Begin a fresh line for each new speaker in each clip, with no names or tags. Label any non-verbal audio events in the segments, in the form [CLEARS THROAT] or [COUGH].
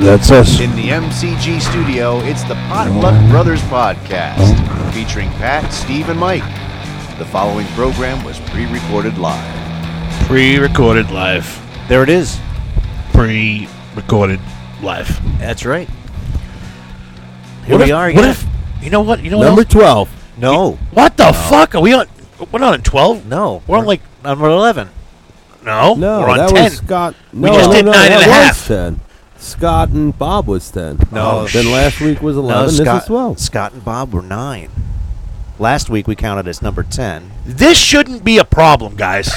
That's us.
In the MCG studio, it's the Potluck
Mm-hmm.
Brothers podcast, featuring Pat, Steve, and Mike. The following program was pre recorded live.
Pre-recorded live.
There it is.
Pre-recorded live.
That's right. Here
What
we
if-
are.
What
yeah.
if? You know what? You know
number
what?
twelve? No,
else- What the fuck? Are we on? We're not on twelve.
no.
We're on like
number eleven.
no.
No,
we're on
that
ten.
was Scott. No,
just
no,
did
no,
nine and
that
a
was
half.
Ten. Scott and Bob was ten. Oh,
No,
then last week was eleven.
no,
this
Scott,
is twelve.
Scott and Bob were nine. Last week we counted as number ten.
this shouldn't be a problem, guys.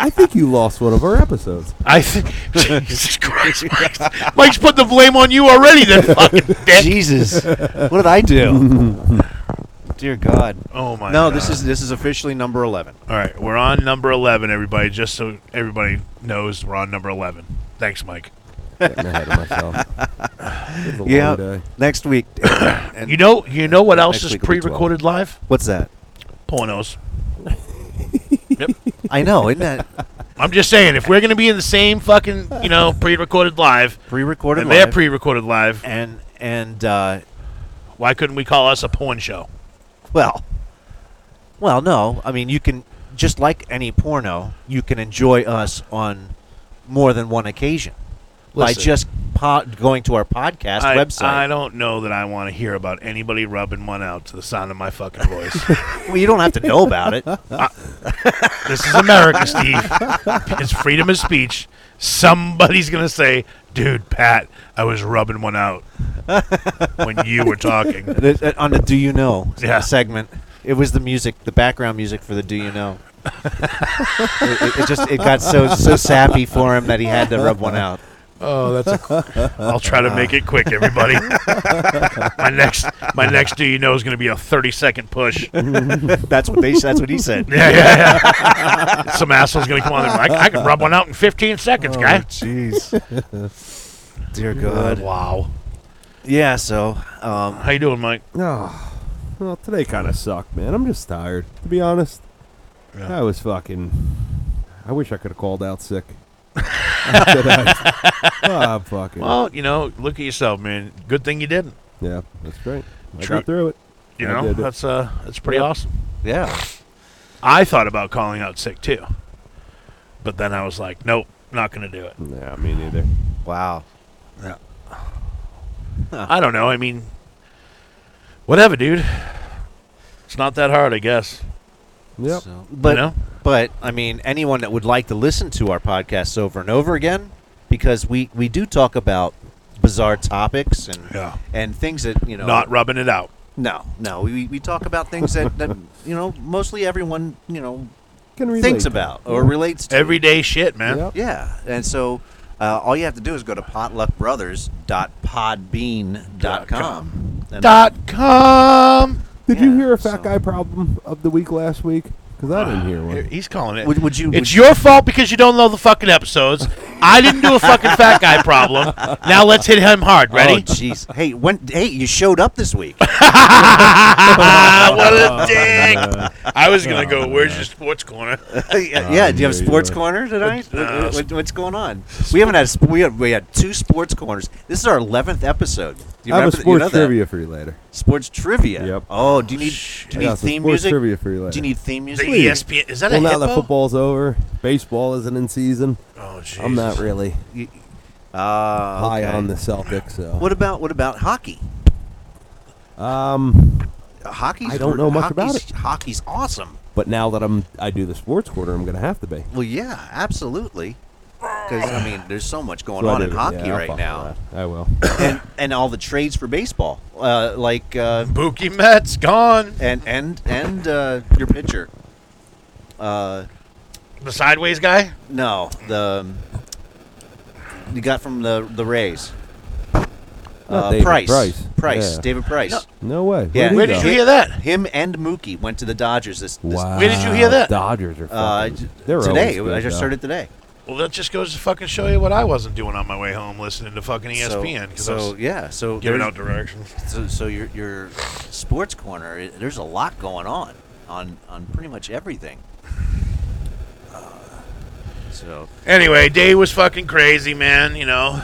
I think you lost one of our episodes.
[LAUGHS] I th- Jesus Christ, Mike. Mike's putting the blame on you already. Then [LAUGHS] fucking dick.
Jesus, what did I do?
[LAUGHS]
Dear God.
Oh my.
No,
God.
this is this is officially number 11.
All right, we're on number eleven, everybody. Just so everybody knows, we're on number eleven. Thanks, Mike.
Getting ahead of
[LAUGHS]
myself. It was a long day.
Next week. and
[COUGHS] You know, you know what else
Next
is
week will be 12.
pre-recorded live?
What's that?
Pornos.
I know, isn't that
I'm just saying, if we're gonna be in the same fucking, you
[LAUGHS]
know, pre-recorded live,
pre-recorded?
and they're
live?
pre-recorded live,
and and uh,
why couldn't we call us a porn show?
Well, well, no. I mean, you can just like any porno, you can enjoy us on more than one occasion by
Listen.
just pod, going to our podcast
I,
website.
I don't know that I want to hear about anybody rubbing one out to the sound of my fucking voice. [LAUGHS]
well, you don't have to know about [LAUGHS] it.
this is America, Steve. It's freedom of speech. Somebody's gonna say, "Dude, Pat, I was rubbing one out when you were talking."
Th- uh, on the Do You Know s-
Yeah.
segment, it was the music, the background music for the Do You [LAUGHS] Know. it, it- it just it got so so sappy for him that he had to rub one out.
Oh, that's. A, I'll try to make it quick, [LAUGHS] everybody. my next, my next, do you know, is going to be a thirty-second [LAUGHS] push. Yeah,
[LAUGHS] That's what they. That's what he said.
yeah, yeah. Some asshole's going to come on there. I, I can rub one out in fifteen seconds, guy.
Jeez, dear God.
Wow.
Yeah. So, um,
How you doing, Mike?
No, Ah, well, today kind of sucked, man. I'm just tired, to be honest.
Yeah.
I was fucking. I wish I could have called
[LAUGHS]
out sick. I, am fucking.
Well, you know, look at yourself, man. Good thing you didn't.
yeah, that's right. I
True.
got through it.
You
I
know,
did it.
that's uh, that's pretty awesome.
yeah.
I thought about calling out sick too, but then I was like, nope, not going to do it.
Yeah, me neither.
Wow.
I don't know. I mean, whatever, dude. It's not that hard, I guess.
Yep.
So- but
you know?
but I mean, anyone that would like to listen to our podcasts over and over again, because we we do talk about bizarre topics and
Yeah.
and things that you know.
Not rubbing it out.
no, no. We we talk about things that that [LAUGHS] you know mostly everyone you know
Can relate.
thinks about or relates to.
Everyday shit, man.
Yep.
yeah, and so. Uh, all you have to do is go to potluckbrothers.podbean.com. And
Dot com.
Did
Yeah,
you hear a fat
so-
guy problem of the week last week? Because I didn't hear
Uh,
one.
He's calling it.
Would, would you?
it's
would-
your fault because you don't know the fucking episodes. I didn't do a fucking fat guy problem. Now let's hit him hard.
Oh,
Ready?
jeez. Hey, when? Hey, you showed up this week.
Ah, what a dick! I was gonna go. Where's your sports corner?
Uh,
Um,
yeah, yeah, do you have
yeah,
sports
yeah.
corner tonight?
Uh,
What- what- what's going on? We haven't had a sp- we had we had two sports corners. This is our eleventh episode. Do you
I have
remember
a
th- you
sports
know that?
trivia for you later.
Sports trivia.
Yep.
Oh, do you need do you
I
need
got some
theme
sports
music?
trivia for you
Do
later.
you need theme
The E
music?
ESPN. Is that a
well, now
hippo?
that football's over, baseball isn't in season.
Oh, Jesus.
I'm not really
You- Ah,
high
okay.
on the Celtics, so
What about what about hockey?
um.
Hockey.
I don't know much about it.
Hockey's awesome.
But now that I'm, I do the sports quarter, I'm gonna have to be.
Well, yeah, absolutely. Because I mean, there's so much going
So I
on in
did it.
hockey
Yeah, I'll
right
fuck
now, Uh,
with that.
[COUGHS]
I will.
and and all the trades for baseball, uh, like uh,
Bookie Mets gone.
and and and uh, your pitcher. Uh,
The sideways guy.
no, the um, you got from the the Rays.
Not
Uh,
Oh, David
Price,
Price.
Price,
Yeah.
David Price.
No way.
Yeah.
Where did
go?
you hear that?
Him and Mookie went to the Dodgers this. this
Wow.
Where did you hear that?
Dodgers are.
uh,
fucking-
j-
they're
today,
always
I
good,
just
though.
heard it today.
Well, that just goes to fucking show you what I wasn't doing on my way home, listening to fucking E
So-
ESPN because I
so,
was
yeah, so
giving out
there's-
directions.
So, so your your sports corner, i- there's a lot going on on on pretty much everything. Uh, so
Anyway, day was fucking crazy, man. You know,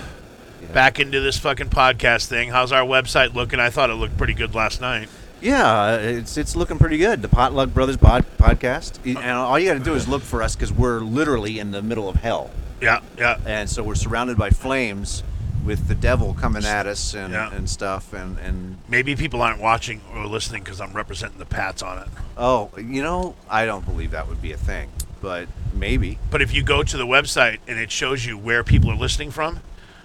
back into this fucking podcast thing. How's our website looking? I thought it looked pretty good last night.
Yeah, it's it's looking pretty good. The Potluck Brothers pod, podcast, E,
Uh,
and all you got to do is look for us because we're literally in the middle of hell,
Yeah, yeah.
and so we're surrounded by flames with the devil coming at us and,
Yeah.
and stuff, and and
Maybe people aren't watching or listening because I'm representing the Pats on it.
oh, you know, I don't believe that would be a thing, but maybe.
But if you go to the website and it shows you where people are listening from,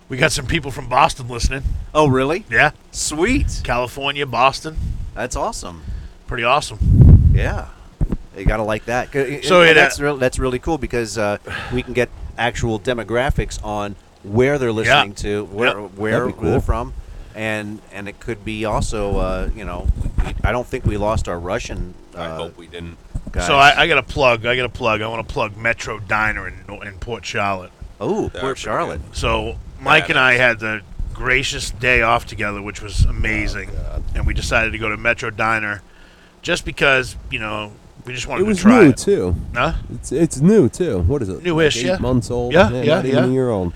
we got some people from Boston listening.
Oh, really?
Yeah,
Sweet.
California, Boston,
That's awesome.
pretty awesome.
Yeah, you gotta like that.
So
So
it, uh,
that's real that's really cool because uh, we can get actual demographics on where they're listening to, where
Yep.
That'd
where
be cool.
they're from, and and it could be also uh, you know we, I don't think we lost our Russian
I
uh,
hope we didn't.
guys.
So I, I got a plug. I got a plug. I want to plug Metro Diner in in Port Charlotte.
oh,
That'd
poor
be
Charlotte.
So Mike and
Badass.
I had the gracious day off together, which was amazing,
Oh,
and we decided to go to Metro Diner just because you know we just wanted
It was
to try
new
it.
too.
Huh?
It's it's new too. What is it?
Newish,
Like eight
yeah.
Months old.
Yeah, yeah,
Not even
yeah.
a year old.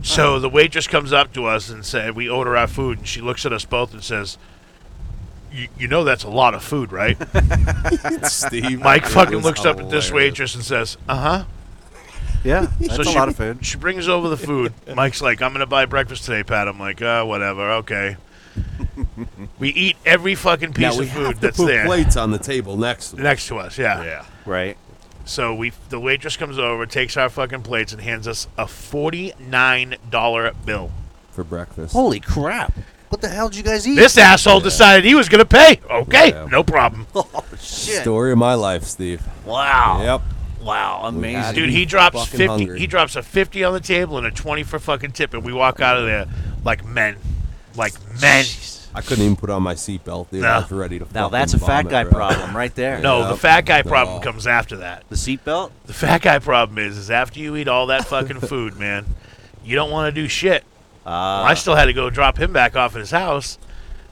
So the waitress comes up to us and said, "We order our food," and she looks at us both and says, "You, you know that's a lot of food,
[LAUGHS]
right?"
Steve.
Mike
it
fucking
was
looks up at this
hilarious.
waitress and says, "Uh huh."
[LAUGHS] Yeah, that's
So
a
she-
lot of food.
She brings over the
[LAUGHS]
food. Mike's like, "I'm gonna buy breakfast today, Pat." I'm like, "Uh, whatever,
[LAUGHS]
okay." we eat every fucking piece
now we
of food
have to
that's
put
there
plates on the table next. to it.
next to us. Yeah.
Yeah.
Right.
So we, the waitress comes over, takes our fucking plates, and hands us a forty-nine dollar bill.
for breakfast.
Holy crap! What the hell did you guys eat?
This asshole decided he was gonna pay. Okay,
Yeah.
no problem.
[LAUGHS] oh shit!
Story of my life, Steve.
Wow!
Yep.
Wow! Amazing.
had
Dude,
be
he drops
fucking
fifty.
hungry.
He drops a fifty on the table and a twenty for fucking tip, and we walk out of there like men, like men.
I couldn't even put on my seatbelt. Dude,
No.
I was ready to.
Now
fucking
that's a fat
vomit,
guy
bro.
problem right there.
No, the
Yep.
fat guy problem
Oh.
comes after that.
The seatbelt.
The fat guy problem is, is after you eat all that
[LAUGHS]
fucking food, man, you don't want to do shit.
Uh,
Well, I still had to go drop him back off at his house.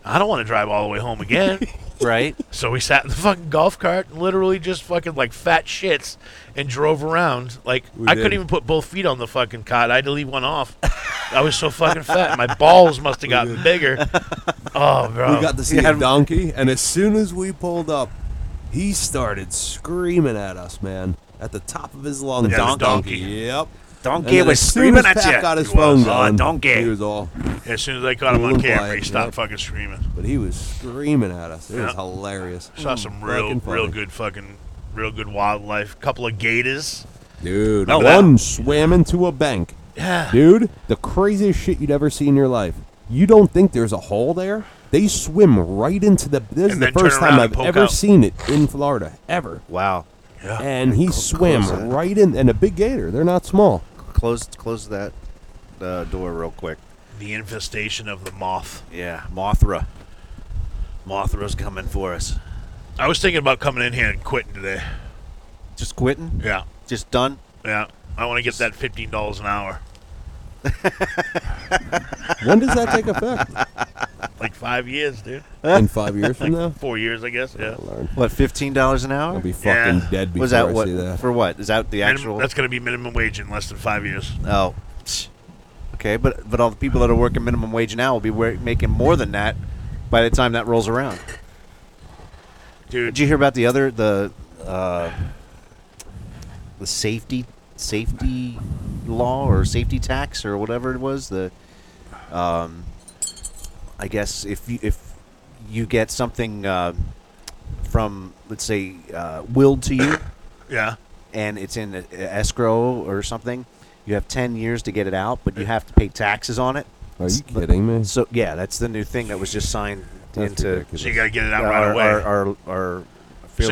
I don't want to drive all the way home again.
[LAUGHS]
right.
so we sat in the [LAUGHS] fucking golf cart and literally just fucking like fat shits and drove around. Like
We
I couldn't
did.
even put both feet on the fucking cot. I had to leave one off. I was so fucking fat. My balls must
[LAUGHS]
have gotten bigger. Oh, bro.
We got to see
Yeah.
a donkey, and as soon as we pulled up, he started screaming at us, man, at the top of his lungs.
Yeah, the donkey.
Yep. And
Donkey
then
was
as soon
screaming at
as Pat
you.
Got his
He
phone
was.
Oh,
going,
donkey.
He was all,
as soon as they caught him
Cool
on
and
camera, he
quiet,
stopped
yep.
fucking screaming.
but he was screaming at us. It
Yeah.
was hilarious. Mm.
Saw some real,
Oh, Fucking
real
funny.
good fucking, real good wildlife. Couple of gators.
dude.
Oh,
One
wow.
swam into a bank.
Yeah.
Dude, the craziest shit you'd ever see in your life. You don't think there's a hole there? They swim right into the. This is
And
the
then turn
first
around
time
and
I've
poke
ever
out.
seen it in Florida ever.
Wow.
And he swam right in, and a big gator. They're not small.
Close close that uh, door real quick.
The infestation of the moth.
Yeah, Mothra. Mothra's coming for us.
I was thinking about coming in here and quitting today.
Just quitting?
Yeah.
Just done?
Yeah. I want to get that fifteen dollars an hour,
When does that take effect?
[LAUGHS] like five years, dude.
In five years from now?
Four years, I guess. Yeah.
Learn.
What, fifteen dollars an
I'll
hour?
be fucking
Yeah.
dead before
Was that
I
what
see that.
for what? Is that the
Minim-
actual
that's going to be minimum wage in less than five years.
Oh. psh. Okay, but but all the people that are working minimum wage now will be wa- making more than that by the time that rolls around. Did
Dude,
you hear about the other the uh, the safety safety law or safety tax or whatever it was? The um, I guess if you, if you get something uh, from let's say uh, willed to you
yeah.
and it's in a- a escrow or something, you have ten years to get it out, but you have to pay taxes on it.
Are you kidding me?
So yeah, that's the new thing that was just signed
That's
into
ridiculous.
So you got to get it out
our,
right away.
Our, our, our
so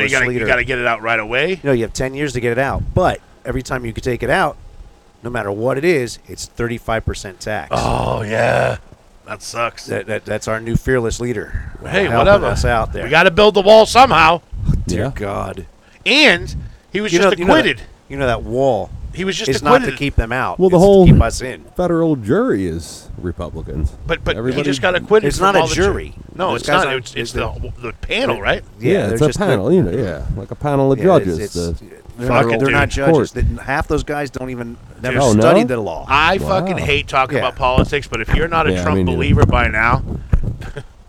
you
fearless
gotta- you
leader.
got to get it out right away.
You know, you have 10 years to get it out, but every time you could take it out, no matter what it is, it's 35% tax.
Oh yeah. That sucks.
That, that, that's our new fearless leader.
hey,
helping
whatever.
us out there.
We got to build the wall somehow.
Dear
Yeah.
God.
And he was
You
just
know- you know that-
acquitted.
You know, that, wall
He was just
it's not
acquitted.
to keep them out.
Well, the
it's to
whole-
keep us in.
Federal jury is Republicans.
but but he
Everybody-
just got acquitted.
It's
from
not a
all the ju-
jury.
no,
Those
it's
guys
not.
aren't-
It's, it's
they're-
the whole- the panel, Oh, right?
Yeah, it's
they're
a
just the-
panel. You know, yeah, like a panel of
yeah,
judges.
It's,
the-
it's,
Fuck it,
they're not
dude.
judges.
Court.
They- Half those guys don't even never
Oh, no?
studied the law.
I fucking
Wow.
hate talking
Yeah.
about politics, but if you're not a
Yeah,
Trump
me neither.
believer by now,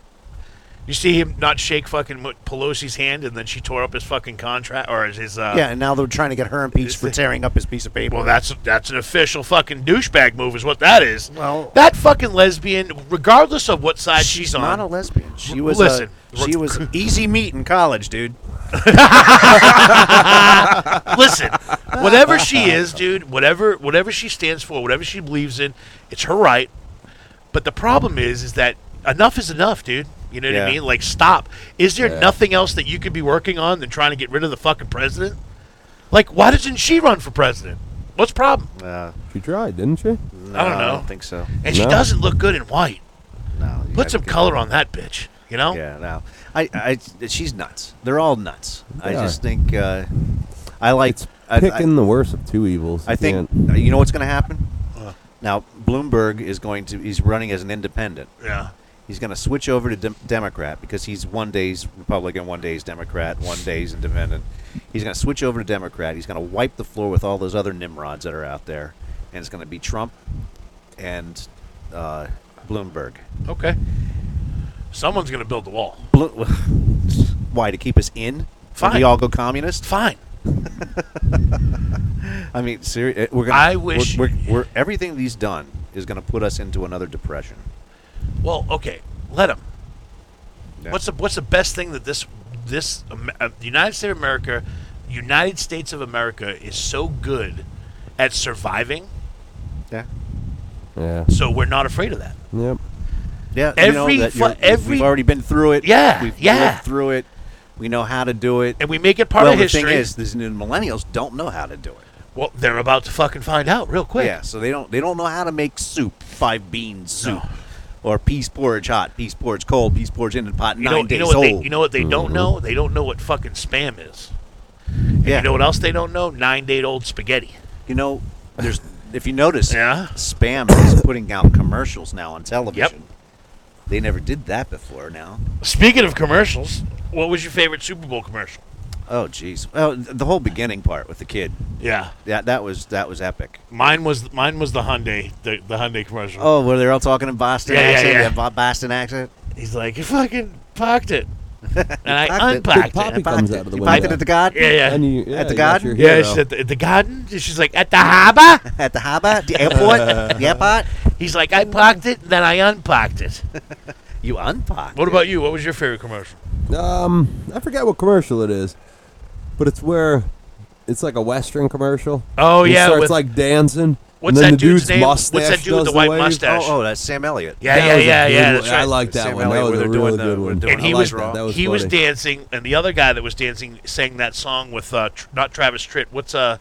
[LAUGHS] you see him not shake fucking Mo- Pelosi's hand, and then she tore up his fucking contract or his. his uh,
yeah, and now they're trying to get her impeached for tearing up his piece of paper.
Well, that's that's an official fucking douchebag move, is what that is.
Well-
that fucking lesbian, regardless of what side she's,
she's
on,
not a lesbian. She
R-
was
listen.
A, she was
[LAUGHS]
easy meat in college, dude.
Listen, whatever
[LAUGHS]
she is, dude, whatever whatever she stands for, whatever she believes in, it's her right. But the problem is, is that enough is enough, dude. You know what
Yeah.
I mean? Like, stop. Is there
Yeah.
nothing else that you could be working on than trying to get rid of the fucking president? Like, why doesn't she run for president? What's the problem?
Uh,
she tried, didn't she?
no,
I don't know.
think so.
And she
No.
doesn't look good in white.
No.
Put
you gotta
some
get-
color on that bitch. You know?
Yeah, no. I, I, she's nuts. They're all nuts. I
They
just
are.
think. Uh, I like. I, I,
Picking the worst of two evils.
I
You
think
can't-
you know what's going to happen. Now Bloomberg is going to. He's running as an independent.
Yeah.
He's going to switch over to dem- Democrat because he's one day's Republican, one day's Democrat, one day's independent. He's going to switch over to Democrat. He's going to wipe the floor with all those other nimrods that are out there, and it's going to be Trump and uh, Bloomberg.
Okay. Someone's gonna build the wall.
Blo- [LAUGHS] Why to keep us in? So
Fine.
We all go communist.
Fine.
I mean, seriously, we're gonna.
I wish-
we're, we're, we're everything that he's done is going to put us into another depression.
Well, okay. Let him.
Yeah.
What's the what's the best thing that this this Am- uh, the United States of America, United States of America is so good at surviving,
Yeah.
Yeah.
so we're not afraid of that.
Yep.
Yeah.
Every
you know, that
fu-
you're-
every-
we've already been through it.
Yeah,
We've
yeah.
lived through it. We know how to do it.
And we make it part
well,
of
the
history.
thing is, these new millennials don't know how to do it.
well, they're about to fucking find out real quick.
Yeah, so they don't they don't know how to make soup, five bean soup,
No.
or peas porridge hot, peas porridge cold, peas porridge in the pot,
You
nine
know,
days
you know what
old. Mm-hmm.
they you know what they don't know? They don't know what fucking spam is.
yeah.
You know what else they don't know? Nine day old spaghetti.
You know, there's if you notice,
Yeah.
spam is putting out commercials now on television. They never did that before. Now,
Speaking of commercials, what was your favorite Super Bowl commercial?
oh jeez, well, the whole beginning part with the kid,
Yeah.
that that was that was epic.
Mine was mine was the Hyundai the, the Hyundai commercial.
Oh, where they're all talking in Boston
Yeah, yeah,
accent,
yeah.
Bo- Boston accent.
He's like, you fucking parked
[LAUGHS]
it. And I
Parked it.
unpacked
Big
it.
Poppy comes out of the
you
window.
piped it at the God?
Yeah, yeah.
And you, yeah,
At the
you got
garden?
your
Yeah,
hero.
she's at the, at the garden. She's like, at the harbor?
At the harbor? The [LAUGHS] airport? the airport?
He's like, I parked it, then I unparked it.
You unpacked.
What
it.
about you? What was your favorite commercial?
Um, I forget what commercial it is, but it's where it's like a Western commercial.
Oh,
He
yeah,
starts
with-
like dancing.
What's
and then
that
the dude's,
dude's name? What's
Mustache
that dude with
does
the white
wave.
mustache?
Oh, oh, that's Sam Elliott.
Yeah,
That
yeah,
was a
yeah,
good
yeah.
one.
That's
I
right.
like that
Sam
one.
Elliott,
that
where
was a
they're doing
really
the-
good
where
one.
they're
And
doing
he
I
was
liked that. That was
he was
funny.
dancing, and the other guy that was dancing sang that song with uh, tr- not Travis Tritt. What's uh,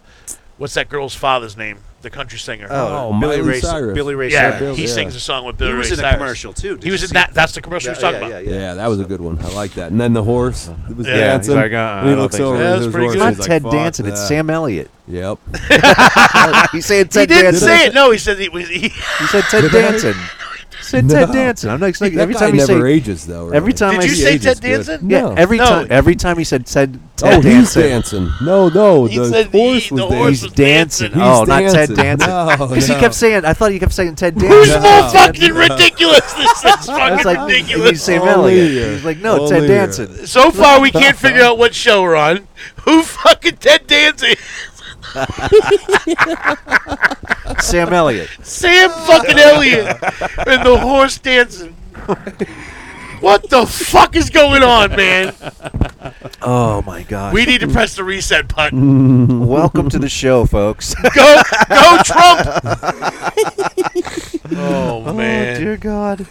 what's that girl's father's name? The country singer.
Oh,
Billy
Miley
Ray
Cyrus.
Billy Ray
yeah,
Cyrus.
he
yeah.
sings a song with Billy
He was
Ray
in a
Cyrus.
commercial, too. Did
He was
you
in
see
that. That's the commercial he was talking about.
Yeah, that was a good one. I like that. And then the horse
Uh-huh.
was
Yeah, he's
dancing.
like, uh,
and he
I don't
looks
think so.
over.
Yeah,
at
that's
his
pretty
horse,
good.
It's not
he's like,
Ted
"Fuck
Danson. It's
that."
Sam [LAUGHS] Elliott.
Yep.
He's saying
He
Ted
didn't
Danson.
say it. No, he said he was. He,
He said Ted
Did I?
Danson. He said
No.
Ted Danson. I'm not expecting
That
every
guy
time he
never
say
ages though.
every
really.
time
did
I
you
see-
say
age
Ted
is good.
Danson?
yeah
No.
every
No.
time every time he said said Ted
Oh, he's
Danson.
dancing. No, no,
He
the
said the-
horse was
the horse
dancing.
He's dancing.
He's
oh, not Ted
dancing.
Danson. [LAUGHS]
No,
Because
no.
he kept saying, I thought he kept saying Ted Danson.
Who's
No.
more
[LAUGHS]
fucking ridiculous? This is
I
fucking
was like, he's
ridiculous.
Sam
Only you.
Elliott. He's like, no,
Only
Ted
you.
Danson.
So far, we can't figure out what show we're on. Who fucking Ted Danson?
Sam Elliott.
Sam fucking Elliott and the horse dancing. What the fuck is going on, man?
Oh my God.
We need to press the reset
Mm.
button.
Welcome to the show, folks. [LAUGHS] Oh,
Go, go, Trump! oh man,
Oh dear God.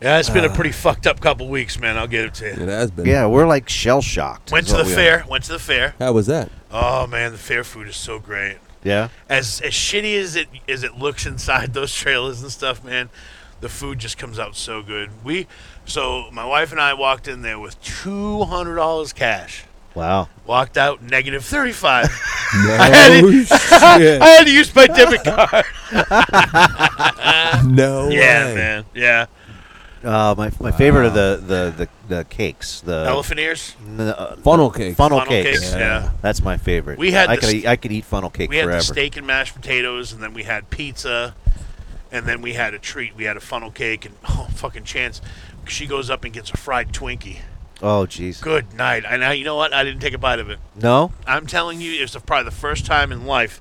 yeah, it's been a pretty fucked up couple weeks, man. I'll give it to you.
It has been.
Yeah, we're like shell shocked.
Went to the fair. Went to the fair.
How was that?
Oh man, the fair food is so great.
Yeah.
as as shitty as it as it looks inside those trailers and stuff, man, the food just comes out so good. We so my wife and I walked in there with two hundred dollars cash.
Wow.
Walked out negative thirty five.
No shit.
[LAUGHS] I had to [LAUGHS] use my debit card.
No
yeah,
way.
man. Yeah.
Uh, my my favorite of the, the, the, the cakes, the
Elephant ears.
n- uh,
Funnel cake.
funnel,
Funnel
cakes.
cakes, yeah.
that's my favorite.
We had
I
the
could
st-
I could eat funnel cake
We had
forever.
the steak and mashed potatoes, and then we had pizza, and then we had a treat. We had a funnel cake, and oh, fucking chance. She goes up and gets a fried Twinkie.
Oh jeez.
Good night. And I, you know what? I didn't take a bite of it.
No.
I'm telling you, it's the- probably the first time in life.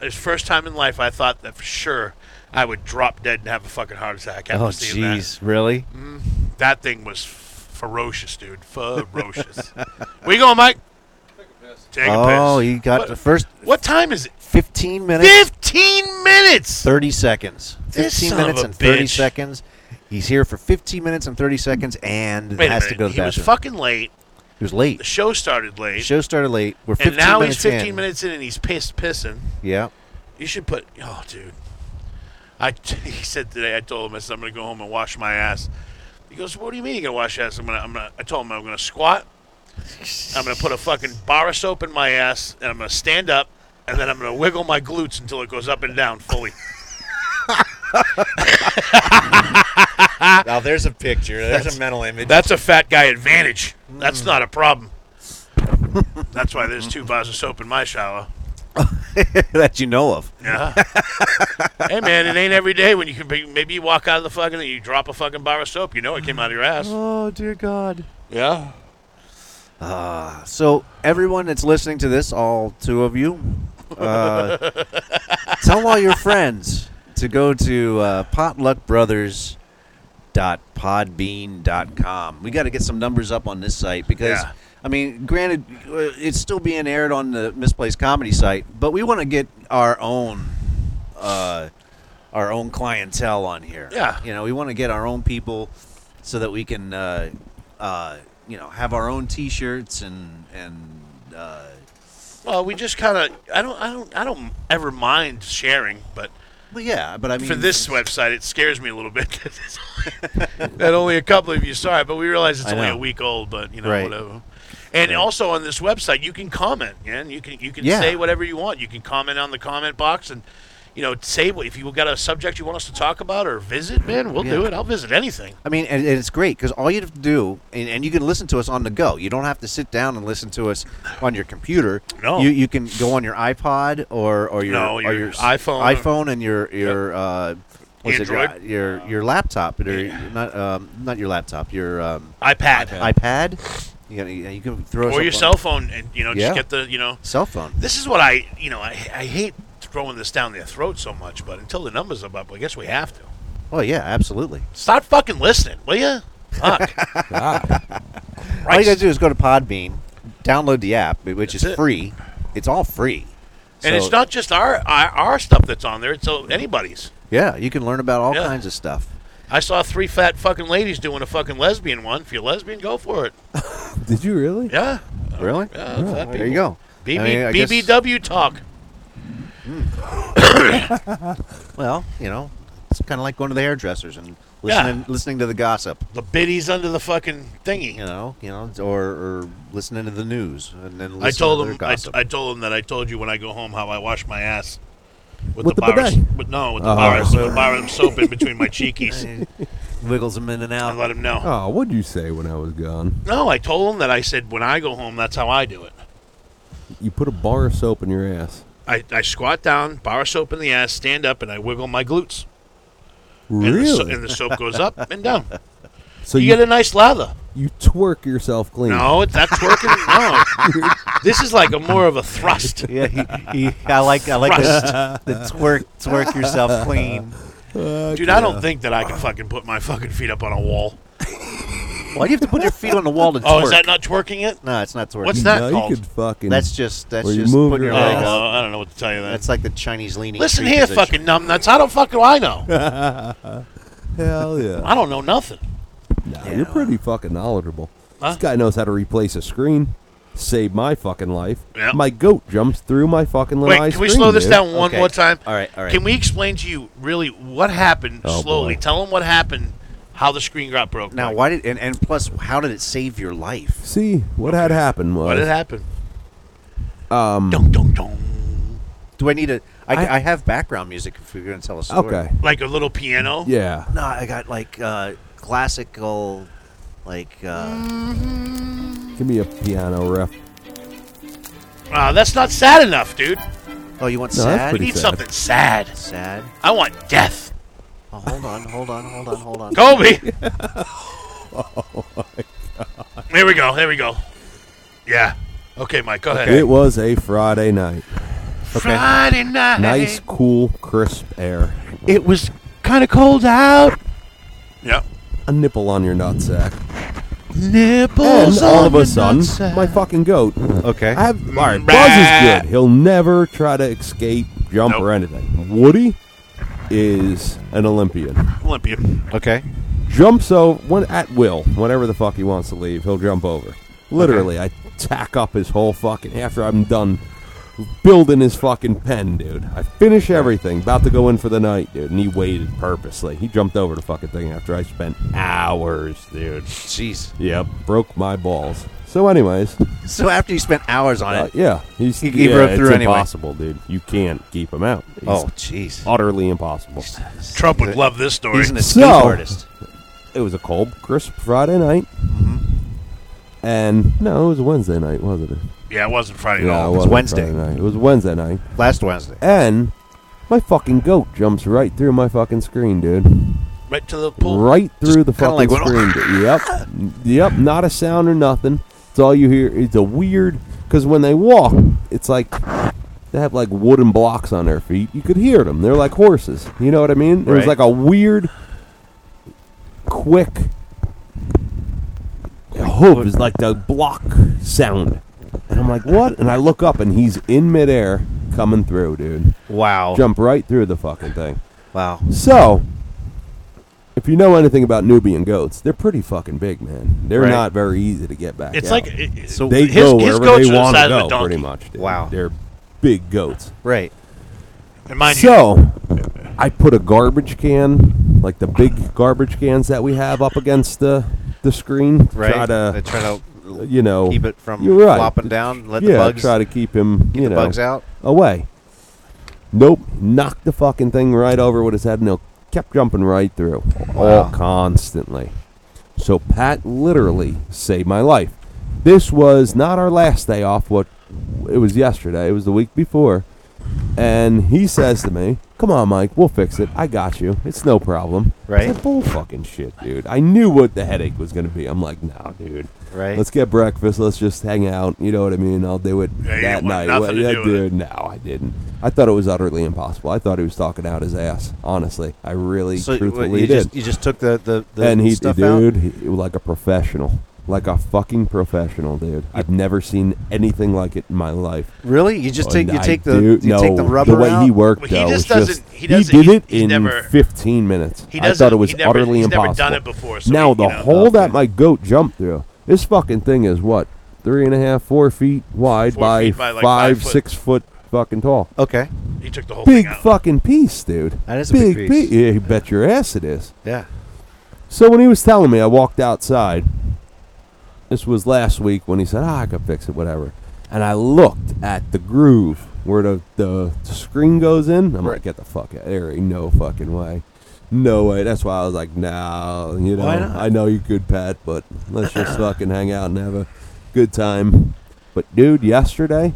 It's first time in life I thought that for sure I would drop dead and have a fucking heart attack after
Oh
seeing that.
jeez. Really?
That thing was ferocious, dude. Ferocious. [LAUGHS] Where you going, Mike? Take a piss.
Oh, you got
What-
the first
What time is it?
15 minutes,
15 minutes!
30 seconds.
This
15
son of
minutes
a
and 30
bitch.
seconds. He's here for 15 minutes and 30 seconds and
Wait a
has
minute.
to go to the
he was
bathroom.
fucking late.
he was late.
The show started late.
The show started late. We're 15
and now
minutes
he's 15
in.
minutes in and he's pissed pissing.
Yeah.
You should put. Oh, dude. I [LAUGHS] he said today. I told him I said I'm gonna go home and wash my ass. He goes, "What do you mean you're gonna wash your ass? I'm gonna. I'm gonna. I told him I'm gonna squat. I'm gonna put a fucking bar of soap in my ass, and I'm gonna stand up, and then I'm gonna wiggle my glutes until it goes up and down fully.
Now there's a picture. There's a
[LAUGHS]
mental image.
That's a fat guy advantage. That's not a problem. That's why there's two bars of soap in my shower.
that you know of.
Yeah. hey man, it ain't every day when you can. Be, maybe you walk out of the fucking and you drop a fucking bar of soap. You know it came out of your ass.
Oh, dear God.
Yeah.
Uh, So, everyone that's listening to this, all two of you, uh, tell all your friends to go to uh, potluckbrothers.podbean.com. We got to get some numbers up on this site because,
Yeah.
I mean, granted, uh, it's still being aired on the Misplaced Comedy site, but we want to get our own. Uh, our own clientele on here.
Yeah.
You know, we want to get our own people so that we can, uh, uh, you know, have our own T-shirts and and uh,
Well, we just kind of I don't I don't I don't ever mind sharing, but
well, yeah. But I mean,
for this website it scares me a little bit [LAUGHS] that only a couple of you saw it, but we realize it's
I
only
know.
a week old, but you know
Right.
whatever. And also on this website, you can comment, and you can you can
Yeah.
say whatever you want. You can comment on the comment box, and you know say what if you got a subject you want us to talk about or visit. Man, we'll do
Yeah.
it. I'll visit anything.
I mean, and, and it's great because all you have to do, and, and you can listen to us on the go. You don't have to sit down and listen to us on your computer.
No.
you you can go on your iPod or or your
No,
or
your
s-
iPhone or-
iPhone and your your uh, what's it, your,
Android.
your your laptop or not um, not your laptop your um,
iPad,
iPad. You, gotta- you can throw us
or
up
your
on-
cell phone, and you know just
Yeah.
get the you know
cell phone.
this is what I, you know, I, I hate throwing this down their throat so much, but until the numbers are up, I guess we have to.
Oh yeah, absolutely.
Stop fucking listening, will you?
[LAUGHS]
Fuck.
All
Ah.
you gotta
Christ.
do is go to Podbean, download the app, which is
That's it.
free. It's all free.
and
So,
it's not just our, our our stuff that's on there; it's uh, anybody's.
Yeah, you can learn about all
Yeah.
kinds of stuff.
I saw three fat fucking ladies doing a fucking lesbian one. If you're lesbian, go for it.
[LAUGHS] Did you really?
Yeah.
Really?
Oh,
Oh,
Yeah, fat
There you
people.
go.
BB,
I mean, I guess-
BBW talk.
Well, you know, it's kind of like going to the hairdressers and listening, listening to the gossip.
The biddies under the fucking thingy.
You know, you know, or, or listening to the news and then listening
I told
to their
him. I,
gossip.
I told him that I told you when I go home how I wash my ass with,
With
the,
the
bar. Of,
bidet.
with, no, with the
Oh.
bar, of, with the bar of soap in between my
[LAUGHS]
cheekies.
Wiggles them in and
I
out.
let him know.
Oh, what'd you say when I was gone?
No, I told him that I said when I go home, that's how I do it.
You put a bar of soap in your ass.
I, I squat down, bar soap in the ass, stand up, and I wiggle my glutes. And, the, so-
Really?
and the soap goes up and down.
[LAUGHS] so
you,
you,
get a nice lather.
you twerk yourself clean.
No, it's that's
[LAUGHS]
working. No, this is like a more of a thrust.
Yeah, he, he, I like I like the, the twerk twerk yourself clean.
Dude, I don't think that I can fucking put my fucking feet up on a wall.
Why do you have to put your feet on the wall to twerk?
Oh, is that not twerking it?
no, it's not twerking.
What's that
no,
called?
you could fucking.
That's just that's
Where you
just
move
putting your
your
leg
legs.
up.
Oh, I don't know what to tell you then.
That's like the Chinese leaning.
Listen
tree
here, fucking
position.
numbnuts. How the fuck do I
[LAUGHS]
know?
hell yeah.
I don't know nothing.
Nah, you're pretty fucking knowledgeable.
Huh?
This guy knows how to replace a screen. Saved my fucking life.
Yeah.
My goat jumps through my fucking little
Wait,
ice
can we
cream,
slow this
dude.
down one
Okay.
more time?
All right, all right.
Can we explain to you really what happened
Oh,
slowly?
boy.
Tell them what happened, how the screen got broke.
Now,
Mike.
why did and, and plus, how did it save your life?
See what had happened was
What had happened?
Um,
Dum dum dum.
Do I need a? I,
I-
I have background music if you're going to tell a story.
okay.
Like a little piano.
Yeah.
No, I got like uh, classical, like uh,
Give me a piano riff.
Wow, Ah, that's not sad enough, dude.
oh, you want
No, that's
sad?
We
pretty-
need
sad.
something sad.
Sad.
I want death.
Oh, hold on, hold on, hold on, hold on.
[LAUGHS]
Kobe.
Oh,
There we go. There we go. Yeah. Okay, Mike. Go ahead.
It was a Friday night.
Friday night.
Nice, cool, crisp air.
It was kind of cold out. Yep.
A nipple on your nutsack.
Nipples.
And all
on
of a
your
sudden,
nutsack. Mm,
my fucking goat.
Okay.
I have, all right,
Bah.
Buzz is good. He'll never try to escape, jump,
Nope.
or anything. Woody is an Olympian.
Olympia.
Okay.
Jumps over when at will, whenever the fuck he wants to leave, he'll jump over. Literally, I tack up his whole fucking after I'm done building his fucking pen, dude. I finish everything, about to go in for the night, dude, and he waited purposely. He jumped over the fucking thing after I spent hours, dude.
Jeez.
Yep, broke my balls. So, anyways,
So after you spent hours on
uh,
it.
yeah, he's
He- he
yeah,
broke
it's
through anyway.
impossible, dude. You can't keep him out. He's
Oh, jeez.
utterly impossible.
Trump would love this story.
He's an escape
So-
artist.
It was a cold, crisp Friday night,
Mm-hmm.
and no, it was Wednesday night, wasn't it?
yeah, it wasn't Friday at
No,
all.
it
was
wasn't
Wednesday.
Friday night. It was Wednesday night,
Last Wednesday.
and my fucking goat jumps right through my fucking screen, dude.
Right to the pool.
Right through
kinda
the fucking
like went-
screen. dude. Yep, yep. Not a sound or nothing. It's all you hear. It's a weird because when they walk, it's like they have like wooden blocks on their feet. You could hear them. They're like horses. You know what I mean? It was
Right.
like a weird, quick hoop. It's like the block sound. And I'm like, what? And I look up, and he's in midair coming through, dude.
Wow.
Jump right through the fucking thing.
Wow.
So, if you know anything about Nubian goats, they're pretty fucking big, man. They're
Right.
not very easy to get back.
It's
out.
like it, it-
So
they
his,
go
his
wherever
goats
they
are the
want
size
to
of a
go,
donkey.
pretty much. dude.
Wow.
they're big goats.
Right.
And mind you,
So, I put a garbage can, like the big garbage cans that we have, up against the the screen.
Right.
Try
they
to,
try to
you know,
keep it from
you're right.
flopping down. Let
yeah,
the bugs
try to keep him,
get
you
the
know,
bugs out.
away. Nope, knocked the fucking thing right over with his head, and it kept jumping right through, all
Wow.
constantly. So Pat literally saved my life. This was not our last day off. What it was yesterday. It was the week before, and he says to me, "Come on, Mike, we'll fix it. I got you. It's no problem."
Right.
I said, Bull fucking shit, dude. I knew what the headache was gonna be. I'm like, "Nah, dude."
Right.
Let's get breakfast. Let's just hang out. You know what I mean? I'll do it
Yeah, you didn't
that
want
night.
nothing
Well,
to
yeah,
do with
dude. No, I didn't. I thought it was utterly impossible. I thought he was talking out his ass. Honestly, I really
so you,
truthfully
you
did.
just you just took the the, the
and he,
stuff out.
dude, he, like a professional, like a fucking professional, dude. I've never seen anything like it in my life.
Really? You just
Oh,
take
and
you
I
take the
do-
you
no,
take the rubber
the way
out?
he worked.
Well, he
though,
just
was
doesn't- he doesn't-
did it
he's
in
never-
15 minutes.
he
I
doesn't.
thought it was
he never,
utterly
he's
impossible.
never done it before. So
now
you
the
know.
hole that my goat jumped through. This fucking thing is what three and a half, four feet wide
Four
by
feet by, like,
five,
five foot.
six foot fucking tall.
Okay.
he took the whole
Big
thing out.
fucking piece, dude.
That is a big piece.
Yeah, you bet your ass it is.
Yeah.
So when he was telling me, I walked outside. This was last week when he said, "Ah, I could fix it, whatever." And I looked at the groove where the the, screen goes in. I'm like, "Get the fuck out! There ain't no fucking way, no way." That's why I was like, "Nah, you know,
Why not?
I know you could, Pat, but
[COUGHS]
let's just fucking hang out and have a good time." But dude, yesterday,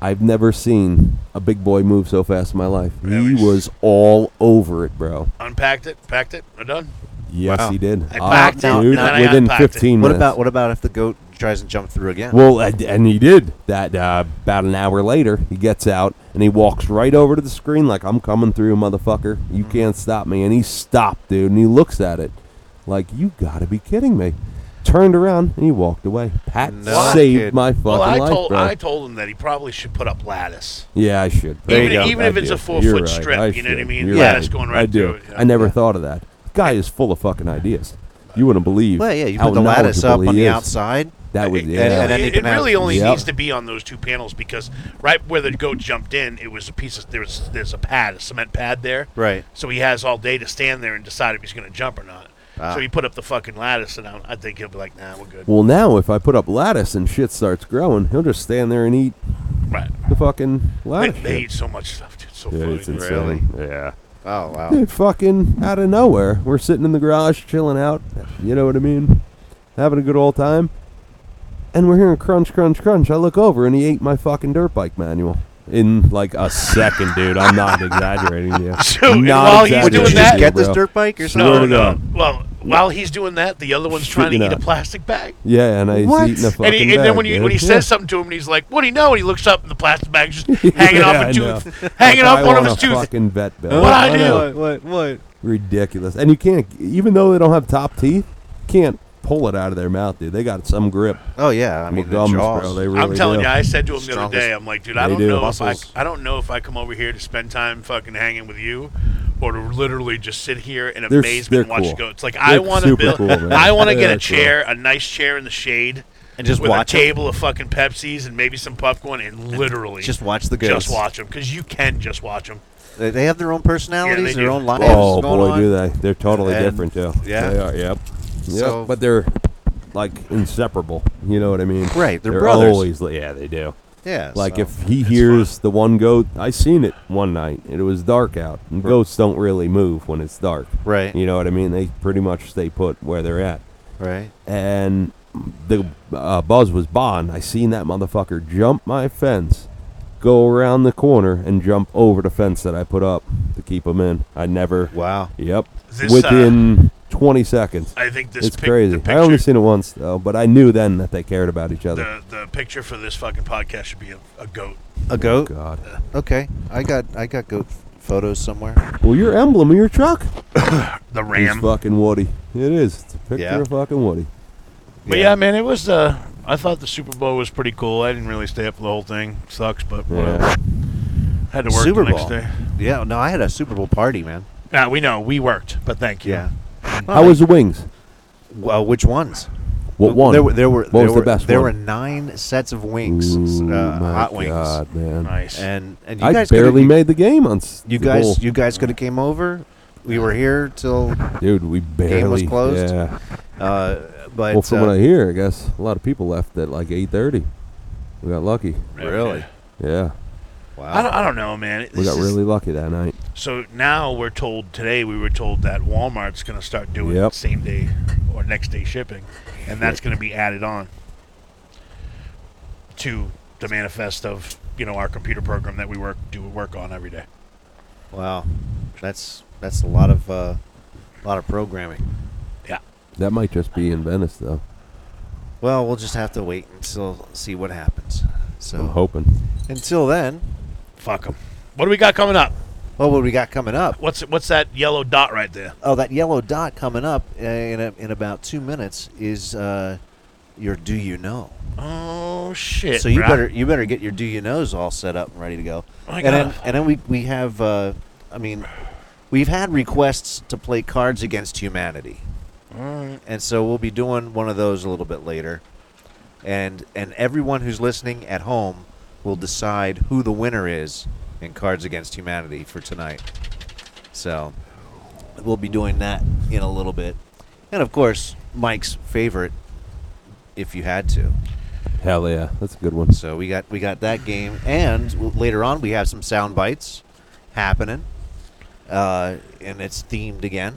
I've never seen a big boy move so fast in my life.
Really?
He was all over it, bro.
Unpacked it. Packed it. We're done.
Yes,
Wow.
he did. Ah,
I packed
it.
dude,
No, no,
I
within
unpacked it.
15
What
minutes.
about what about if the goat tries and jump through again?
Well, and and he did that uh, about an hour later. He gets out and he walks right over to the screen like, "I'm coming through, motherfucker. You
Mm-hmm.
can't stop me." And he stopped, dude. And he looks at it like, "You got to be kidding me." Turned around and he walked away. Pat
No
saved
kidding.
my fucking
Well, I
life,
told
bro.
I told him that he probably should put up lattice.
yeah, I should.
There
you go.
even if
I
it's a
do.
four
You're
foot
right.
strip,
I
you know what I
should.
mean?
You're
Yeah,
right.
it's going
I
right
do.
through it, you know?
I never thought of that. Guy is full of fucking ideas. You wouldn't believe.
Well, yeah, you
how
put the lattice up
knowledgeable
on
he
the
is.
outside.
That would
It-
yeah.
and then
it,
they
it
can
really
have-
only
Yep.
needs to be on those two panels because right where the goat jumped in, it was a piece of there was there's a pad, a cement pad there.
Right.
So he has all day to stand there and decide if he's going to jump or not.
Ah.
So he put up the fucking lattice, and I, I think he'll be like, "Nah, we're good."
Well, now if I put up lattice and shit starts growing, he'll just stand there and eat
Right.
the fucking ladder.
They, they eat so much stuff, dude. So
Yeah,
funny.
it's insane.
Really?
Yeah.
Oh wow.
They fucking out of nowhere. We're sitting in the garage, chilling out. You know what I mean? Having a good old time. And we're hearing crunch, crunch, crunch. I look over and he ate my fucking dirt bike manual in like a second, dude. I'm not exaggerating you.
[LAUGHS] So, and
Not
while he's
Would you
doing
just
exaggerating
that-
you,
get this
bro.
dirt bike or something?
No,
Swear to
no.
God.
Well, while he's doing that, the other one's trying to
Shitting
eat a
up.
plastic bag.
Yeah, and I
What?
was eating a fucking
And, he, and then
bag,
when you
dude.
when he
Yeah. [LAUGHS]
says something to him, and he's like, "What do you know?" and he looks up, and the plastic bag's just hanging off
Yeah,
a
I know.
tooth, [LAUGHS] hanging
Like,
off
I
one of
want
his
a
tooth.
Fucking vet bill.
What I do?
What? What? what?
Ridiculous. And you can't, even though they don't have top teeth, can't pull it out of their mouth, dude. They got some grip.
Oh yeah. I mean, the
gums,
jaws.
bro. They really
I'm telling
do.
you, I said to him the other
Strongest-
day, I'm like, dude, I
They
don't
do.
know
Muscles.
if I, I don't know if I come over here to spend time fucking hanging with you, or to literally just sit here in
They're s-
amazement and
they're
watch
cool.
it go. It's like I
They're
want to
super
build,
cool, man.
I want to
They
get
are
a
cool.
chair, a nice chair in the shade,
And just
with
watch
a
'em.
table of fucking Pepsis and maybe some popcorn, and literally
Just watch the goats.
just watch them because you can just watch them.
They, they have their own personalities, their
do.
own lives.
Oh
going
boy,
on.
do they? They're totally
And-
different too.
yeah.
they are. Yep. Yep.
So-
but they're like inseparable. You know what I mean?
Right, they're brothers.
Always, li- yeah, they do.
Yeah.
Like
so.
if he hears the one goat, I seen it one night. It was dark out, and goats don't really move when it's dark.
Right.
You know what I mean? They pretty much stay put where they're at.
Right.
And the uh, buzz was Bond. I seen that motherfucker jump my fence, go around the corner, and jump over the fence that I put up to keep him in. I never
Wow.
Yep.
This, uh,
Within 20 seconds.
I think this
It's
pic-
crazy.
The
I only
picture-
seen it once, though, but I knew then that they cared about each other.
the, the picture for this fucking podcast should be a, a goat.
A goat.
God.
Okay. I got I got goat photos somewhere.
Well, your emblem of your truck
The
is
ram.
fucking Woody. It is. It's a picture
Yeah.
of fucking Woody.
But yeah, man, it was. Uh, I thought the Super Bowl was pretty cool. I didn't really stay up for the whole thing. Sucks, but whatever.
Yeah.
Had to work
Super
the next
Bowl.
day.
Yeah. No, I had a Super Bowl party, man.
Nah, we know we worked, but thank you.
Yeah.
How was the wings?
Well, which ones?
What one?
There were there were
What
there
was
were,
the best
there
one?
were nine sets of wings,
Ooh,
uh,
my
hot wings,
God, man.
nice.
and and you
I
guys
barely
coulda-
made the game on. s-
You
the
guys,
bowl.
you guys could have came over. We were here till, uh,
dude, we barely.
was closed.
Yeah.
uh, but
well, from
uh,
what I hear, I guess a lot of people left at like 8:30. We got lucky.
really,
Yeah,
wow.
I don't, I don't know, man. It-
we
this
got
is-
really lucky that night.
So now we're told today we were told that Walmart's going to start doing
Yep.
same day or next day shipping, and that's going to be added on to the manifest of you know our computer program that we work do work on every day.
Wow, that's that's a lot of uh, lot of programming.
Yeah.
That might just be in Venice, though.
Well, we'll just have to wait until see what happens. So
I'm hoping.
until then,
Fuck 'em. What do we got coming up?
well, what we got coming up?
What's what's that yellow dot right there?
Oh, that yellow dot coming up uh, in a, in about two minutes is uh, your do you know.
Oh shit!
so you
bruh. Oh
better you better get your do you knows all set up and ready to go.
I
and then
gotta-
and then we we have uh, I mean we've had requests to play Cards Against Humanity, and so we'll be doing one of those a little bit later, and and everyone who's listening at home will decide who the winner is in Cards Against Humanity for tonight. So we'll be doing that in a little bit, and of course Mike's favorite, if you had to.
Hell yeah, that's a good one.
So we got we got that game, and w- later on we have some sound bites happening, uh, and it's themed again,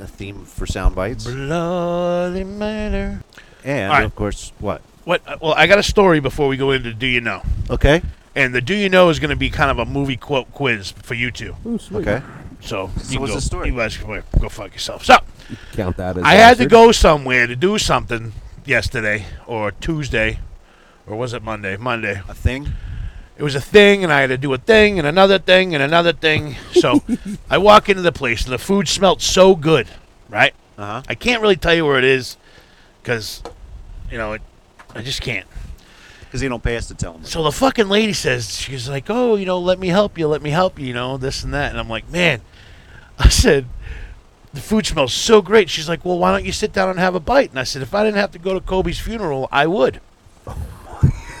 a theme for sound bites,
Bloody murder.
and
All right.
of course what?
What? uh, Well, I got a story before we go into Do You Know?
Okay,
And the Do You Know is going to be kind of a movie quote quiz for you two.
Ooh, sweet.
okay,
So,
So
you can
what's
go,
the story?
You guys can go fuck yourself. So,
Count that as.
I had to
answered.
go somewhere to do something yesterday or Tuesday, or was it Monday? Monday.
a thing.
It was a thing, and I had to do a thing, and another thing, and another thing.
[LAUGHS]
So, I walk into the place, and the food smelled so good, right?
Uh huh.
I can't really tell you where it is because, you know, it, I just can't.
Because they don't pay us to tell them.
So the fucking lady says, she's like, oh, you know, let me help you, let me help you, you know, this and that. And I'm like, man, [LAUGHS] I said, the food smells so great. She's like, well, why don't you sit down and have a bite? And I said, if I didn't have to go to Kobe's funeral, I would.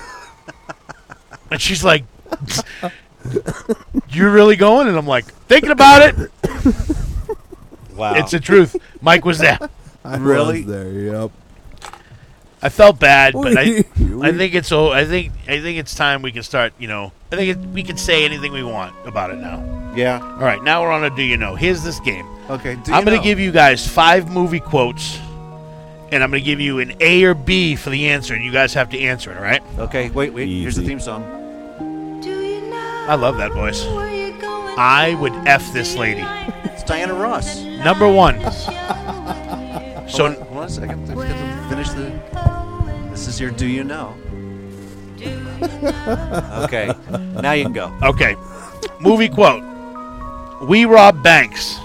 [LAUGHS] and she's like, you're really going? And I'm like, thinking about it.
Wow.
It's the truth. Mike was there.
I
Really?
Was there, yep. [LAUGHS]
I felt bad, [LAUGHS] but I, I think it's oh, I think I think it's time we can start. You know, I think it, we can say anything we want about it now.
Yeah.
All right, now we're on a do you know? Here's this game.
Okay. do
I'm
you
going
know?
to give you guys five movie quotes, and I'm going to give you an A or B for the answer, and you guys have to answer it. All right?
Okay. Wait. Wait. Here's the
Easy.
theme song.
I love that voice. I would f this lady.
It's Diana Ross.
Number one.
Hold
So
on, hold on a second. I've got to finish the. This is your Do You Know? [LAUGHS] okay. Now you can go.
okay, movie quote: We rob banks.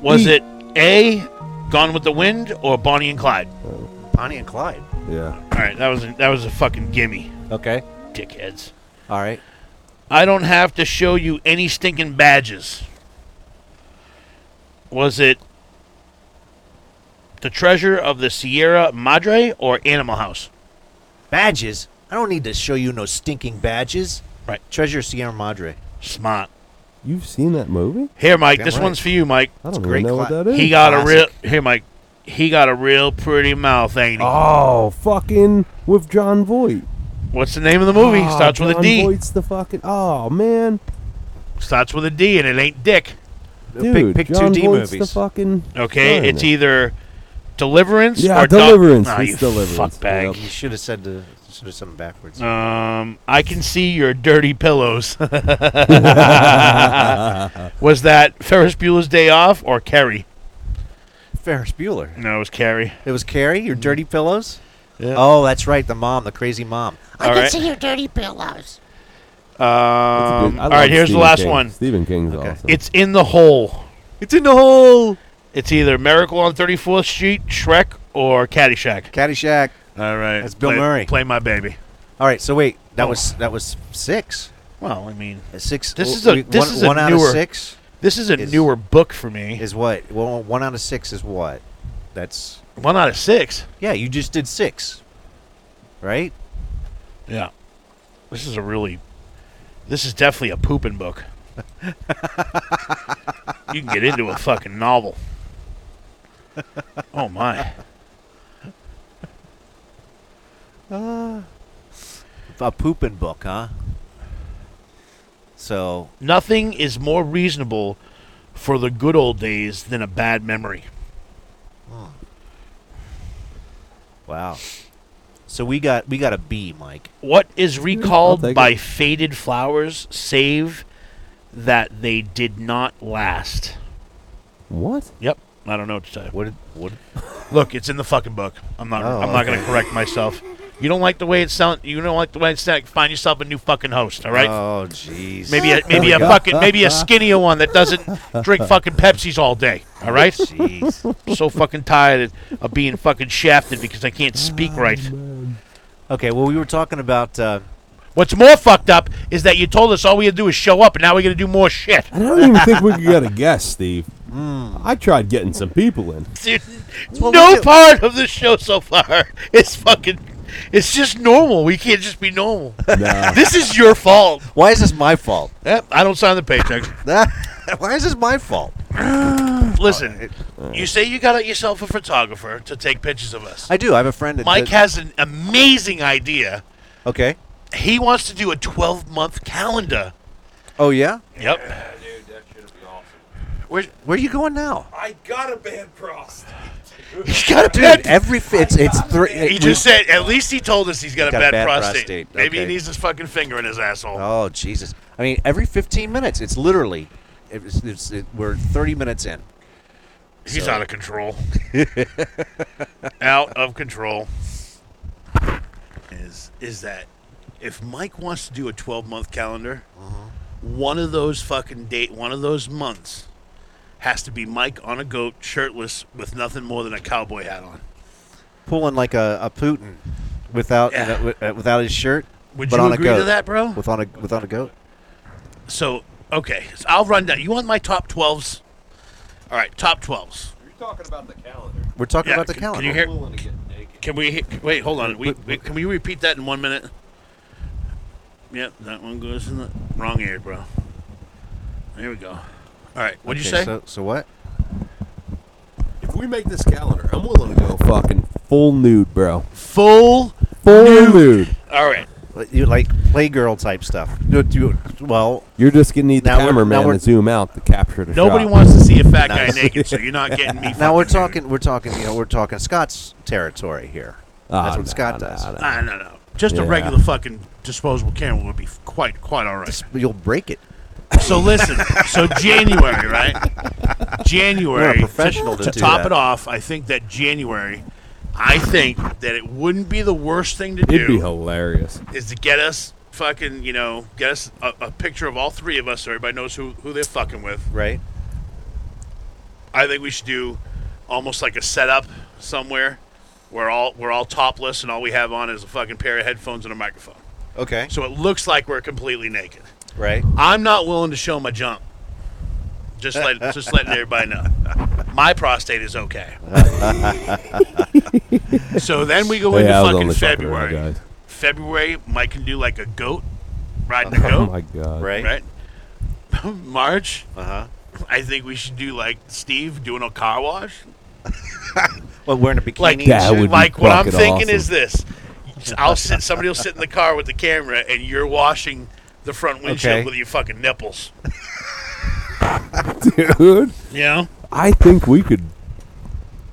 Was it A, Gone with the Wind, or Bonnie and Clyde?
Bonnie and Clyde.
Yeah.
All right, that was a, that was a fucking gimme,
Okay.
dickheads.
All right.
I don't have to show you any stinking badges. Was it the treasure of the Sierra Madre or Animal House?
Badges. I don't need to show you no stinking badges.
Right.
Treasure Sierra Madre.
Smart.
You've seen that movie?
Here, Mike.
Damn
this
right.
one's for you, Mike.
I don't
great
even know what
cla-
that is.
He got a real
Classic.
here, Mike. He got a real pretty mouth, ain't he?
oh, fucking with John Voight.
What's the name of the movie?
Ah,
starts with a
John
D.
Voight's the fucking. Oh man,
Starts with a D, and it ain't Dick.
dude.
pick two
John
D
Voight's the
movies.
fucking.
Okay,
Darn
it's E-
it.
either Deliverance
Yeah,
or Doc-
Deliverance.
Ah,
It's
you
Deliverance.
fuckbag.
Yep.
You should have said the should have said them backwards.
Um, I can see your dirty pillows. [LAUGHS] was that Ferris Bueller's Day Off or Carrie?
Ferris Bueller.
No, it was Carrie.
It was Carrie. Your dirty pillows. Oh, that's right. The mom, the crazy mom.
All right.
your dirty pillows.
That's a good-
Um,
I
all
love
right. Here's
Stephen
the last
King.
one.
Stephen King's
Okay.
awesome.
It's in the hole.
It's in the hole.
It's either Miracle on 34th Street, Shrek, or Caddyshack.
Caddyshack.
All right.
That's Bill
play,
Murray.
Play my baby.
All right. So wait, that
Oh.
was that was six. Uh,
Well, I mean,
Six.
This
w-
is a-
we-
this
one,
is a
one out
newer-
of six.
this is a
Is-
newer book for me.
Is what? Well, one out of six is what? That's
One out of six.
yeah. You just did six, right?
Yeah. This is a really. This is definitely a pooping book. you can get into a fucking novel. Oh my!
A pooping book, huh? So
Nothing is more reasonable for the good old days than a bad memory.
wow. So we got we got a B, Mike.
What is recalled
take
by
it.
faded flowers, save that they did not last?
what?
Yep, I don't know what to tell you.
What? Did, what?
[LAUGHS] Look, it's in the fucking book. I'm not.
Oh,
I'm not going to correct myself. You don't like the way it sounds. You don't like the way it sounds. Find yourself a new fucking host. All right.
Oh, jeez.
Maybe a, maybe a fucking maybe a skinnier one that doesn't drink fucking Pepsis all day. All right.
[LAUGHS] Jeez.
so fucking tired of being fucking shafted because I can't speak right.
Okay. Well, we were talking about. Uh,
What's more fucked up is that you told us all we had to do is show up, and now we're gonna do more shit.
And I don't even think we could get a guess, Steve.
Hmm.
I tried getting some people in.
Dude,
what we
no
do.
part of the show so far [LAUGHS] is fucking. It's just normal. We can't just be normal.
Nah.
This is your fault.
why is this my fault? [LAUGHS]
Yep, I don't sign the paychecks.
why is this my fault?
Listen, you say you got yourself a photographer to take pictures of us.
I do. I have a friend. that-
Mike
that-
has an amazing idea.
Okay.
He wants to do a 12 month calendar.
Oh yeah.
Yep. Where's,
Where are you going now?
I got a band
[LAUGHS]
prost.
he's got a
Dude,
bad.
every f- it's it's three.
he just said. At least he told us he's got, a, bad prostate.
prostate,
Maybe he
okay.
needs his fucking finger in his asshole.
oh Jesus! I mean, every 15 minutes, it's literally. It's, it's, it, we're 30 minutes in.
he's out of
[LAUGHS]
control. out of control. Is is that if Mike wants to do a 12 month calendar,
Uh-huh.
one of those fucking date, one of those months, has to be Mike on a goat, shirtless, with nothing more than a cowboy hat on.
Pulling like a, a Putin, without
Yeah.
uh, without his shirt.
Would
but
you
on
agree
a goat.
to that, bro?
With on a with on a goat.
So, okay, so I'll run down. You want my top 12s? All right, top 12s.
You're talking about the calendar.
We're talking
Yeah,
about the
can-
calendar.
Can you hear?
Willing to get naked.
Can we? he- Wait, hold on. We, we, can we repeat that in one minute? Yep, that one goes in the wrong ear, bro. There we go. All right, what'd you
Okay,
say?
So, so what?
If we make this calendar, I'm willing to go fucking full nude, bro.
Full
full nude.
All right.
Like- You like playgirl type stuff. Do, do, well,
You're just gonna need the
Now we're- now
cameraman
we're-
to zoom out to capture the
Nobody
shot.
wants to see a fat guy naked, so you're [LAUGHS] not getting me.
now we're
fucking
talking. We're talking. You know, we're talking Scott's territory here.
Ah,
That's what
no,
Scott
no,
does.
no.
nude. Nah, no, no. Just a
Yeah.
regular fucking disposable camera would be quite, quite all right.
Just- You'll break it.
So listen, [LAUGHS] so January, right? January.
You're a professional
to,
to do
top
that.
it off, I think that January, I think that it wouldn't be the worst thing to
It'd be
do
hilarious.
is to get us fucking, you know, get us a, a picture of all three of us so everybody knows who, who they're fucking with.
Right.
I think we should do almost like a setup somewhere where all we're all topless and all we have on is a fucking pair of headphones and a microphone.
Okay.
So it looks like we're completely naked.
Right.
I'm not willing to show my jump. Just let just letting everybody know. My prostate is okay. so then we go into
yeah, I was
fucking
only fucking around,
February.
guys.
February, Mike can do like a goat, riding
[LAUGHS]
a
Oh
goat,
my god.
Right.
right? [LAUGHS] March,
Uh huh.
I think we should do like Steve doing a car wash.
Well, wearing a bikini.
Like
and
that
shit.
would be
like what I'm
fucking
thinking
awesome.
is this: I'll sit, somebody will sit in the car with the camera, and you're washing the front windshield
Okay.
with your fucking nipples.
Dude,
You know?
I think we could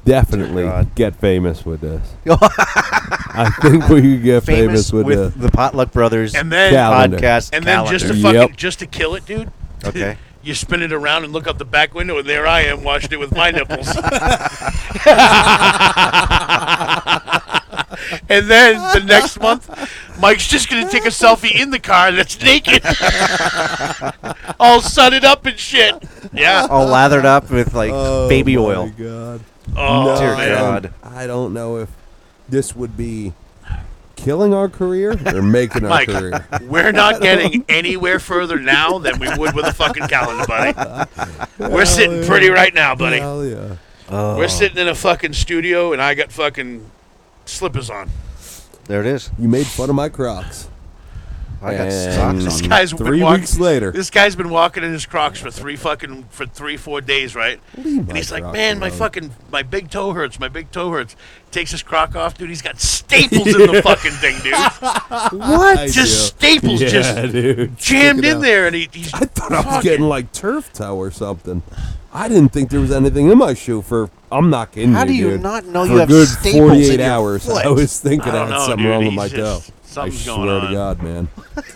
definitely
God.
get famous with this. I think we could get famous,
famous
with,
with
this.
the Potluck Brothers
And then
Calendar.
podcast.
and then just to
calendar.
Yep.
fucking just to kill it, dude.
Okay.
[LAUGHS] You spin it around and look out the back window, and there I am watching it with my
[LAUGHS]
nipples. and then the next month, Mike's just gonna take a selfie in the car that's
[LAUGHS]
naked, all sunned up and shit. Yeah.
all lathered up with like baby
Oh my
oil.
God.
Oh
Dear
man.
God.
I don't know if this would be killing our career or making our
Mike.
career.
We're not getting anywhere further now than we would with a fucking calendar, buddy. We're sitting pretty right now, buddy.
Hell yeah. Oh.
We're sitting in a fucking studio, and I got fucking slippers on.
There it is.
You made fun of my Crocs.
I got
And
socks on.
Guys,
Mm. Three
been walk-
weeks later.
This guy's been walking in his Crocs for three fucking for three four days, right? and he's like,
Crocs
"Man, my
alone."
fucking my big toe hurts. My big toe hurts." Takes his Croc off, dude. He's got staples in
[LAUGHS]
the [LAUGHS] fucking thing, dude.
What? I
Just
do.
staples,
yeah,
just
dude.
jammed
Check it
in
out.
there, and he, he's
I thought I was
Fuck
getting
it.
like turf toe or something. I didn't think there was anything in my shoe for. I'm not kidding
How
you,
do you
dude.
not know
for
you have
good
staples in
48
your
hours,
foot?
I was thinking
I
I,
don't
had
know,
something
dude.
wrong with
He's
my toe.
just- something's
I
going
swear
on.
to God,
[LAUGHS]
man.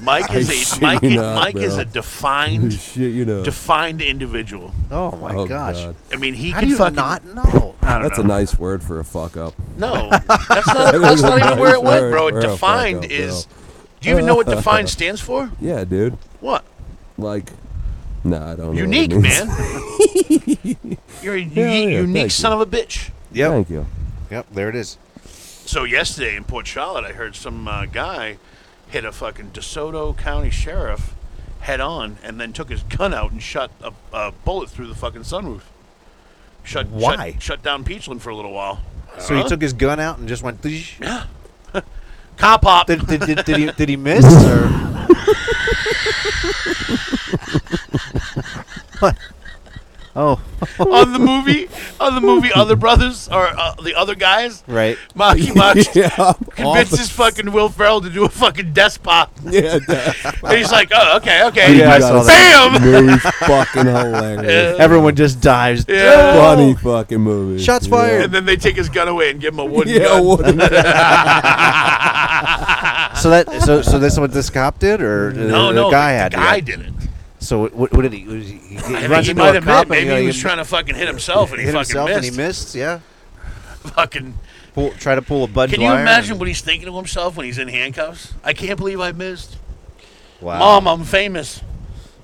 Mike
I
is a
shit
Mike,
you
is,
not,
Mike is
bro.
a defined
[LAUGHS] Shit, you know.
defined individual.
Oh my
Oh,
gosh.
God.
I mean, he
How
can
do you
fucking
[LAUGHS] not know?
I don't
That's
know.
a nice word for a fuck up.
No, that's not,
That
that's
is a
not even
nice
where it went,
word
bro.
for a
Defined
fuck-up,
is. Do you even know what
[LAUGHS]
defined stands for?
Yeah, dude.
What?
Like, nah, I don't know. what it
Unique,
means. [LAUGHS]
man. You're a unique,
yeah,
unique
thank
son of a bitch.
Yep.
Thank you.
Yep. There it is.
So yesterday in Port Charlotte, I heard some uh, guy hit a fucking DeSoto County sheriff head on, and then took his gun out and shot a, a bullet through the fucking sunroof. Shut,
Why?
Shut, shut down Peachland for a little while.
So he took his gun out and just went. [LAUGHS] Did,
Cop pop.
did, did, did he did he
[LAUGHS]
miss or? What? Oh,
on the movie, on the
[LAUGHS]
movie, other brothers or uh, the other guys.
right.
Marky Mark
[LAUGHS]
[LAUGHS]
Yeah.
convinces fucking Will Ferrell to do a fucking desk pop.
Yeah, dude.
And he's like, oh, okay, okay.
Yeah, I
You
saw
gotta-
that.
Bam! [LAUGHS]
Movie's fucking hilarious.
Yeah.
Everyone just dives.
Yeah.
Funny fucking movie.
Shots
Yeah.
fired.
And then they take his gun away and give him a wooden
Yeah,
gun. [LAUGHS]
what a-
So that so so that's what this cop did, or the,
no,
the
no,
guy
the
had
guy
it.
did it.
So what, what did he? Was he, he
I think
runs
he
into
might
a
have
cop
meant
and
maybe
he,
he was trying to fucking hit himself and he
hit
fucking
himself and he
missed.
missed. Yeah,
Fucking.
Pull, try to pull a Bud
Can you
Dwyer.
imagine what he's thinking to himself when he's in handcuffs? I can't believe I missed.
Wow,
Mom, I'm famous.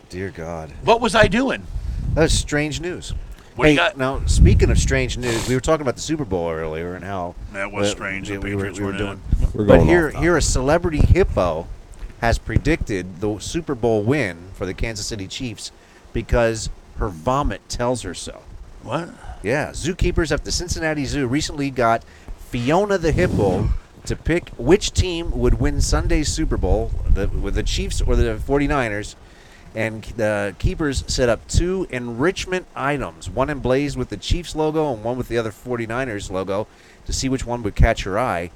dear God,
What was I doing?
that's strange news.
What do
hey,
you got?
now speaking of strange news, we were talking about the Super Bowl earlier and how
That was
uh,
strange.
yeah,
The Patriots were doing.
We're
But
going
here,
off topic.
here, a celebrity hippo has predicted the Super Bowl win for the Kansas City Chiefs because her vomit tells her so.
What?
Yeah, zookeepers at the Cincinnati Zoo recently got Fiona the Hippo to pick which team would win Sunday's Super Bowl, the, with the Chiefs or the 49ers. And the keepers set up two enrichment items, one emblazed with the Chiefs logo and one with the other 49ers logo, to see which one would catch her eye.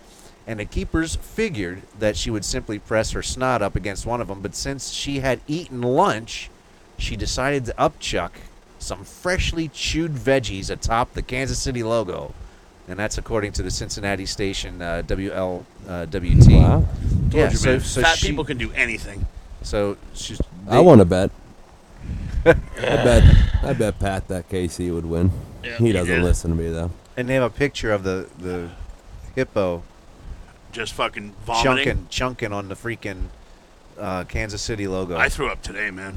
and the keepers figured that she would simply press her snot up against one of them. But since she had eaten lunch, she decided to upchuck some freshly chewed veggies atop the Kansas City logo. And that's according to the Cincinnati station uh, WLWT. Uh, WT.
Wow.
Yeah,
Told you,
so,
man,
so
fat
she-
people can do anything.
So she's.
I want to [LAUGHS] bet. I bet. I bet Pat that KC would win.
Yeah,
he
he
doesn't
did.
listen to me though.
And they have a picture of the the hippo
Just fucking vomiting.
chunking chunking on the freaking uh, Kansas City logo.
I threw up today, man.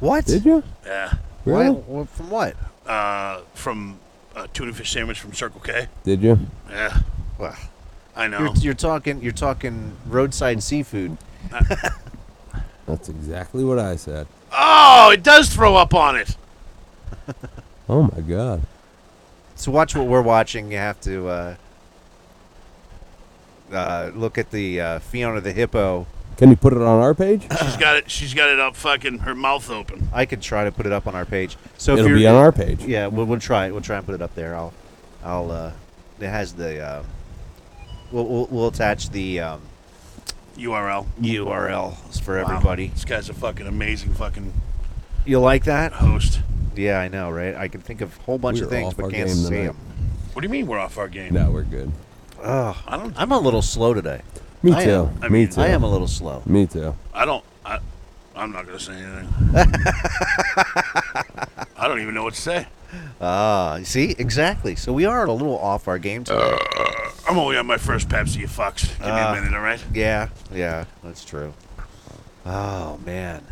what?
Did you?
Yeah.
Why-
Really?
wh- From what?
Uh, from a tuna fish sandwich from Circle K.
Did you?
Yeah.
Well,
I know.
you're, you're talking you're talking roadside seafood.
That's exactly what I said.
Oh, it does throw up on it.
Oh my god.
So watch what we're watching. You have to uh, uh, look at the uh, Fiona the hippo.
Can you put it on our page?
She's got it. She's got it up, fucking her mouth open.
I could try to put it up on our page. So if
It'll
you're,
be on our page.
yeah, we'll, we'll try it. We'll try and put it up there. I'll, I'll. Uh, it has the. Uh, we'll, we'll we'll attach the um,
URL.
URL for
Wow.
everybody.
This guy's a fucking amazing fucking
You like that?
host.
Yeah, I know, right? I can think of a whole bunch
We
of
are
things,
off
but
our
can't
game
see
tonight.
them.
What do you mean we're off our game?
No, we're good.
Oh,
I don't.
I'm a little slow today.
Me
I
too.
am.
I
me
mean,
too.
I am a little slow.
Me too.
I don't. I, I'm not gonna say anything. I don't even know what to say.
Ah, you see, exactly. So we are a little off our game today.
I'm only on my first Pepsi, you fucks. Give
Uh.
me a minute, all right?
Yeah, yeah, that's true. Oh man,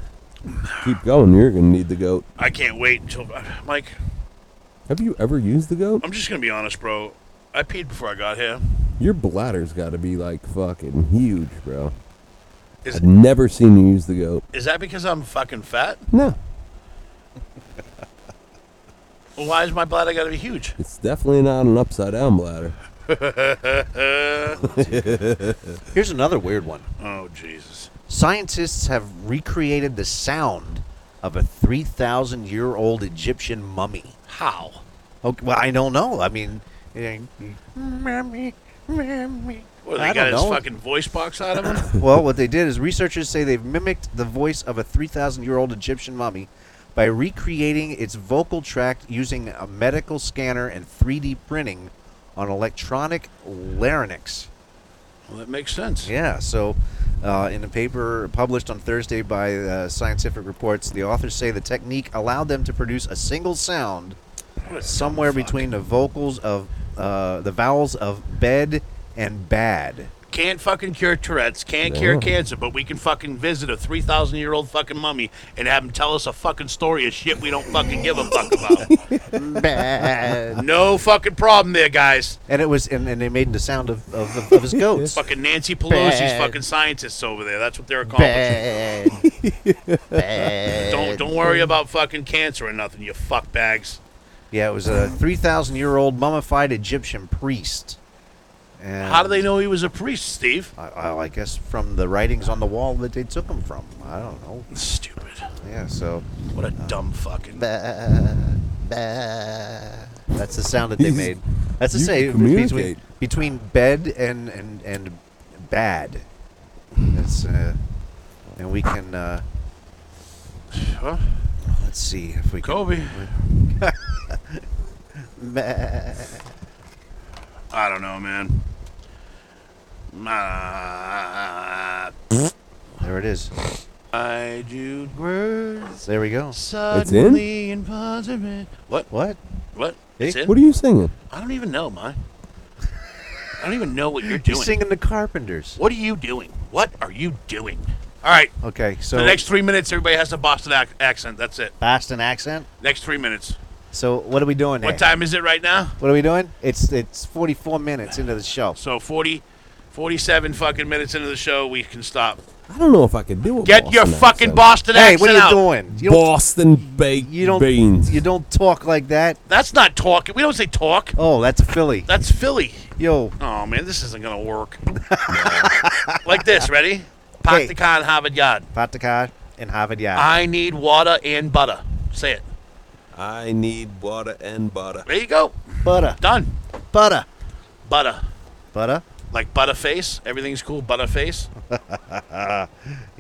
Keep going. You're gonna need the goat.
I can't wait until uh, Mike.
Have you ever used the goat?
I'm just gonna be honest, bro. I peed before I got here.
Your bladder's got to be like fucking huge, bro.
Is-
I've never seen you use the goat.
Is that because I'm fucking fat?
No,
Why is my bladder gotta be huge?
it's definitely not an upside down bladder.
here's another weird one.
Oh Jesus!
Scientists have recreated the sound of a 3,000 year old Egyptian mummy.
How?
Okay, well, I don't know. I mean, eh, mummy, mummy.
What, they
I
got
don't
his
know.
fucking voice box out of him?
well, what they did is researchers say they've mimicked the voice of a 3,000 year old Egyptian mummy by recreating its vocal tract using a medical scanner and 3D printing on electronic larynx.
well, that makes sense.
Yeah, so uh, in a paper published on Thursday by uh, Scientific Reports, the authors say the technique allowed them to produce a single sound
What a
somewhere
dumb fuck.
between the vocals of uh, the vowels of bed and bad.
Can't fucking cure Tourette's, can't cure
No.
cancer, but we can fucking visit a three thousand year old fucking mummy and have him tell us a fucking story of shit we don't fucking give a fuck
[LAUGHS]
about.
bad.
no fucking problem there, guys.
And it was, and, and they made the sound of, of, of his goats.
Fucking Nancy Pelosi's
Bad.
fucking scientists over there. That's what they're accomplishing.
Bad. [LAUGHS] Bad.
Don't don't worry about fucking cancer or nothing, you fuck bags.
Yeah, it was a 3,000 year old mummified Egyptian priest. And
How do they know he was a priest, Steve?
I, I, I guess from the writings on the wall that they took him from. I don't know.
Stupid.
Yeah, so.
What a dumb fucking.
That's the sound that they
He's-
made. That's the
you
same
can
between,
communicate.
between bed and and and bad. It's, uh, and we can uh,
Huh?
let's see if we
[LAUGHS]
can.
Kobe.
Bah.
I don't know, man. Ah,
There it is.
I do words
There we go.
suddenly in? impossible. What?
What?
What? It's in?
What are you singing?
I don't even know, my. I don't even know what [LAUGHS] you're
You're
doing.
singing the Carpenters.
what are you doing? What are you doing? All right.
Okay, so
the next three minutes, everybody has a Boston ac- accent. That's it.
Boston accent.
Next three minutes.
So what are we doing there?
What time is it right now?
What are we doing? It's it's 44 minutes into the show.
So 40, 47 fucking minutes into the show, we can stop.
I don't know if I could do it.
Get your fucking Boston
Hey,
accent
what are you
out.
doing? You don't,
Boston baked
you don't
beans.
you don't talk like that.
That's not talking. We don't say talk.
Oh, that's Philly.
That's Philly.
Yo,
Oh man, this isn't gonna
[LAUGHS]
work. like this, ready? Pak the con Harvard Yard.
Patakar and Harvard Yard.
I need water and butter. Say it.
I need butter and butter.
There you go.
butter,
Done.
butter,
Butter.
butter,
Like Butterface, everything's cool. Butterface.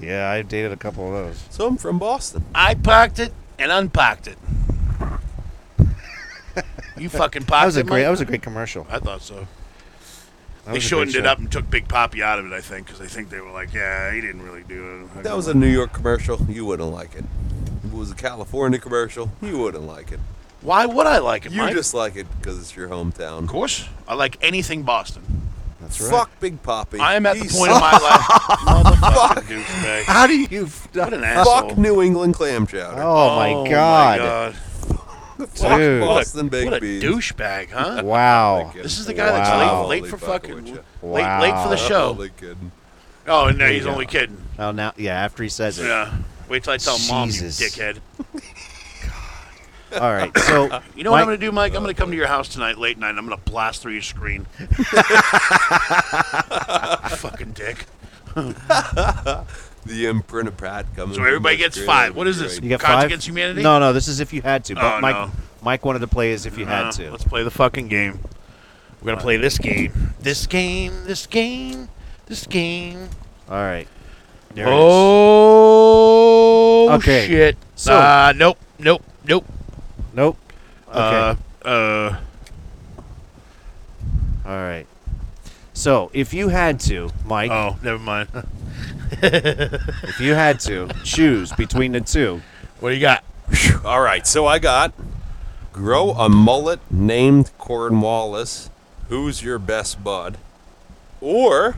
yeah, I've dated a couple of those.
So I'm from Boston.
I parked it and unparked it. you fucking parked
That was
it.
a great.
Mike?
That was a great commercial.
I thought so. they
That was a great
shortened it
show.
up and took Big Poppy out of it, I think, because I think they were like, yeah, he didn't really do it.
That was a New York commercial. You wouldn't like it. If it was a California commercial, you wouldn't like it.
Why would I like it,
You
Mike?
just like it because it's your hometown.
Of course. I like anything Boston.
That's right.
Fuck Big Poppy.
I am at the
He's-
point of my [LAUGHS] life. Motherfucking douchebag.
How do you? f-
What an asshole.
Fuck New England clam chowder.
Oh, my god!
Fuck
dude.
Boston
what a,
baked
what a
beans.
douchebag, huh?
Wow.
Thank you.
This is the guy that's
Wow.
late, late for
Totally
fucking,
fucking
late,
with
late for the
Wow.
show.
Totally kidding.
Oh, and no, he's
you go.
only kidding.
Oh, now yeah. After he says it.
Yeah. Wait till I tell mom, you
Jesus.
dickhead.
All right.
[LAUGHS]
So
You know what I'm going to do, Mike? I'm going to come to your house tonight late night. and I'm going to blast through your
[LAUGHS]
screen. [LAUGHS] Fucking dick.
The imprint of Pratt coming.
So
from
everybody
the
gets
screen
five.
would
What
be
is this?
great.
You got
Cards
five
Against Humanity?
No, no. This is if you had to. But
Oh,
Mike,
no.
Mike wanted to play as if you
Uh,
had to.
Let's play the fucking game. We're going to play this game. This game, this game, this game.
All right. There it is.
Oh
Okay.
shit!
So-
uh, nope, nope, nope.
Nope. Okay.
Uh, uh,
All right. So if you had to, Mike,
oh, never mind. [LAUGHS]
if you had to choose between the two,
what do you got?
All right, so I got grow a mullet named Cornwallis. Who's your best bud? Or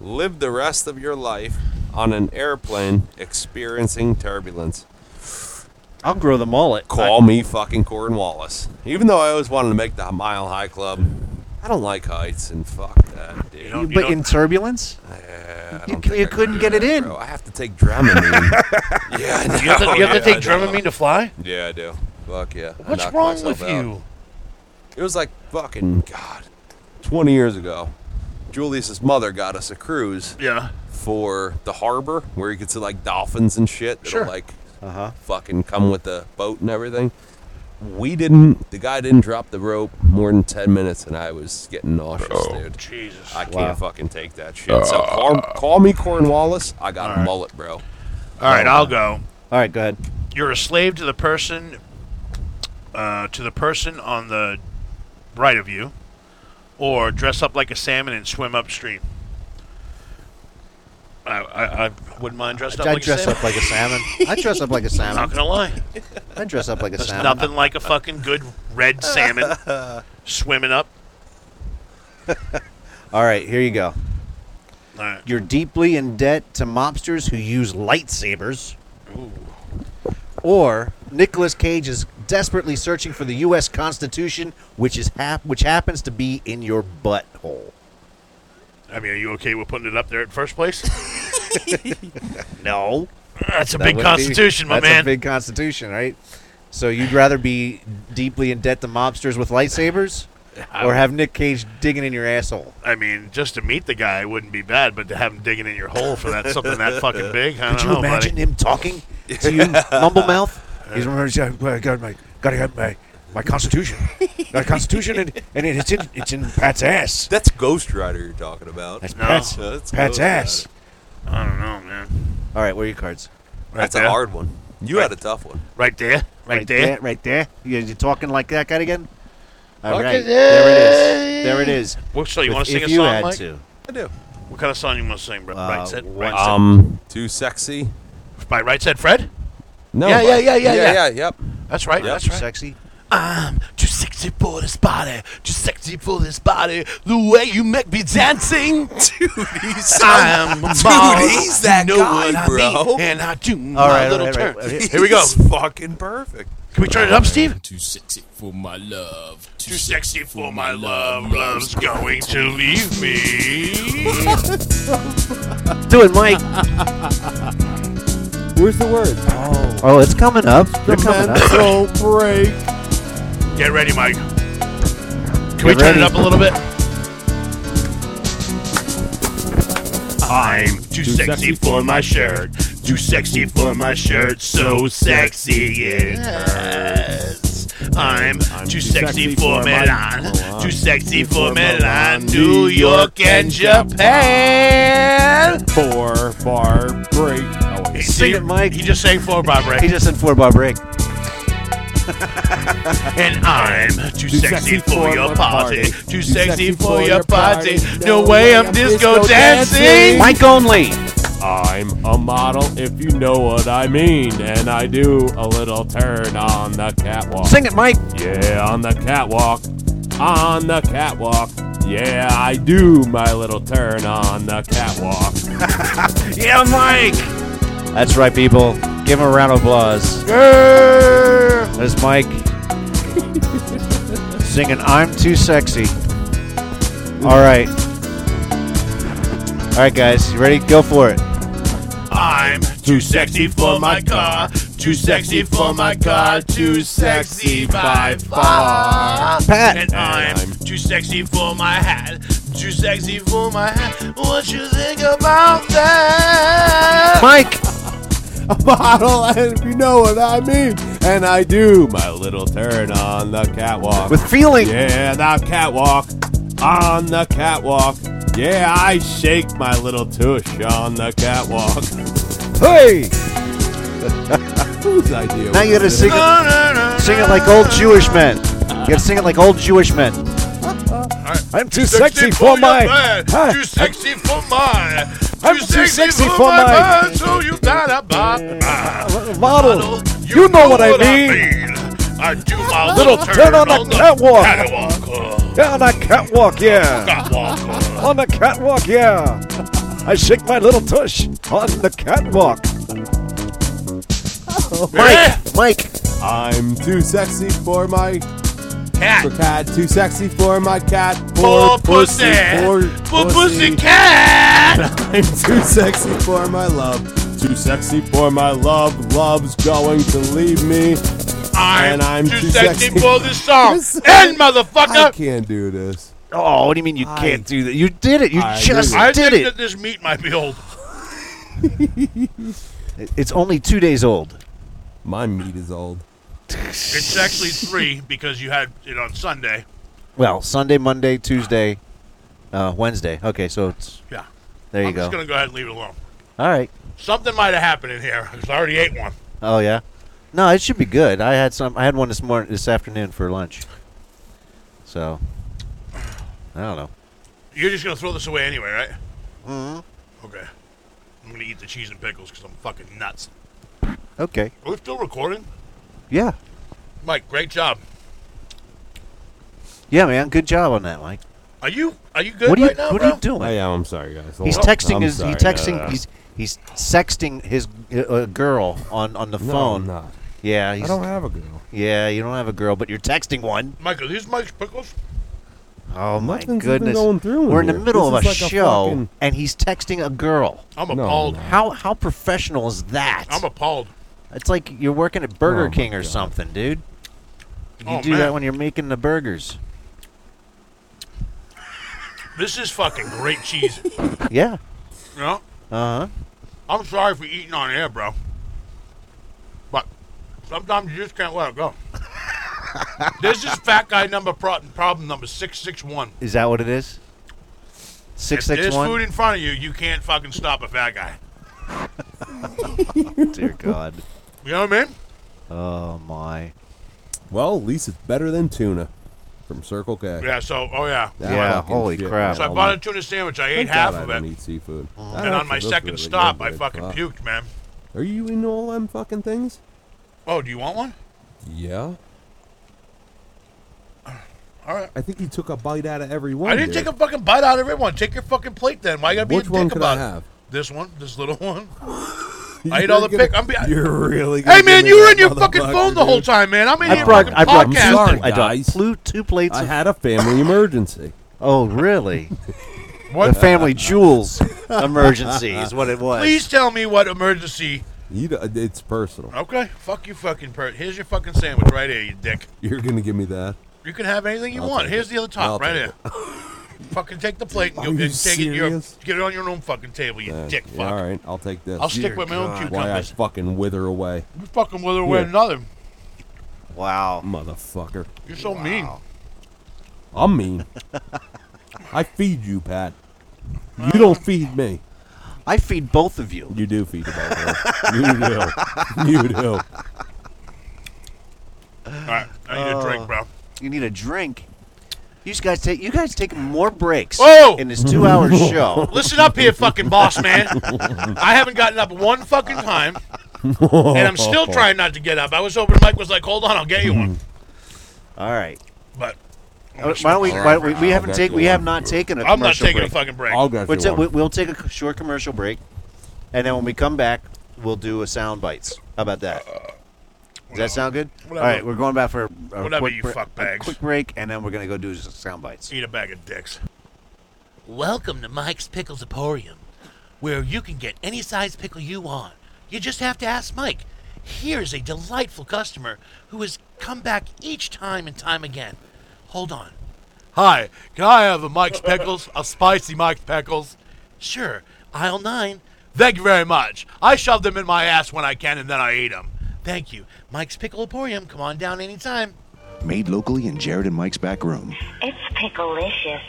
live the rest of your life on an airplane experiencing turbulence.
I'll grow the mullet.
Call me fucking Cornwallis. Even though I always wanted to make the mile high club, I don't like heights and fuck that, dude.
don't-
but
don't-
in turbulence,
Yeah, I
you,
don't
c-
think
you
I could
couldn't
do
get it
that,
in.
bro. I have to take
[LAUGHS]
Dramamine. yeah, I know.
You have to, you have
yeah,
[LAUGHS]
to take
I know.
Dramamine to fly.
Yeah, I do. Fuck yeah. I
What's
knocked
wrong
myself
with
out.
you?
It was like fucking
Hmm.
God, 20 years ago. Julius's mother got us a cruise
Yeah.
for the harbor where you could see like dolphins and shit. That'll,
Sure.
Like
Uh-huh.
fucking come with the boat and everything. We didn't. The guy didn't drop the rope more than 10 minutes, and I was getting nauseous, dude.
Jesus.
I can't
Wow.
fucking take that shit. So call, call me Cornwallis. I got a mullet, bro.
All right, I'll go.
All right, go ahead.
You're a slave to the person, uh, to the person on the right of you, or dress up like a salmon and swim upstream. I, I, I wouldn't mind dressed up
I
like a
dress
salmon.
up like a salmon. I dress up like a
I'm not
salmon.
gonna lie.
I dress up like a
There's
salmon.
nothing like a fucking good red salmon
[LAUGHS]
swimming up.
All right, here you go.
All right.
You're deeply in debt to mobsters who use lightsabers. Or Nicolas Cage is desperately searching for the U.S. Constitution, which is hap- which happens to be in your butthole.
I mean, are you okay with putting it up there in first
[LAUGHS]
place? [LAUGHS]
No,
That's a
That
big
would be-
constitution, my
that's
man.
a big constitution, right? So you'd rather be deeply in debt to mobsters with lightsabers, or have Nick Cage digging in your asshole?
I mean, just to meet the guy wouldn't be bad, but to have him digging in your hole for that something that
[LAUGHS]
fucking big, I
Could
don't
you
know,
imagine
buddy.
him talking to
[LAUGHS]
you, mumble mouth? He's remembering, "Well, I got my, gotta have my, my constitution, my constitution, and, and it's in, it's in Pat's ass.
That's Ghost Rider you're talking about.
That's
No.
Pat's,
Yeah, that's
Pat's
Ghost Rider.
ass.
I don't know, man.
All right, where are your cards?
Right
That's
there.
a hard one. You had a tough one.
Right there, right, there.
right there. You, you talking like that guy again? All
Fucking
right, there it is. There it is.
What so you want to
If
sing a
you
song,
had
Mike?
to,
I do.
What kind of song you want to sing, bro?
Uh,
right said, right
what's-
Um, too sexy.
said, by right said Fred.
No.
Yeah, yeah, yeah, yeah,
yeah,
yeah.
yep.
That's right.
Yep.
That's right.
sexy.
I'm too sexy for this body, too sexy for this body. The way you make me dancing, dude, he's, I'm a model,
he's that
you know
guy,
what I
bro. [LAUGHS]
mean, and I do my
All right, all
little
right,
turn.
right, right.
Here we go.
He's fucking perfect.
Can we turn it up, Steve?
Too sexy for my love.
Too sexy for my love, love's going to leave me. [LAUGHS]
Do it, Mike.
Where's the word?
Oh, it's coming up. They're coming up.
break.
Get ready, Mike. Can we turn it
ready.
up a little bit? I'm too sexy for my shirt. Too sexy for my shirt. So sexy it hurts. I'm too
sexy
sexy for
for
Milan,
Milan.
too sexy for
for
Milan,
Milan,
New York and Japan.
Four bar break. Oh, wait.
Sing it, Mike.
He just sang four bar break.
He just said four bar break.
And I'm too, sexy, for your party. Too sexy for your party. No
No
way I'm disco dancing.
Mike only.
I'm a model if you know what I mean, and I do a little turn on the catwalk.
Sing it, Mike.
Yeah, on the catwalk, on the catwalk. Yeah, I do my little turn on the catwalk.
[LAUGHS] Yeah, Mike.
That's right, people. Give him a round of applause. There's Mike singing I'm Too Sexy. All right. All right, guys. You ready? Go for it.
I'm too sexy for my car. Too sexy for my car. Too sexy by far.
Pat.
And I'm too sexy for my hat. Too sexy for my hat. What you think about that?
Mike.
A model if you know what I mean, and I do my little turn on the catwalk.
With feeling.
Yeah, the catwalk, on the catwalk. Yeah, I shake my little tush on the catwalk.
Hey.
Whose idea?
Now you gotta
was
sing
it?
it, sing it like old Jewish men. You gotta sing it like old Jewish men. I'm too sexy for my.
man.
Huh?
Too [LAUGHS] sexy for my.
I'm too sexy for my-
man, So you gotta buy my
model.
model.
You know what I mean.
I do my
Little
little
turn on the catwalk.
Catwalk.
Yeah, on a catwalk, yeah.
Catwalk.
On the catwalk, yeah. I shake my little tush on the catwalk.
Yeah,
Mike,
I'm too sexy for my for
Cat.
cat. Too sexy for my cat.
For
Poor
pussy.
Poor
For pussy cat.
I'm too sexy for my love. Too sexy for my love. Love's going to leave me.
I'm,
And I'm
too
too
sexy
sexy.
for this song.
This-
And
I
motherfucker.
can't do this.
Oh, what do you mean you
I-
can't do that? You did it. You
I
just
I
did
think
it.
that this meat might be old.
It's only two days old.
My meat is old.
It's actually three because you had it on Sunday.
Well, Sunday, Monday, Tuesday, uh, Wednesday. Okay, so it's
Yeah.
there you
I'm
go.
just gonna go ahead and leave it alone.
All right.
Something might have happened in here 'cause I already ate one.
Oh yeah. No, it should be good. I had some. I had one this morning, this afternoon for lunch. So I don't know.
You're just gonna throw this away anyway, right? Mm-hmm. Okay. I'm gonna eat the cheese and pickles because I'm fucking nuts.
Okay.
Are we still recording?
Yeah.
Mike, great job.
Yeah, man. Good job on that, Mike.
Are you are you good
what are you?
right now,
what
bro?
are you doing?
I am. Oh, I'm sorry, guys. Hold
He's
on.
texting
I'm
his.
sorry. Uh,
He texting.
No, no.
He's he's sexting his uh, uh, girl on on the
No,
phone.
I'm not.
Yeah,
I
he's,
don't have a girl.
yeah. You don't have a girl, but you're texting one.
Mike, are these Mike's pickles?
Oh my
Nothing's even
goodness!
going through in
We're in the
here.
middle
This
of a
is like a
show,
fucking-
and he's texting a girl.
I'm
No,
appalled.
no.
How how professional is that?
I'm appalled.
it's like you're working at Burger
Oh, my
King or
God.
something, dude. You
Oh,
do
man.
that when you're making the burgers.
This is fucking great [LAUGHS] cheese. you
Yeah.
know?
Uh-huh.
Uh huh.
I'm sorry for eating on air, bro. But sometimes you just can't let it
[LAUGHS]
go. this is fat guy number pro- problem number six six one.
Is that what it is?
If
Six
there's
six
food
one.
in front of you, you can't fucking stop a fat guy.
Dear God.
You know what I mean?
[LAUGHS] Oh my.
Well, at least it's better than tuna from Circle K.
Yeah. So, oh yeah.
That
Yeah,
fucking
holy
shit,
crap. Mm-hmm.
So I
man.
bought a tuna sandwich. I ate
Oh, Thank
half
God
of
I don't
it,
eat seafood.
and on my second stop, I fucking puked, man.
Are you eating all them fucking things?
Oh, do you want one?
Yeah.
All right.
I think he took a bite out of every one.
I didn't
dude.
take a fucking bite out of everyone. Take your fucking plate then. Why you gotta be
Which
a dick
one could I
about
have?
it? This one, this little [LAUGHS] one.
You
I ate all the
gonna-
pick- I'm be-
You're really. gonna
Hey man,
give
you
me
were
that
in your fucking
motherfucker,
phone the whole
dude.
time, man. I'm in
I
here
brought
fucking
I brought
podcasting.
sorry.
I brought
guys.
flew two plates.
I
Of,
had a family emergency.
[LAUGHS]
oh really?
What?
The family jewels emergency is what it was.
Please tell me what emergency.
You, d- uh, it's personal.
Okay, fuck you, fucking per. Here's your fucking sandwich right here, you dick.
You're gonna give me that.
You can have anything you
I'll
want.
take
Here's
it.
the other top
I'll
right
take
here. [LAUGHS] fucking take the plate and,
Are
go, and
you
take it. Your,
serious?
get it on your own fucking table, you
Uh,
dick
yeah,
fuck.
all right, I'll take this.
I'll stick with my own
Why I
cucumbers.
fucking wither away.
You fucking wither away
Here.
another.
Wow.
motherfucker.
You're so mean.
[LAUGHS]
I'm mean. I feed you, Pat.
Uh,
You don't feed me.
I feed both of you.
You do feed
[LAUGHS]
the buffalo. you do. You do.
All right, I
Uh,
need a drink, bro.
You need a drink. You just guys take you guys take more breaks
Oh!
Whoa!
in this two
[LAUGHS]
hour show.
Listen up here, fucking boss man. I haven't gotten up one fucking time, and I'm still trying not to get up. I was hoping Mike was like, "Hold on, I'll get you one,"
All right.
but
Why don't we? Why don't we, we haven't take, we have not taken a
I'm not
commercial
taking a
break.
fucking break.
I'll get
We'll,
you
ta-
one.
we- we'll take a
[LAUGHS]
short commercial break, and then when we come back, we'll do a sound bites. How about that? Does that sound good? All right,
whatever.
we're going back for a, a
Whatever,
quick,
you
bre-
fuck
a
bags.
quick break, and then we're gonna go do s- sound bites.
Eat a bag of dicks.
Welcome to Mike's Pickles Emporium, where you can get any size pickle you want. You just have to ask Mike. Here's a delightful customer who has come back each time and time again. Hold on. Hi, can I have a Mike's Pickles? A spicy Mike's Pickles? Sure, aisle nine. Thank you very much. I shove them in my ass when I can and then I eat them. Thank you. Mike's Pickle Emporium, come on down anytime.
Made locally in Jared and Mike's back room.
It's picklelicious.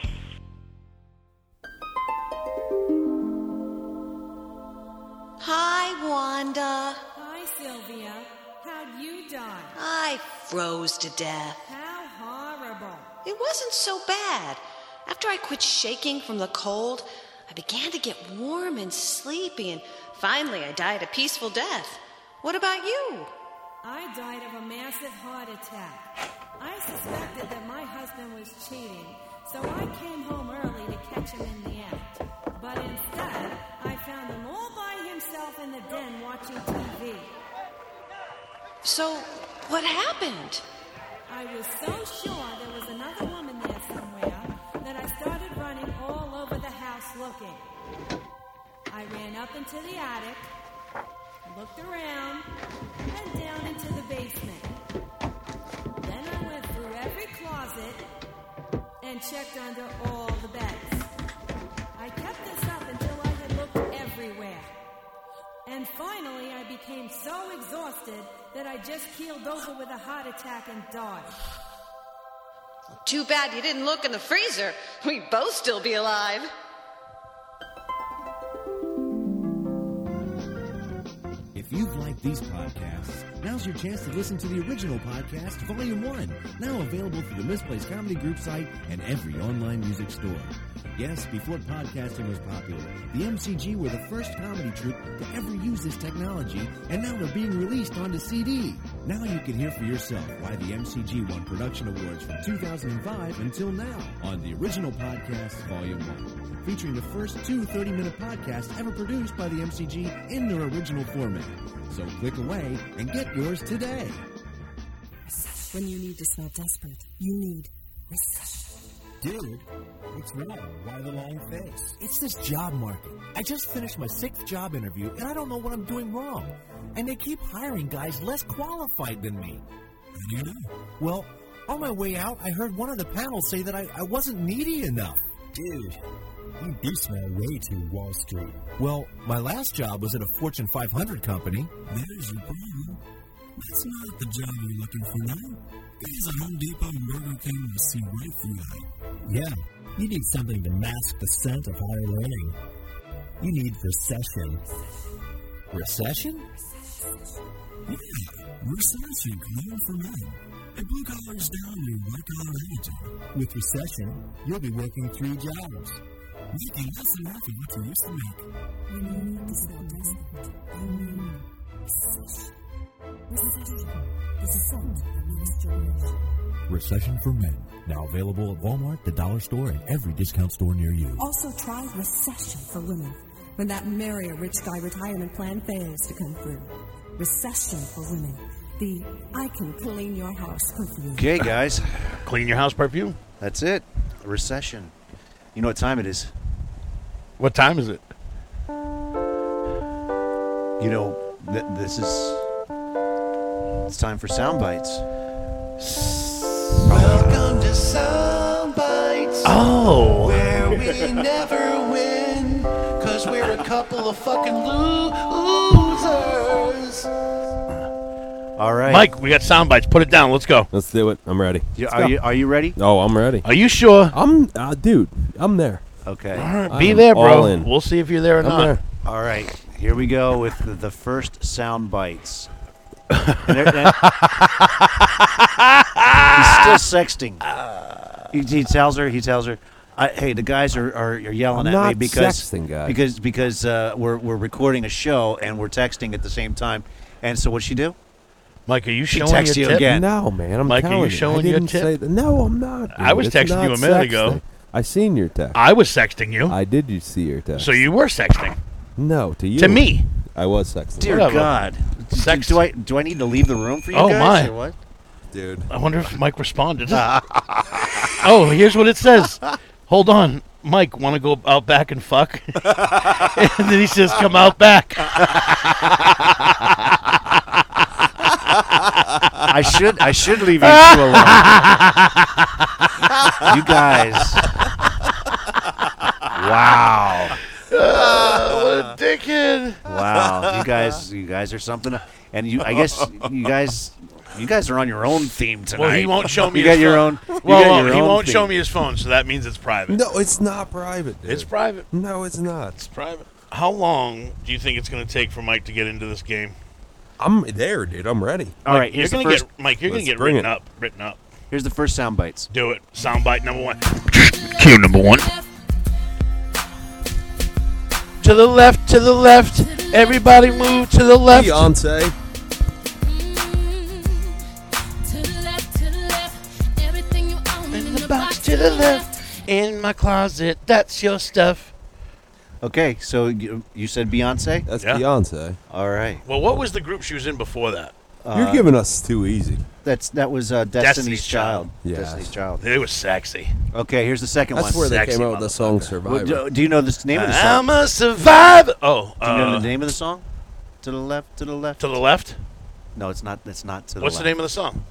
Hi, Wanda.
Hi, Sylvia. How'd you die?
I froze to death.
How horrible.
It wasn't so bad. After I quit shaking from the cold, I began to get warm and sleepy, and finally I died a peaceful death. What about you?
I died of a massive heart attack. I suspected that my husband was cheating, so I came home early to catch him in the act. But instead, I found him all by himself in the den watching TV.
So, what happened?
I was so sure there was another woman there somewhere that I started running all over the house looking. I ran up into the attic, looked around, and down into the basement. Then I went through every closet and checked under all the beds. I kept this up until I had looked everywhere. And finally, I became so exhausted that I just keeled over with a heart attack and died.
Too bad you didn't look in the freezer. We'd both still be alive.
If you've liked these podcasts, now's your chance to listen to the original podcast, Volume 1, now available through the Misplaced Comedy Group site and every online music store. Yes, before podcasting was popular, the MCG were the first comedy troupe to ever use this technology, and now they're being released onto CD. Now you can hear for yourself why the MCG won production awards from 2005 until now on the original podcast, Volume 1, featuring the first two 30 minute podcasts ever produced by the MCG in their original format. So click away and get yours today.
When you need to smell desperate, you need
Dude, what's wrong? Why the long face? It's this job market. I just finished my sixth job interview and I don't know what I'm doing wrong. And they keep hiring guys less qualified than me. Well, on my way out, I heard one of the panels say that I, I wasn't needy enough. Dude, you do smell way too Wall Street. Well, my last job was at a Fortune 500 company. There's your problem. That's not the job you're looking for now. There's a Home Depot and Burger King will see right through that. Yeah, you need something to mask the scent of higher learning. You need recession. Recession? Yeah, recession coming from home. A blue collar's down and your white collar attitude. With recession, you'll be working three jobs. Making less than half of what you used to make. Recession for Men. Now available at Walmart, the dollar store, and every discount store near you.
Also, try recession for women. When that marry a rich guy retirement plan fails to come through, recession for women. The I can clean your house perfume.
Okay, guys,
Clean your house perfume.
that's it. Recession. You know what time it is?
What time is it?
You know th- this is. It's time for sound bites.
Welcome to Sound Bites,
Oh,
where we never win, because we're a couple of fucking losers.
All right.
Mike, we got sound bites. Put it down. Let's go.
Let's do it. I'm ready.
You- are you are you ready?
Oh, I'm ready.
Are you sure?
I'm, uh, dude. I'm there.
Okay.
All right,
I
be
am
there, bro.
all in.
We'll see if you're there or
I'm
not.
there.
All right. Here we go with the, the first sound
[LAUGHS]
bites. And there- and- he's still sexting. He, he tells her. He tells her. I, hey, the guys are, are, are yelling
I'm
at me
not
because
sexting, guys.
because because uh, we're we're recording a show and we're texting at the same time. And so what'd she do?
Mike, are you
she
showing
texts
your
you
tip?
again?
No, man. I'm
Mike, are
telling
you
you.
showing
I
your
didn't
tip?
say that. No, I'm not.
I
dude.
was
It's
texting you
not
a minute ago.
sexting. I seen your text.
I was sexting you.
I did. You see your text?
so you were sexting.
no to you.
To me.
I was sexting.
Dear
Whatever.
God. Do-
Sex-
Do, I do I need to leave the room for you
Oh,
guys?
my.
Or what?
dude.
I wonder if Mike responded. oh, here's what it says. Hold on. Mike, want to go out back and fuck? and then he says, come out back.
I should I should leave you two alone. you guys. Wow.
what a dickhead.
Wow. You guys you guys are something and you I guess you guys you guys are on your own theme tonight.
Well, he won't
[LAUGHS]
show me
You
his
got your
phone. [LAUGHS]
own you
Well,
got
well,
your
he
own
won't
theme.
show me his phone, so that means it's private.
No, it's not private. Dude.
It's private.
No, it's not.
It's private. How long do you think it's going to take for Mike to get into this game?
I'm there, dude. I'm ready.
All right,
You're
here's the
going to
first
get Mike. You're going
Let's
to get
bring
written
it.
up. Written up.
here's the first sound bites.
Do it. Soundbite number one. Cue number one. To the left, to the left. Everybody move to the left.
Beyonce.
Mm-hmm. In the box to the left. In my closet. That's your stuff.
Okay, so you, you said Beyonce?
That's
Yeah.
Beyonce.
All right.
Well, what was the group she was in before that?
You're giving us too easy.
That's that was uh, Destiny's,
Destiny's
Child.
Child.
Yeah.
Destiny's Child.
It was sexy.
Okay, here's the second
That's
one.
where they
sexy
came out with the song
Well,
Survivor.
do, do you know the name of the
I'm
song?
a survivor. Oh,
Do you know
uh,
the name of the song? To the left, to the left.
to the left.
No, it's not. It's not to the
What's
left.
the name of the song?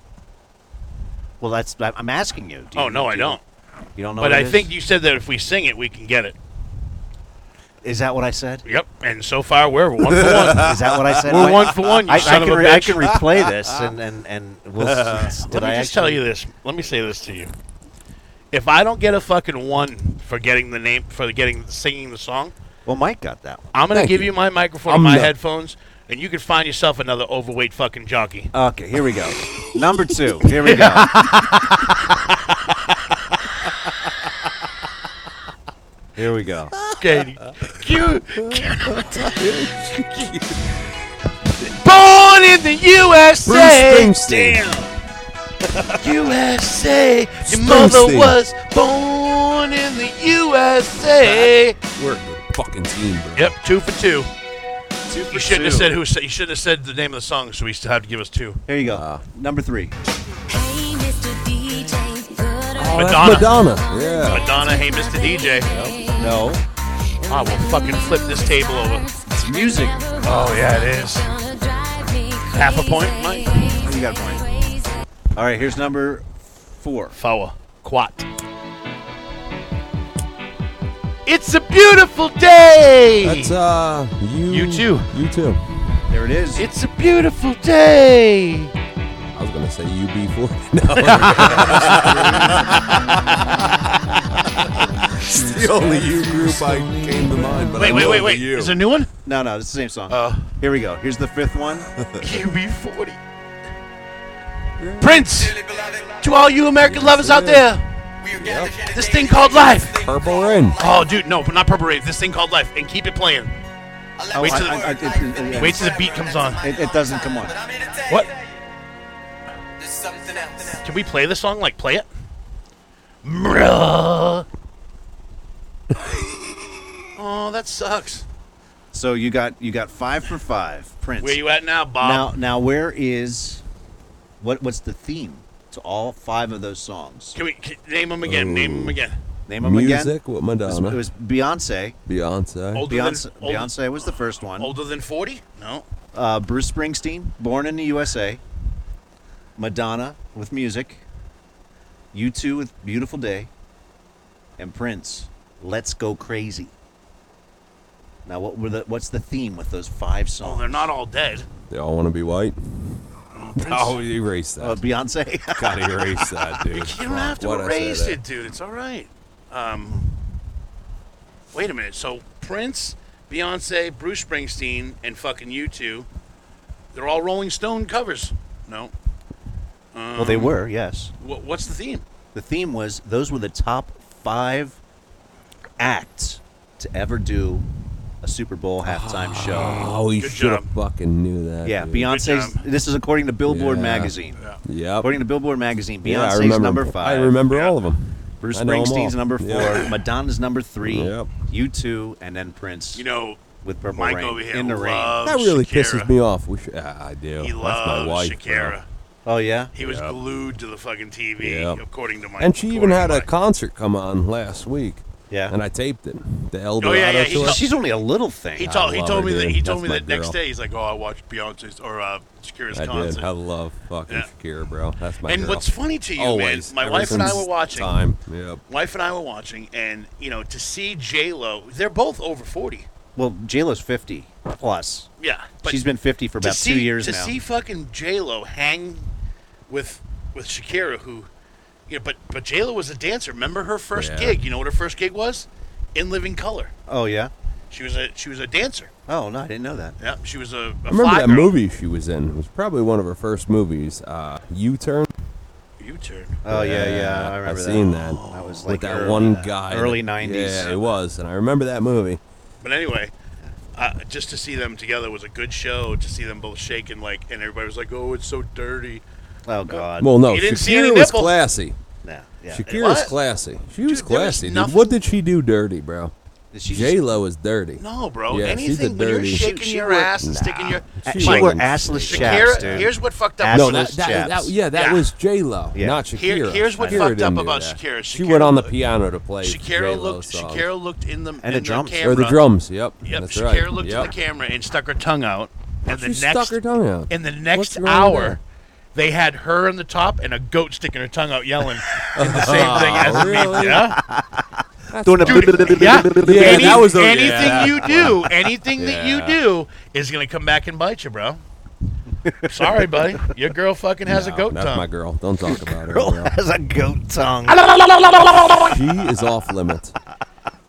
Well, that's. I'm asking you. Do you
Oh no,
do
I
you-
don't.
You don't know.
But
what
I
it is?
think you said that if we sing it, we can get it.
is that what
[LAUGHS]
I said?
Yep. And so far, we're one for one.
Is that what I said?
We're
Mike?
one for one. You
I, I
son
can
of a
re-
bitch.
I can replay this and and and
[LAUGHS]
we'll. s- did
Let me
I
just tell
actually-
you this. Let me say this to you. If I don't get a fucking one for getting the name for getting singing the song,
Well, Mike got that one.
I'm gonna
Thank
give
you.
you, my microphone
I'm
and my
not-
headphones, and you can find yourself another overweight fucking jockey.
Okay, here we go. Number two. Here we go. [LAUGHS] here we go.
Okay. [LAUGHS] you,
[LAUGHS]
born in the USA.
Bruce Springsteen.
Damn. USA. Your
Springsteen.
mother was born in the USA.
We're a good fucking team, bro.
Yep, two for two. you shouldn't have
two.
said who. sa- You shouldn't have said the name of the song, so we still have to give us two.
Here you go. Number three.
Hey, Mr. DJ, put
Oh,
on
that's
Madonna.
Madonna. Yeah.
Madonna, hey Mr. DJ.
No.
I will fucking flip this table over.
It's music.
Oh yeah, it is. Half a point, Mike.
You got a point. All right. Here's number four.
Four. Quat. It's a beautiful day.
That's uh you.
You too.
You too.
There it is.
it's a beautiful day.
I was gonna
[LAUGHS]
say UB40. [LAUGHS] No. it's the only U group I came to mind. But
Wait,
I
wait,
know
wait,
the
wait.
U.
Is there a new one?
No, no, it's the same song.
Uh.
Here we go. Here's the fifth one.
QB40. Prince, to all you American lovers out there, this thing called life.
Purple Rain.
Oh, dude, no, but not Purple Rave. This thing called life, and keep it playing.
Oh,
Wait
I-
till-
I- I- it- it-
Wait till the beat comes on.
it, it doesn't come on.
What? Can we play this song? Like, play it?
[LAUGHS]
Bruh. oh, that sucks.
So you got you got five for five. Prince.
Where you at now,
now
Bob?
now where is what what's the theme to all five of those songs?
Can we can, name them again? Name them again.
Name them again.
Music with
It was,
Madonna.
it was Beyonce.
Beyonce.
Older
Beyonce,
than older,
Beyonce was the first one.
older than forty? No.
Uh, Bruce Springsteen, Born in the USA. Madonna with Music. You 2 with Beautiful Day. And Prince, Let's Go Crazy. Now, what were the, what's the theme with those five
Oh,
songs?
they're not all dead. [LAUGHS]
They all want to be white.
Oh
Prince?
Oh, erase that.
[LAUGHS]
Uh, Beyonce.
Gotta [LAUGHS] erase that, dude.
You don't have to
Why'd I say
erase
that?
it, dude. It's all right. Um, wait a minute. So Prince, Beyonce, Bruce Springsteen, and fucking you two—they're all Rolling Stone covers. No. Um,
well, they were, yes.
wha- what's the theme?
The theme was those were the top five acts to ever do a Super Bowl
Ah,
halftime show.
Oh, you should have fucking knew that.
Yeah,
dude.
Beyonce's. This is according to Billboard
Yeah.
magazine.
Yep.
According to Billboard magazine,
Uh, Yeah, I
Beyonce's
remember
number
them.
five.
I remember all of them.
Bruce
I know 'em
Springsteen's
all.
number four.
Yeah.
Madonna's number three. You two, and then Prince. You
know,
with Purple
Mike
Rain
over here
in the rain.
loves
That really
Oh, Shakira.
pisses me off. We should, yeah, I do.
He
That's my
loves
wife. bro.
Shakira.
Oh yeah.
He was glued to the fucking TV,
Yeah.
according to my.
And she even
according
had
to
a concert come on last week.
Yeah.
And I taped it. The Eldorado
Oh yeah, yeah. He
tour.
told-
little
thing.
He
I
told he
love
told
her,
me that
dude.
he told
That's
me
my
that next
girl.
day he's like, oh, I watched Beyonce's or uh, Shakira's
I
concert.
did. I love fucking
Yeah.
Shakira, bro. That's my
and
girl.
what's funny to you,
Always.
man, my
Ever
wife and I
since
were watching.
Time. Yep.
Wife and I were watching, and you know, to see J Lo, they're both over forty.
Well, JLo's fifty plus.
Yeah,
she's been fifty for
to
about
see,
two years
to
now.
see fucking J Lo hang with with Shakira, who, you know, but but J Lo was a dancer. Remember her first
Yeah.
gig? You know what her first gig was? In Living Color.
oh yeah.
She was a she was a dancer.
Oh no, I didn't know that.
Yeah, she was a,
I
a
remember
fly
that
girl.
movie she was in. It was probably one of her first movies. Uh, U Turn.
U Turn.
Oh yeah, yeah. I remember
have
that.
seen that.
That was
with
like
that
early-
one guy.
Early
that-
nineties.
Yeah, it was, and I remember that movie.
But anyway, uh, just to see them together was a good show. To see them both shaking like, and everybody was like, "Oh, it's so dirty."
Oh God.
Well, no,
you
Shakira
didn't see any
was
nipple.
classy.
Yeah, yeah.
Shakira's
What?
classy. She was
there was
classy, dude.
nothing-
What did she do dirty, bro? J Lo is dirty.
No, bro.
Yeah, she's the
Anything when you're
dirty.
shaking your ass and sticking your
She
Mike,
wore assless chaps,
Shakira-
dude.
Here's what fucked up.
no, that, that, that, yeah, that
Yeah.
was J Lo,
Yeah.
not Shakira.
Here- here's what
Shakira
fucked up
didn't do
about
that.
Shakira.
She
Shakira
went on the
looked-
piano to play
Shakira
J-Lo
looked.
songs.
Shakira looked in the in
the
the,
drums.
camera.
Or the drums, yep,
Yep.
that's
Shakira
right,
looked
yep.
in the camera and stuck her tongue out. And the
She
next
stuck her tongue out.
in the
What's
next
wrong with
hour,
that?
they had her on the top and a goat sticking her tongue out yelling. and the same
[LAUGHS]
thing as
Oh, Really?
me. Yeah.
Doing a
Dude, yeah.
Yeah,
Any-
that was the-
anything
yeah. [LAUGHS]
you do, anything that you
Yeah.
do is gonna come back and bite you, bro.
[LAUGHS]
Sorry, buddy. Your girl fucking has a
No,
goat
that's
tongue. [LAUGHS]
my girl. Don't talk about her.
Girl
Bro.
has a goat tongue.
she is off
[LAUGHS]
limits.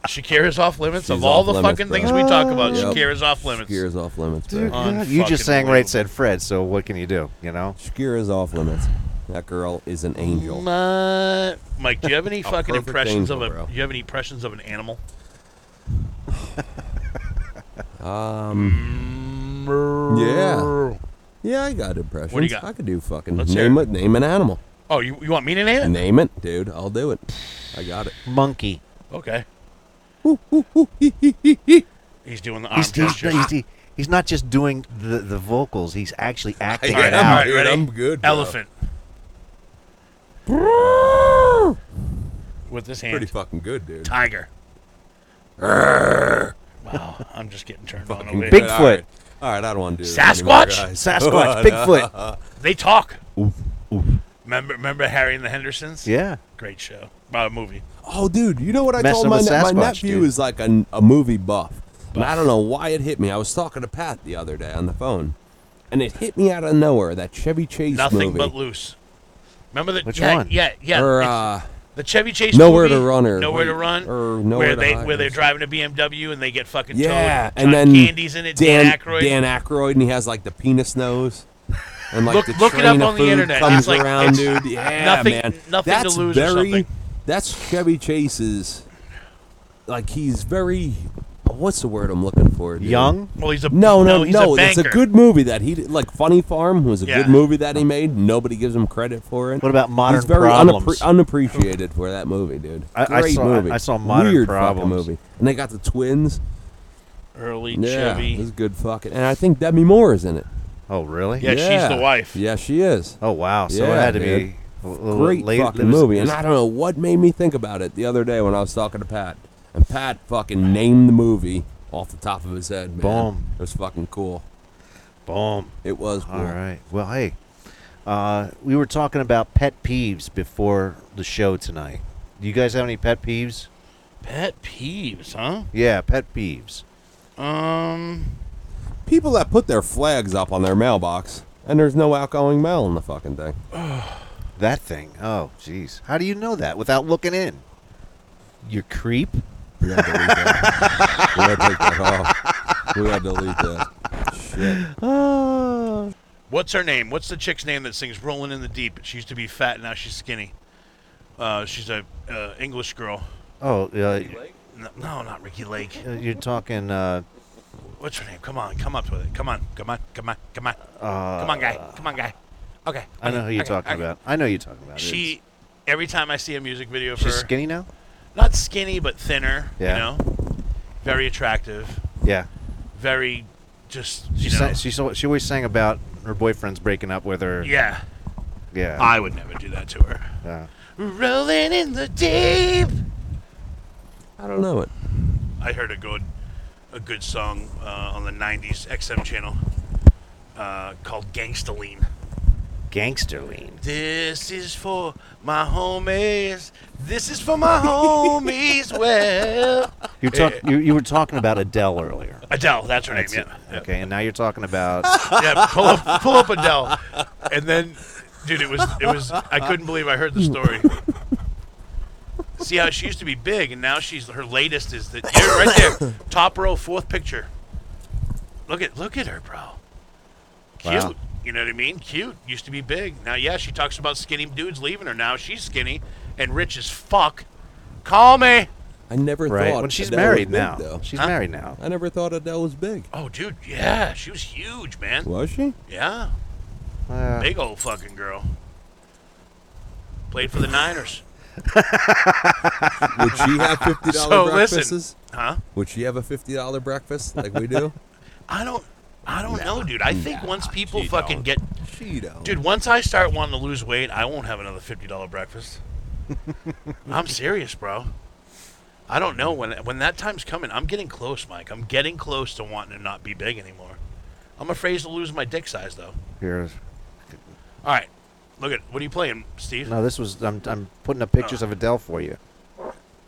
Shakira's off limits.
She's
of all
off
the
limits,
fucking
bro.
things we talk about,
Yep.
Shakira's off limits.
Shakira's off limits.
Dude,
bro.
yeah, you just sang right, said Fred. So what can you do? You know.
Shakira's off limits. That girl is an angel.
My- Mike, do you have any
A
fucking
perfect
impressions
angel,
of a?
bro.
Do you have any impressions of an animal?
Um. Yeah. Yeah, I got impressions.
What do you got?
I could do fucking
Let's hear
name it. Name an animal.
Oh, you, you want me to name it?
Name it, dude. I'll do it. I got it.
Monkey.
Okay. He's doing the arm
He's, he's,
gesture.
he's, he's not just doing the, the vocals. He's
[LAUGHS]
actually acting
All right,
it
all
out.
right, ready?
I'm good, bro.
Elephant with his hand.
Pretty fucking good, dude.
Tiger. wow, I'm just getting turned on
Fucking
over
good.
here.
All right. All right, I don't want to do this anymore,
Sasquatch?
guys. [LAUGHS]
Sasquatch, Bigfoot.
They talk. Remember, remember Harry and the Hendersons?
Yeah.
Great show. Uh, movie.
Oh, dude, you know what I
Messing
told my,
with
ne- my
Sasquatch,
nephew
dude.
is like a, a movie buff. And I don't know why it hit me. I was talking to Pat the other day on the phone, and it hit me out of nowhere that Chevy Chase
Nothing
movie.
but loose. Remember the
Which
yeah,
one?
Yeah, yeah.
Or,
it's
uh,
the Chevy Chase.
Nowhere
movie,
to Run or-
Nowhere to
wait,
Run.
or Nowhere
where
to
they
Hide
where
or
they're driving a BMW and they get fucking
yeah,
towed. John
and then
Candy's in it. Dan, Aykroyd.
Dan Aykroyd, and he has like the penis nose. And like
Look-
the
look it
train
up
of
on the
food
internet.
Comes
It's like-
around,
it's
dude. Yeah,
nothing-
man.
nothing to
that's
lose or
very,
something.
That's Chevy Chase's. Like he's very. What's the word I'm looking for? dude?
Young?
Well, he's a
No, no,
no, he's
no.
a
it's a
banker.
good movie that he did- like. Funny Farm was a
Yeah.
good movie that he made. Nobody gives him credit for it.
What about Modern
He's very
Problems?
unappreciated for that movie, dude.
I- I
Great
saw-
movie.
I saw Modern
Weird fucking
Problems.
movie, and they got the twins.
early
Yeah,
Chevy.
this is good fucking. And I think Demi Moore is in it.
Oh, really?
Yeah, she's the wife.
Yeah, she is.
Oh, wow. So it
yeah,
had to
dude.
be a little
great
late- it
fucking
was-
movie. And I don't know what made me think about it the other day when I was talking to Pat, and Pat fucking named the movie off the top of his head. Man.
Boom.
It was fucking cool.
Boom.
It was cool.
All right. Well, hey, uh, we were talking about pet peeves before the show tonight. Do you guys have any pet peeves?
Pet peeves, huh?
Yeah, pet peeves.
Um,
People that put their flags up on their mailbox. and there's no outgoing mail in the fucking thing.
that thing. Oh, jeez. How do you know that without looking in?
You creep.
We had to leave that. we had to take that off. We had to leave that. Shit.
What's her name? What's the chick's name that sings "Rolling in the Deep"? She used to be fat, now she's skinny. Uh, she's a uh, English girl.
Oh, uh,
No, no, not Ricky Lake.
y- you're talking. Uh,
What's her name? Come on, come up with it. Come on, come on, come on, come on,
Uh,
come on, guy. Come on, guy. Okay.
I know who you're
okay,
talking
okay.
about. I know who you're talking about.
She. Every time I see a music video
It's-
for
she's
her,
skinny now.
not skinny but thinner.
Yeah.
You know, very attractive.
Yeah.
Very, just
She
you know.
sang, she so- she always sang about her boyfriend's breaking up with her.
yeah.
Yeah.
I would never do that to her.
Yeah.
Rolling in the deep.
I don't know it.
I heard a good, a good song uh, on the '90s XM channel uh, called "Gangsta Lean."
Gangster lean.
This is for my homies. This is for
[LAUGHS]
my homies. Well,
You talk, you, you were talking about
[LAUGHS]
Adele earlier.
Adele, that's her name.
That's it.
Yeah.
Okay, and now you're talking
[LAUGHS]
about.
yeah, pull up, pull up Adele, and then, dude, it was, it was. I couldn't believe I heard the story. See how she used to be big, and now she's her latest is that you're right there, top row, fourth picture. Look at, look at her, bro. Cute.
Wow.
You know what I mean? Cute. Used to be big. Now, yeah, she talks about skinny dudes leaving her. Now she's skinny and rich as fuck. Call me.
I never
Right,
thought
when she's
Adele was
married
big,
now.
though.
She's Huh? married now.
I never thought Adele was big.
Oh, dude, yeah, she was huge, man.
Was she?
Yeah.
Uh,
Big old fucking girl. Played for the Niners.
Would she have fifty dollar
[LAUGHS] So listen,
breakfasts?
huh?
Would she have a fifty dollar breakfast like we
[LAUGHS]
do?
I don't. I don't know, dude. I think once people
she
fucking
don't.
get,
she don't.
dude. Once I start wanting to lose weight, I won't have another fifty dollar
[LAUGHS]
breakfast. I'm serious, bro. I don't know when when that time's coming. I'm getting close, Mike. I'm getting close to wanting to not be big anymore. I'm afraid to lose my dick size, though.
Here's,
All right, look at what are you playing, Steve?
no, this was. I'm, I'm putting up pictures of Adele for you.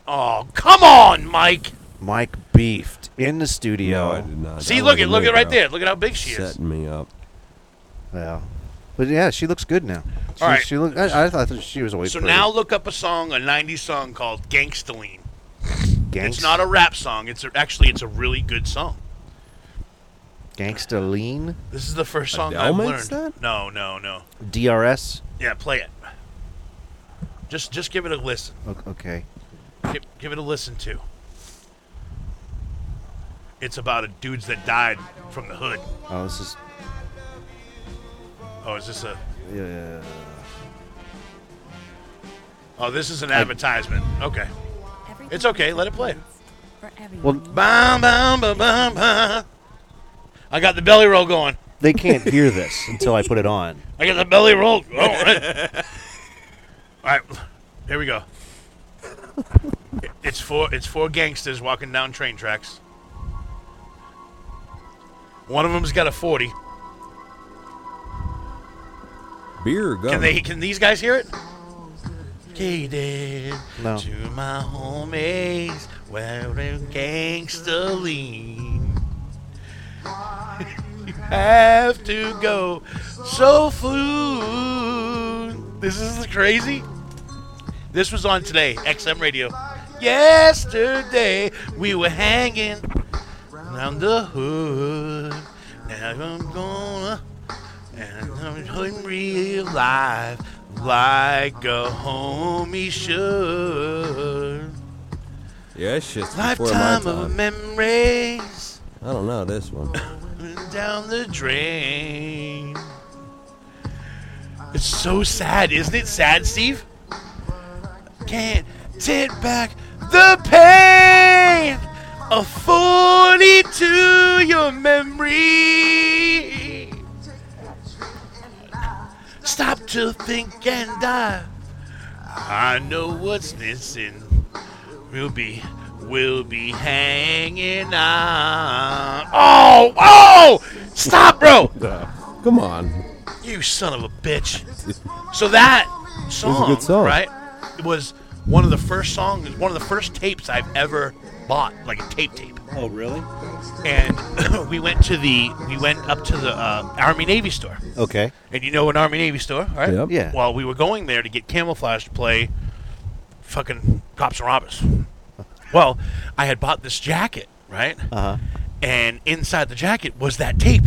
Oh, come on, Mike.
Mike beefed in the studio.
No, I did not.
See,
That
look at
wasn't
look
me,
at right
bro.
there. Look at how big she is.
Setting me up.
Well, but yeah, she looks good now. She,
right.
She look, I, I thought that she was always
So
pretty.
now look up a song, a '90s song called "Gangsta Lean." It's
Gangsta-
not a rap song. It's a, actually it's a really good song.
Gangsta Lean,
This is the first song
Adele
I've
makes
learned. No, no, no.
DRS.
Yeah, play it. Just just give it a listen.
O- Okay.
Give, give it a listen to. It's about a dudes that died from the hood.
Oh, this is.
Oh, is this a?
Yeah.
Oh, this is an advertisement. Okay. It's okay. Let it play.
Well,
Bum, bum, bum, bum, bum. I got the belly roll going.
they can't hear
[LAUGHS]
this until I put it on.
I got the belly roll. Oh, [LAUGHS] all right. All right, here we go. It- It's four. It's four gangsters walking down train tracks. One of them's got a forty.
Beer or gun?
Can they? Can these guys hear it? Gated
No.
to my homies, wearing gangster lean. you have to go so food. This is crazy. This was on today, XM radio. Yesterday we were hanging round the hood. Now I'm gonna and I'm in real life like a homie should.
Yeah, that shit's before my
Lifetime of
time.
memories
I don't know this one.
down the drain. It's so sad, isn't it? Sad, Steve. Can't take back the pain of 42 your memory. Stop to think and die. I know what's missing. We'll be, we'll be hanging on. Oh, oh! Stop, bro!
Come on.
You son of a bitch. So that
was a
song,
good song.
right, was one of the first songs, one of the first tapes I've ever bought, like a tape tape.
Oh, really?
And [LAUGHS] we went to the we went up to the uh, Army Navy store.
Okay.
And you know an Army Navy store, right?
Yep. Yeah.
Well, we were going there to get camouflage to play fucking cops and robbers. Well, I had bought this jacket, right?
Uh huh.
And inside the jacket was that tape.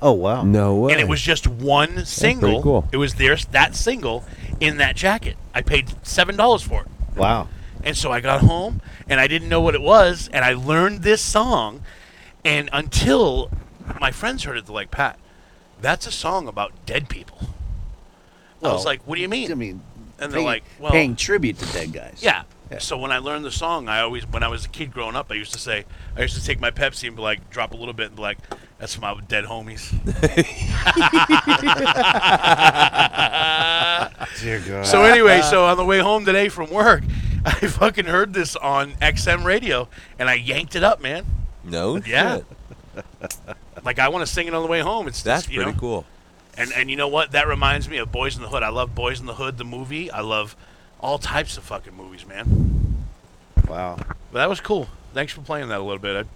Oh wow.
No way.
And it was just one single.
cool.
It was there's that single in that jacket. I paid seven dollars for it.
Wow.
And so I got home and I didn't know what it was and I learned this song and until my friends heard it they're like, Pat, that's a song about dead people. I was
Oh.
Well,
like, What do you mean?
I mean,
and they're
paying-
like, Well
paying tribute to dead guys.
yeah. So when I learned the song, I always, when I was a kid growing up, I used to say, I used to take my Pepsi and be like, drop a little bit and be like, that's for my dead
[LAUGHS]
homies.
Dear God.
So anyway, so on the way home today from work, [LAUGHS] I fucking heard this on XM radio and I yanked it up, man.
No
Yeah.
shit.
Like I want to sing it on the way home. It's
That's
just, you
pretty
know,
cool.
And and you know what? That reminds me of Boys in the Hood. I love Boys in the Hood, the movie. I love all types of fucking movies, man.
Wow.
But that was cool. Thanks for playing that a little bit. I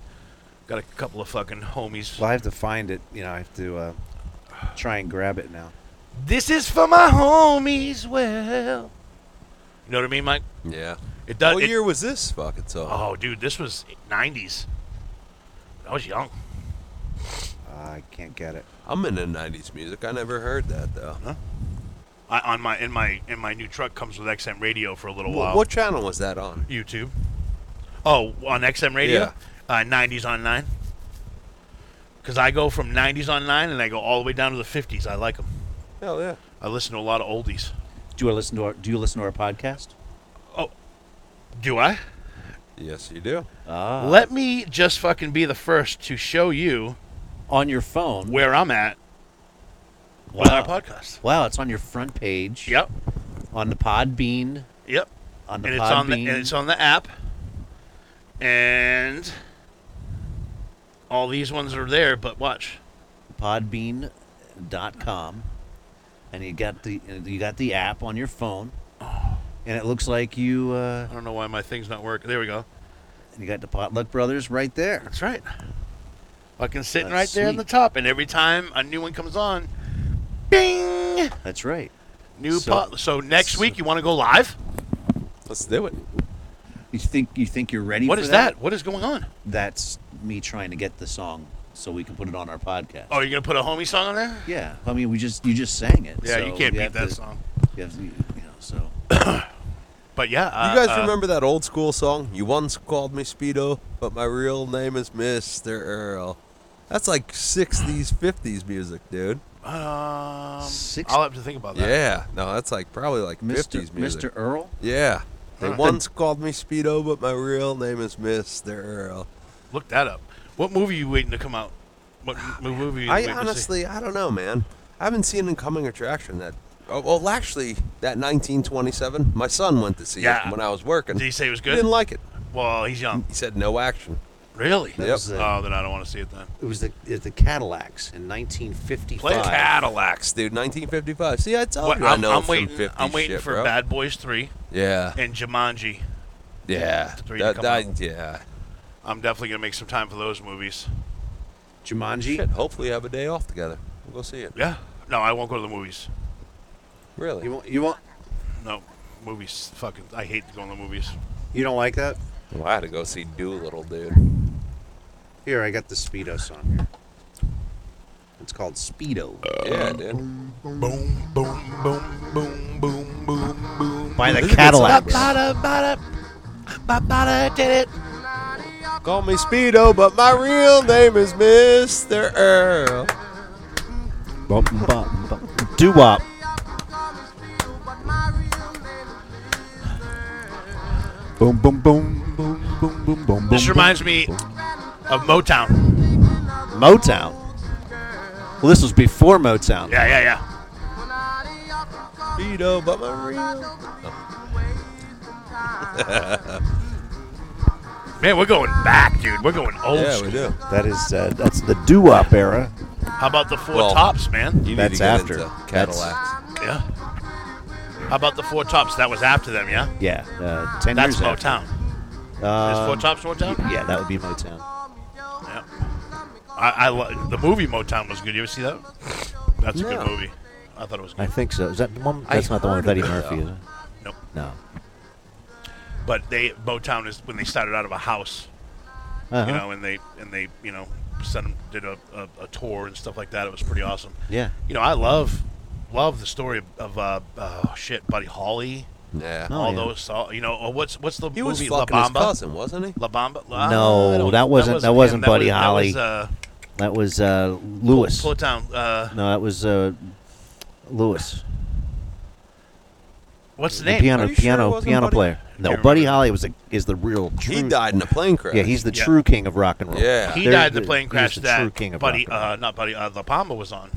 got a couple of fucking homies.
Well, I have to find it. You know, I have to uh, try and grab it now.
This is for my homies. Well, you know what I mean, Mike?
Yeah.
It does.
What
it-
year was this fucking song?
Oh, dude, this was '90s. I was young.
I can't get
Oh.
it.
I'm into '90s music. I never heard that though.
I, on my in my in my new truck comes with XM radio for a little
Wh-
while.
What channel was that on?
YouTube. Oh, on XM radio,
Yeah.
uh, '90s on nine. Because I go from '90s on nine, and I go all the way down to the '50s. I like them.
Hell yeah.
I listen to a lot of oldies.
Do you listen to our, Do you listen to our podcast?
Do I?
Yes, you do.
Ah.
Let me just fucking be the first to show you
on your phone
where I'm at
wow.
with our podcast.
Wow, it's on your front page.
Yep.
On the Podbean.
Yep.
On the
and
Podbean.
it's on the, and it's on the app. And all these ones are there, but watch.
podbean.com and you got the you got the app on your phone and it looks like you uh,
I don't know why my thing's not working. There we go.
you got the potluck brothers right there
that's right Fucking sitting right there on the top, and every time a new one comes on, bing,
that's right
new
So-
pot. So next week you want to go live?
Let's do it.
you think you think you're ready
What
for
is
that?
that? What is going on?
that's me trying to get the song so we can put it on our podcast
Oh, you're gonna put a homie song on there?
yeah i mean we just you just sang it
Yeah,
so
you can't
we
beat
have
that
to-
song.
you have to, you know so
But yeah, uh,
you guys
uh,
remember that old school song? You once called me Speedo, but my real name is Mr. Earl. That's like 60s, 50s music, dude.
Um,
Six-
I'll have to think about that.
Yeah, no, that's like probably like
Mr.
50s music.
Mr. Earl?
Yeah. They
Huh.
once called me Speedo, but my real name is Mr. Earl.
Look that up. What movie you waiting to come out? What [SIGHS] m- movie? you
I
waiting to see?
honestly, I don't know, man. I haven't seen Incoming Attraction that. Oh, well, actually, that 1927, my son went to see
Yeah.
it when I was working.
Did he say it was good?
didn't like it.
Well, he's young.
He said no action.
Really?
That Yep. was the-
Oh, then I don't want to see it then.
It was the it, the Cadillacs in 1955.
Play
Cadillacs, dude. 1955. See, I told
What-
you I
I'm,
know
I'm
from
waiting.
50s
I'm waiting
shit,
for
bro.
Bad Boys [LAUGHS] Three.
Yeah.
And Jumanji.
Yeah.
The three to
That,
come
that-
out.
yeah.
I'm definitely gonna make some time for those movies.
Jumanji.
Shit, hopefully have a day off together. We'll go see it.
Yeah. No, I won't go to the movies.
Really?
You won't. You won't.
No, movies. Fucking. I hate going to the movies.
You don't like that?
Well, I had to go see Doolittle, dude.
Here, I got the Speedo song here. It's called Speedo.
Yeah, dude.
Boom, boom, boom, boom, boom, boom, boom.
By the Cadillacs.
did it.
Call me Speedo, but my real name is Mr. Earl.
Bum, bum, bum. Doo wop. Boom, boom, boom, boom, boom, boom, boom.
This reminds me of Motown.
Motown. Well, this was before Motown.
Yeah, yeah, yeah.
Speedo, but my real.
Man, we're going back, dude. We're going old
Yeah,
school.
we do.
That is uh, that's the doo wop era.
How about the Four
Well,
Tops, man?
You
That's
need to get
after.
into
That's-
Cadillacs.
Yeah. How about the Four Tops? That was after them, yeah.
Yeah, uh, ten
That's
years after.
Motown.
Is
Uh,
Um,
Fort Tops Motown?
Yeah, that would be Motown.
Yeah. I, I lo- the movie Motown was good. You ever see that? That's a
No.
good movie. I thought it was good.
I think so. Is that the one?
I
That's not the one with
heard
Eddie
of it,
Murphy,
though.
is it?
Nope.
No.
But they Motown is when they started out of a house,
Uh-huh.
you know, and they and they you know sent 'em- did a, a, a tour and stuff like that. It was pretty awesome.
Yeah.
You know, I love love the story of uh, oh shit, Buddy Holly.
Yeah.
Oh,
all
yeah.
those. All, you know, uh, what's what's the
He was
movie La
fucking his
Bamba?
cousin, wasn't he?
La Bamba. Uh, I
No,
don't-
that wasn't. That wasn't
him.
Buddy
was-
Holly.
That was, uh,
That was uh, Lewis.
Pull it down. Uh,
no, that was uh, Lewis.
what's the
The
name?
piano, piano, piano player. No, Buddy Holly was a, is the real. True,
He died in a plane crash.
Yeah, he's the
Yeah.
true king of rock and roll.
Yeah.
He
There-
died in
there-
the plane
he's
crash
the
that
true king of
Buddy,
rock. and roll.
uh, not Buddy, uh, La Palma was on.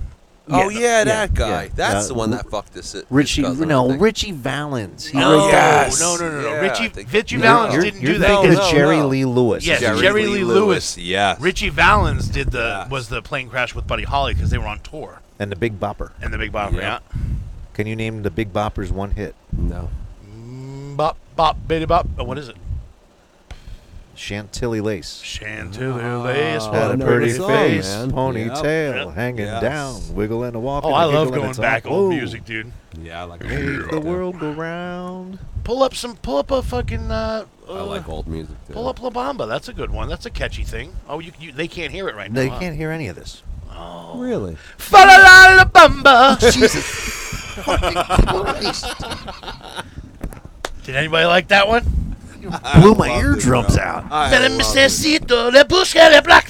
Oh yeah, that
yeah,
guy.
yeah.
That's
Uh,
the one
R-
that fucked his. his
Richie,
cousin, I
no,
think.
Richie Valens. He
No,
wrote-
Oh, Yes.
no, no, no, no.
Yeah, I
Richie,
think-
Richie
No.
Valens
You're-
didn't
you're
do that.
thinking
He
of
did-
Jerry Lee Lewis.
Yes,
Jerry
Jerry,
Lee
Lee,
Lewis,
Lewis.
yes.
Richie Valens did the was the plane crash with Buddy Holly because they were on tour
and the Big Bopper.
and the Big Bopper.
Yeah.
Yeah.
Can you name the Big Bopper's one hit?
No.
Mm, Bop, bop, bitty bop. Oh, what is it?
Chantilly Lace.
Chantilly lace.
Got
Oh, I
a
know
pretty
the song,
face,
man.
ponytail
Yep. Yep.
hanging
Yes.
down, wiggling a walk.
Oh,
and a
I love
giggle and
going
it's
back
all,
old
"Whoa,
music, dude.
Yeah, I like.
Make the world go round.
Pull up some, pull up a fucking. Uh, uh,
I like old music too.
Pull up La Bamba. That's a good one. That's a catchy thing. Oh, you, you they can't hear it right
They
now.
can't hear any of this.
Huh? Oh.
[LAUGHS]
Really?
Fa la la la bamba.
Jesus. Christ.
Did anybody like that one?
Blew my eardrums out.
I
Pero
love
me
it.
necesito de busca de black-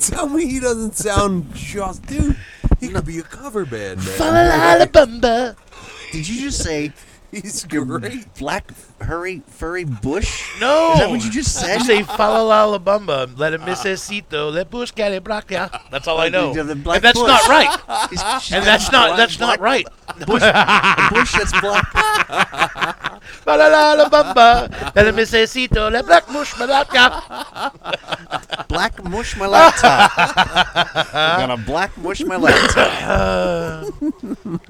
Tell me he doesn't sound just, dude. He could be a cover band,
Fa
man.
la la la bamba.
Did you just
[LAUGHS]
say
He's great.
black hurry furry bush?
No.
Is that what you just said?
You [LAUGHS] say fa la la la bamba. Le
Ah.
necesito de busca de black- yeah. That's all I know.
The- the
And
black
that's
bush.
not right.
It's-
And that's not that's
black-
not right.
[LAUGHS]
A bush that's black.
[LAUGHS] Fa la la la bamba. Le necesito de black bush malaca.
Black mush my laptop. I'm gonna black mush my laptop.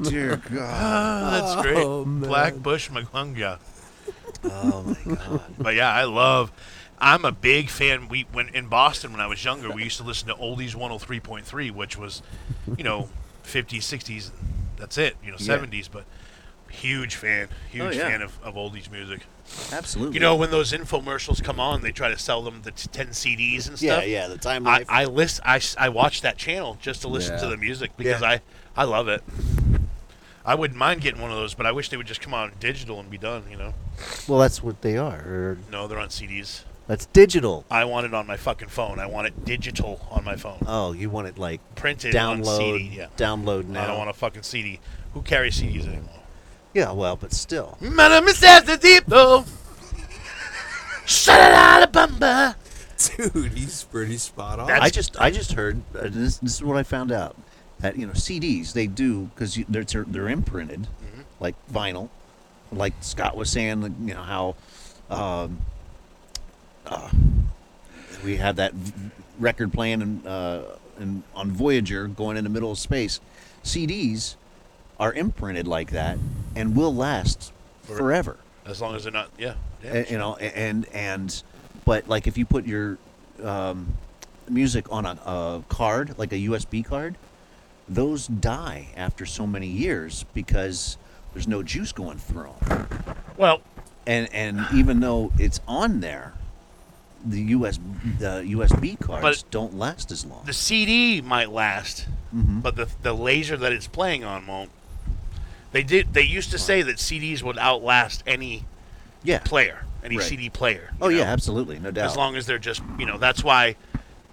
Dear God.
Oh, that's great. Black Bush McGlunga. Oh my god. but yeah, I love I'm a big fan. We when in Boston when I was younger, we used to listen to Oldies 103.3, which was, you know, 50s, 60s, that's it, you know, 70s, but huge fan, huge
Oh, yeah.
fan of, of oldies music.
Absolutely.
You know, when those infomercials come on, they try to sell them the t- 10 CDs and
Yeah,
stuff.
yeah, the Time
I,
Life.
I list I, s- I watch that channel just to listen to
Yeah.
the music because
Yeah.
I I love it. I wouldn't mind getting one of those, but I wish they would just come out digital and be done. You know,
Well, that's what they are. or-
no, they're on CDs.
That's digital.
I want it on my fucking phone. I want it digital on my phone,
Oh, you want it like
printed on
download,
CD. Yeah,
download now.
I don't want a fucking CD. Who carries CDs anymore?
Yeah, well, but still.
Madam says the deep though. Shut it out of bumba.
Dude, he's pretty spot on.
That's-
I just I just heard uh, this. This is what I found out that you know CDs they do because they're they're- they're imprinted
Mm-hmm.
like vinyl, like Scott was saying. like, You know how um, uh, we had that v- record playing in, uh, in, on Voyager going in the middle of space. CDs are imprinted like that and will last
For-
forever
As long as they're not, yeah,
a- you know a- and and but like if you put your um, music on a, a card like a usb card those die after so many years because there's no juice going through 'em.
Well,
and and even though it's on there the US the USB cards don't last as long.
the CD might last,
Mm-hmm.
but the the laser that it's playing on won't. They did. They used to say that CDs would outlast any
yeah.
player, any
Right.
CD player. you
oh yeah,
know,
absolutely, no doubt.
As long as they're just, you know, that's why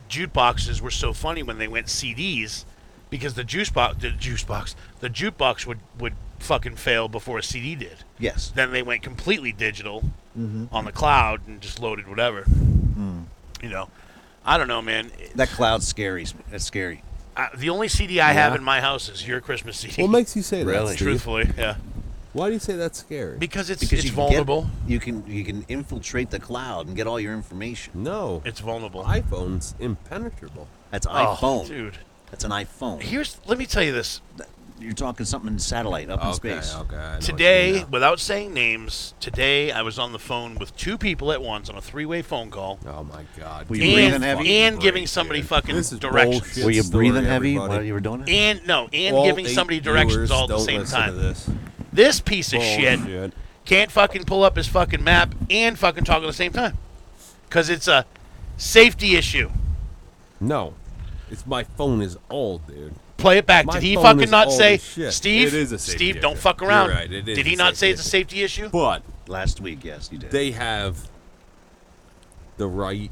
jukeboxes were so funny when they went CDs, because the juice box, the juice box, the jukebox would would fucking fail before a CD did.
yes. Mm-hmm.
Then they went completely digital on the cloud and just loaded whatever.
Mm.
You know, I don't know, man.
That cloud scares me. That's scary.
I, the only CD I have
Yeah.
in my house is your Christmas CD.
What makes you say that?
Really?
Steve?
Truthfully, yeah,
Why do you say that's scary?
because it's
Because
it's
you can get-
vulnerable.
you can you can infiltrate the cloud and get all your information.
no.
it's vulnerable.
iPhone's impenetrable.
That's
Oh,
iPhone.
dude.
That's an iPhone.
Here's let me tell you this.
You're talking something satellite up in
Okay,
space.
okay, I know what you
Today, without saying names, today I was on the phone with two people at once on a three-way phone call.
Oh my God!
Were
And,
you breathing heavy?
and giving somebody fucking directions.
Were you breathing heavy while you were doing it?
And no, and
All
giving
eight
somebody directions
viewers
all at the
don't
same
listen to
time.
this.
This piece of
Bullshit.
shit can't fucking pull up his fucking map and fucking talk at the same time, because it's a safety issue.
No, it's my phone is old, dude.
Play it back.
My
Did he
phone
fucking
is
not
old
say,
as shit.
Steve? Steve, don't fuck around. Did he not say it's a safety issue?
But
last week, yes, he did.
They have the right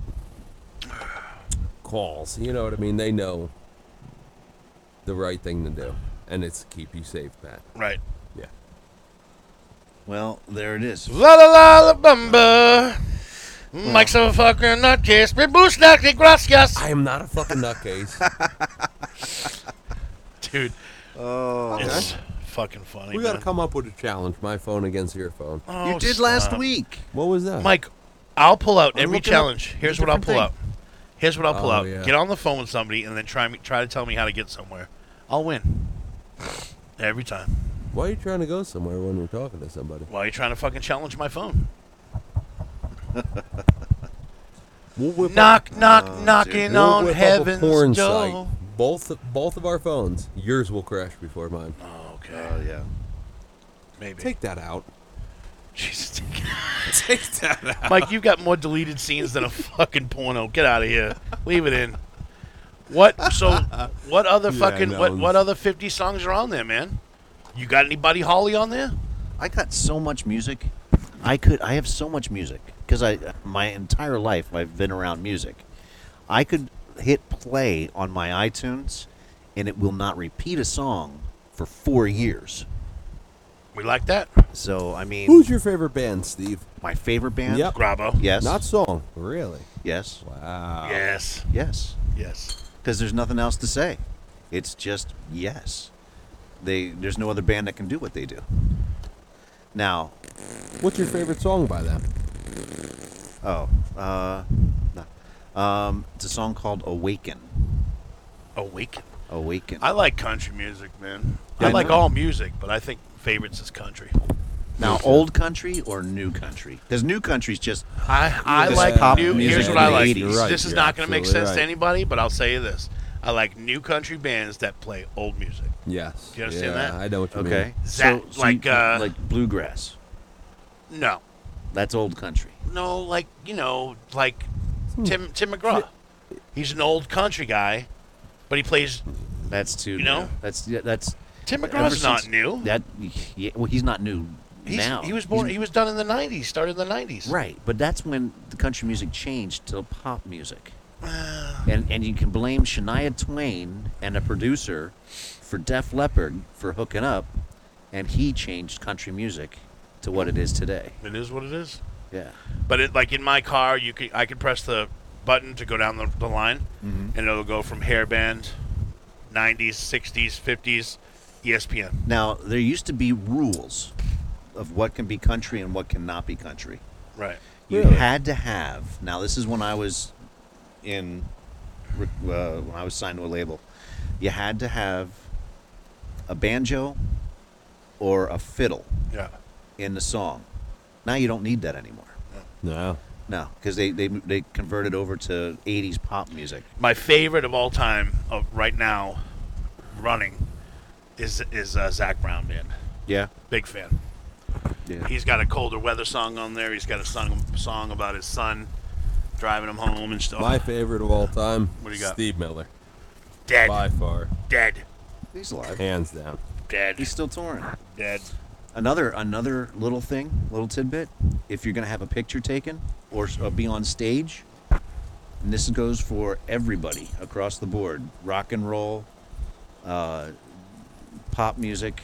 calls. You know what I mean? They know the right thing to do, and it's keep you safe, Pat.
Right.
Yeah.
Well, there it is.
La la la la bumba. Mm, Mike's a fucking nutcase. Me boost nutcase, gracias.
I am not a fucking nutcase.
[LAUGHS] Dude.
Oh.
It's fucking funny.
We got to
man.
come up with a challenge. My phone against your phone.
Oh, did last stop. week.
What was that?
Mike, I'll pull out
I'm
every
looking up
challenge.
a
Here's what I'll pull
different
out. Here's what I'll pull
Oh,
out.
yeah.
Get on the phone with somebody and then try me try to tell me how to get somewhere. I'll win. Every time.
Why are you trying to go somewhere when we're talking to somebody?
Why are you trying to fucking challenge my phone? knock, knock,
Oh,
knocking
We'll
on
whip up a
heaven's
porn
door.
site. Both both of our phones. Yours will crash before mine.
Oh, okay.
Oh, yeah.
Maybe.
Take that out.
Jesus. [LAUGHS]
Take that out.
Mike, you've got more deleted scenes than a fucking porno. Get out of here. Leave it in. What? So, what other
Yeah,
fucking
no,
what?
it's-
What other fifty songs are on there, man? You got any Buddy Holly on there?
I got so much music. I could. I have so much music because I my entire life I've been around music. I could hit play on my iTunes, and it will not repeat a song for four years.
We like that.
So I mean,
Who's your favorite band, Steve?
my favorite band?
Yep.
Grabo.
Yes.
Not song. Really?
Yes.
Wow.
Yes.
Yes.
Yes.
Because there's nothing else to say. It's just yes. They there's no other band that can do what they do. Now,
What's your favorite song by them?
oh, uh, no. um, it's a song called "Awaken."
Awaken.
Awaken.
I like country music, man.
Yeah,
I
I
like
know.
all music, but I think favorites is country.
Now, old country or new country? Because new country's just
I I
this
like
pop
new.
music
Here's
in
what I
the
like.
80s.
This is not going to make sense to anybody, but I'll say this: I like new country bands that play old music.
Yes.
Do you understand
Yeah,
that?
I know what you
Okay,
mean.
so,
Zap,
so
like,
you-
uh,
like bluegrass.
No,
That's old country.
no, like you know, like
Hmm.
Tim Tim McGraw. He's an old country guy, but he plays.
That's too.
You know?
new. that's yeah, that's.
Tim
ever
McGraw's
since-
not new.
That yeah, well, he's not new
He's,
now.
he was born. He was done in the '90s. Started in the '90s.
Right, but that's when the country music changed to pop music. and and you can blame Shania Twain and a producer for Def Leppard for hooking up, and he changed country music to what it is today.
It is what it is.
Yeah.
But it, like in my car, you could I could press the button to go down the, the line,
Mhm.
and it'll go from hairband, '90s, '60s, '50s, ESPN.
Now there used to be rules of what can be country and what cannot be country.
Right.
You
Really?
had to have. Now this is when I was in re- uh, when I was signed to a label. You had to have a banjo or a fiddle
Yeah.
in the song. Now you don't need that anymore.
No.
No, because they, they they converted over to '80s pop music.
My favorite of all time, of right now, running, is is uh, Zach Brown band.
Yeah.
Big fan.
Yeah.
He's got a colder weather song on there. He's got a song song about his son driving him home and stuff.
My favorite of all time.
What do you got?
Steve Miller.
Dead.
By far.
Dead.
He's alive.
Hands down.
Dead.
He's still touring.
Dead.
Another another little thing, little tidbit. If you're gonna have a picture taken or s- uh, be on stage, and this goes for everybody across the board, rock and roll, uh, pop music,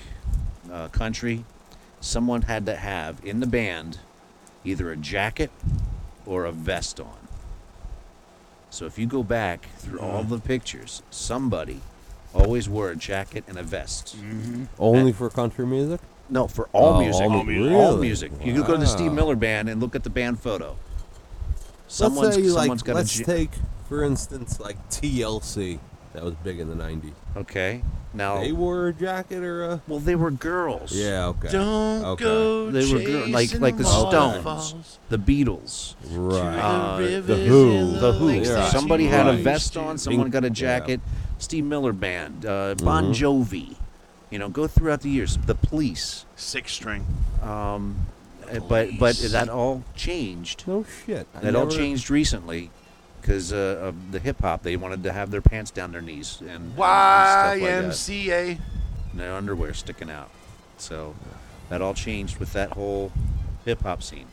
uh, country. Someone had to have in the band either a jacket or a vest on. So if you go back through all the pictures, somebody always wore a jacket and a vest.
Only for country music?
No, for all
Oh,
music.
all music.
All
Really?
music. You could go to the Steve
Wow.
Miller band and look at the band photo.
Someone's,
Someone's,
let's say,
someone's
like,
got
let's
a. j-
take, for instance, like TLC. That was big in the 90s.
Okay. Now
They wore a jacket or a.
Well, they were girls.
Oh. Yeah. Okay.
Don't
okay.
go
They were girl, like
chasing
like the
waterfalls.
Stones, the Beatles,
Right.
uh,
rivers
the
and
Who,
the
the Who.
lakes that
Somebody
you
had a
used
vest
to
on. Someone
drink.
got a jacket. Steve Miller Band, uh,
Mm-hmm.
Bon
Mhm.
Jovi. You know, go throughout the years. The Police.
Six string.
Um, uh, but but that all changed.
No shit. I
That all
never-
changed recently because uh, of the hip hop. They wanted to have their pants down their knees and- and stuff like that
YMCA.
and their underwear sticking out. So that all changed with that whole hip hop scene.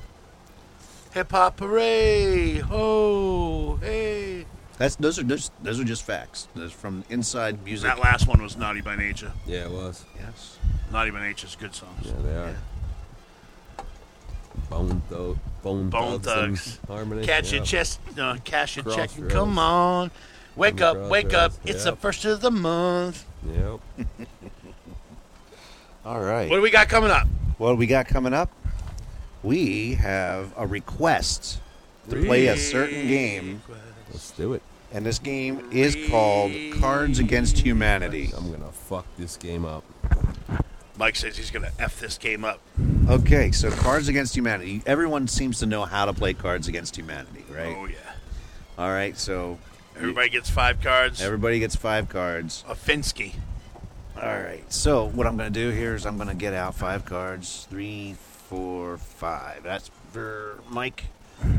Hip hop parade. Ho, hey.
That's those are just those are just facts. Those from inside music.
That last one was Naughty by Nature.
Yeah, it was.
Yes.
Naughty by Nature's good songs.
Yeah, they are. Bone, tho- bone,
Bone
thugs.
Thugs.
and Harmony.
Catch
yeah.
your chest, no, cash your check, and
Crossroads.
come on. Wake up,
Crossroads,
wake up. It's the
yep.
first of the month.
Yep.
All right.
What do we got coming up?
What do we got coming up? We have a request to play a certain game.
Let's do it.
And this game is called Cards Against Humanity.
I'm gonna fuck this game up.
Mike says he's going to F this game up.
Okay, so Cards Against Humanity. Everyone seems to know how to play Cards Against Humanity, right?
Oh, yeah.
All right, so
Everybody gets five cards.
everybody gets five cards.
A Finsky.
All right. So what I'm going to do here is I'm going to get out five cards. Three, four, five. That's for Mike.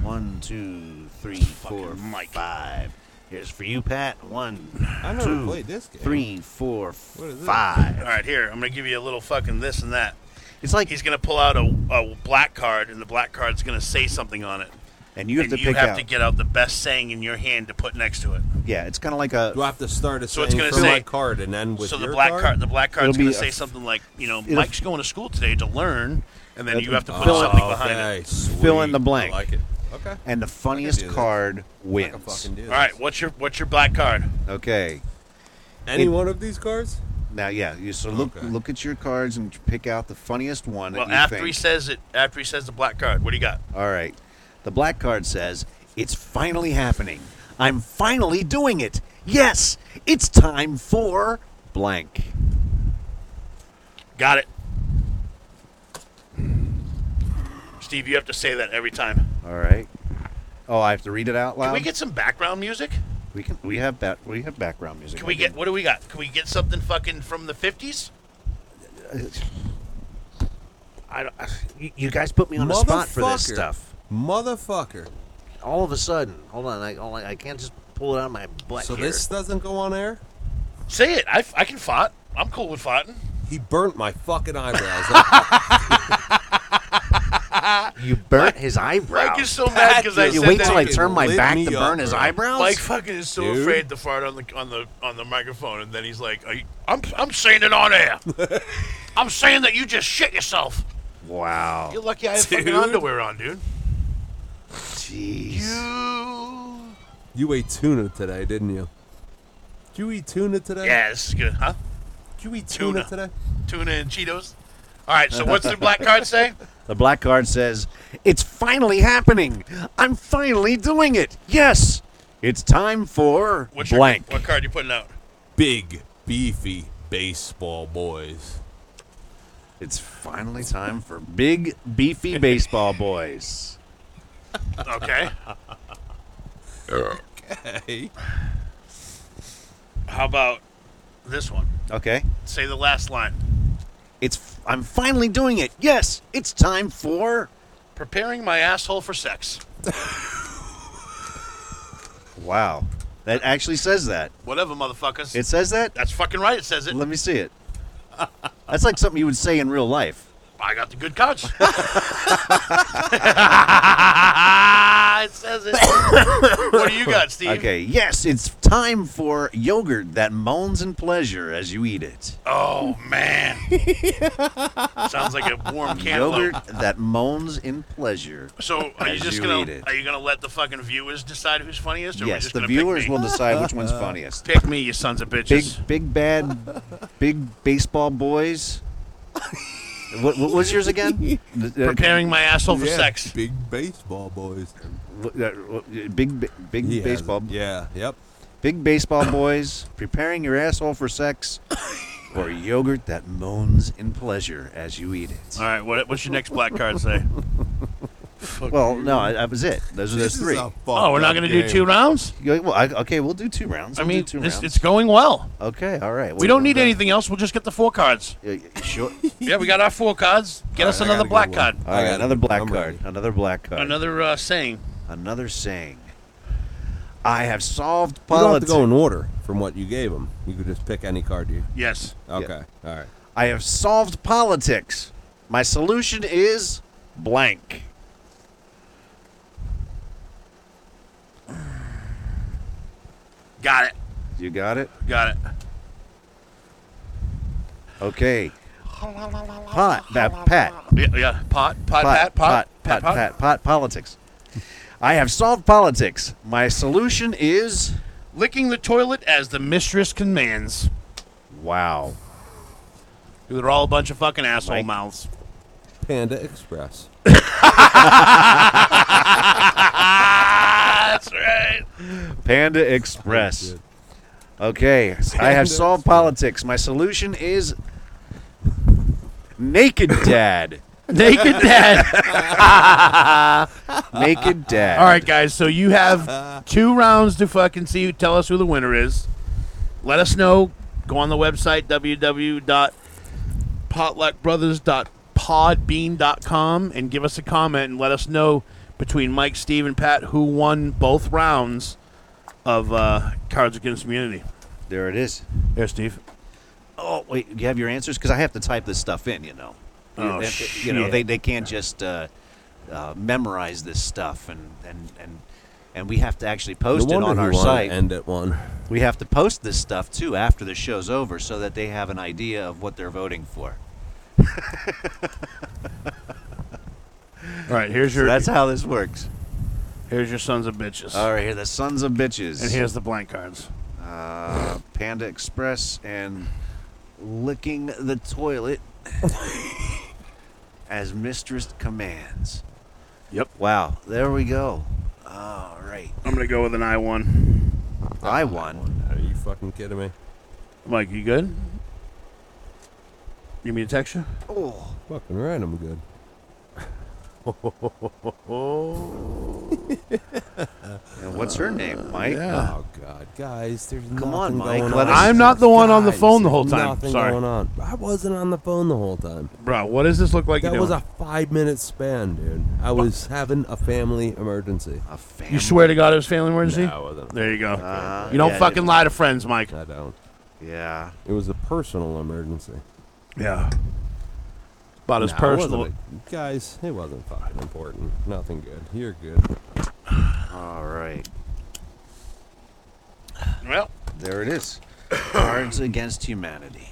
One, two, three, four, five. Here's for you, Pat. One,
I never
two,
played this game.
three, four,
What is this?
five.
All right, here. I'm going to give you a little fucking this and that.
It's like
he's going to pull out a, a black card, and the black card's going to say something on it.
And you have to
you
pick
have
out.
to get out the best saying in your hand to put next to it.
yeah, it's kind of like a.
Do I have to start a
So it's
saying
gonna
for my
say-
card and end with
so the
your
black
card?
card, the black card's
It'll be
going to
a
say
f-
something like, you know,
it'll-
Mike's going to school today to learn, and then
It'll
you have to put
fill in-
something behind
Oh, okay,
it.
sweet.
Fill in the blank.
I like it. Okay.
And the
do
funniest
this.
card
I can
wins.
fucking do
All
this.
right, what's your what's your black card?
Okay.
Any
It-
one of these cards?
Now, yeah. You, so look
Okay.
look at your cards and pick out the funniest one. that
Well,
you
after
think.
he says it, after he says the black card, what do you got?
All right. The black card says, It's finally happening. I'm finally doing it. Yes, it's time for blank.
Got it. Steve, you have to say that every time.
All right. Oh, I have to read it out
Can
loud.
we get some background music?
we can. We have back. We have background music.
Can we
I
get what do we got? Can we get something fucking from the fifties?
I don't, you- you guys put me on the spot for this
Motherfucker.
stuff.
Motherfucker.
All of a sudden, hold on. I all, I can't just pull it out of my butt
So
here.
this doesn't go on air?
Say it. I, I can fart. I'm cool with farting.
He burnt my fucking
[LAUGHS]
eyebrows.
you burnt his eyebrow.
Mike is so mad because I
Pat
you
said
wait
that.
till I
fucking
turn my
lit
back
me
to
up
burn his
right now.
eyebrows.
Mike fucking is so
Dude.
afraid to fart on the on the on the microphone, and then he's like, Are you, "I'm I'm saying it
[LAUGHS]
on air. I'm saying that you just shit yourself.
wow.
You're lucky I have fucking
Dude.
underwear on, dude.
Jeez.
You.
you ate tuna today, didn't you? Did you eat tuna today?
Yeah, this is good, huh?
Did you eat tuna,
Tuna.
today?
Tuna and Cheetos. All right, so what's
[LAUGHS]
the black card say?
The black card says, It's finally happening. I'm finally doing it. Yes, it's time for
What's your-
blank.
what card you putting out?
Big, beefy baseball boys.
It's finally time for big, beefy baseball boys.
Okay.
Hey.
How about this one?
Okay.
Say the last line.
It's I'm finally doing it. Yes, it's time for
Preparing my asshole for sex.
Wow. That actually says that.
Whatever, motherfuckers.
It says that?
That's fucking right. It says it.
Let me see it. That's like something you would say in real life.
I got the
[LAUGHS]
good [LAUGHS] cards. it says it. what do you got, Steve?
Okay, yes, it's time for yogurt that moans in pleasure as you eat it.
Oh man. Sounds like a warm
Yogurt
cantaloupe.
that moans in pleasure.
So are you
as
just
you eat
gonna
it.
are you gonna let the fucking viewers decide who's funniest? Or are we
yes,
just
the
gonna
viewers
pick me?
will decide which one's funniest.
pick me, you sons of
Big,
bitches.
big bad, big baseball boys. What, what was
[LAUGHS]
yours again? The- uh,
Preparing my asshole for
Yeah,
sex.
Big baseball boys.
w- uh, w- Big, b- big
He has
baseball,
it. Yeah. Yep.
big baseball boys. Preparing your asshole for sex.
or yogurt that moans in pleasure as you eat it.
All right, what, what's your next black card say? Fuck
Well,
you.
no, I- that was it. Those are
This
those
is
three.
a Oh, we're not fucked up gonna do game. two rounds?
Yeah, well, I, okay, we'll do two rounds.
I
We'll do
mean,
two
this,
rounds.
it's going well.
okay, all right.
We don't need anything else. We'll just get the four cards.
Yeah,
[LAUGHS]
sure.
yeah, we got our four cards. Get us another black card.
All right, another black card. Another black card.
Another uh, saying.
Another saying. I have solved
You don't have to
politics.
go in order from what you gave him. You could just pick any card you.
Yes.
Okay. All right.
I have solved politics. My solution is blank.
Got it.
You got it?
Got it.
Okay. Pot. That Pat.
Yeah, yeah. Pot, pot, pat, pot, pat, pot.
pot, pot, politics. I have solved politics. My solution is
licking the toilet as the mistress commands.
Wow.
They're all a bunch of fucking asshole
Mike.
mouths.
Panda Express.
That's right.
Panda Express. Okay, I have solved politics. My solution is naked dad.
Naked dad.
naked dad.
[LAUGHS] All right, [LAUGHS] guys. So you have two rounds to fucking see. Tell us who the winner is. Let us know. Go on the website www.potluckbrothers.podbean.com and give us a comment and let us know between Mike, Steve, and Pat who won both rounds of uh, Cards Against Humanity.
There it is.
There, Steve.
Oh wait, you have your answers because I have to type this stuff in. You know. You-
Oh,
they have to- You know
shit.
they, they can't just uh, uh, memorize this stuff and and and and we have to actually post
no
it
wonder
on our
he wanted to
site.
End at one.
we have to post this stuff too after the show's over so that they have an idea of what they're voting for.
All right, here's
So
your.
that's how this works.
Here's your sons of bitches.
All right, here the sons of bitches.
And here's the blank cards.
uh, Panda Express and licking the
[LAUGHS]
toilet as mistress commands.
Yep.
Wow. There we go. All right.
I'm gonna go with an I one.
I won.
Are you fucking kidding me?
Mike, you good? You mean a texture?
Oh.
Fucking right, I'm good.
And what's her name, Mike?
yeah.
Oh God, guys, there's
Come on,
nothing
Mike,
going
let
on.
us-
I'm not the one on the
Guys,
phone the
there's
whole time.
Nothing
Sorry.
going on. I wasn't on the phone the whole time.
Bro, what does this look like?
that
you're
was
doing?
a five-minute span, dude. I was having a family emergency.
A family.
You [LAUGHS] swear to God it was family emergency?
No, I wasn't.
There you go.
Uh,
you don't
yeah,
fucking lie to friends, Mike.
I don't.
Yeah.
It was a personal emergency.
Yeah. About as
Nah, it
personal.
wasn't a- guys, it wasn't fucking important. Nothing good. You're good.
All right.
Well,
There it is. [COUGHS] Cards Against Humanity.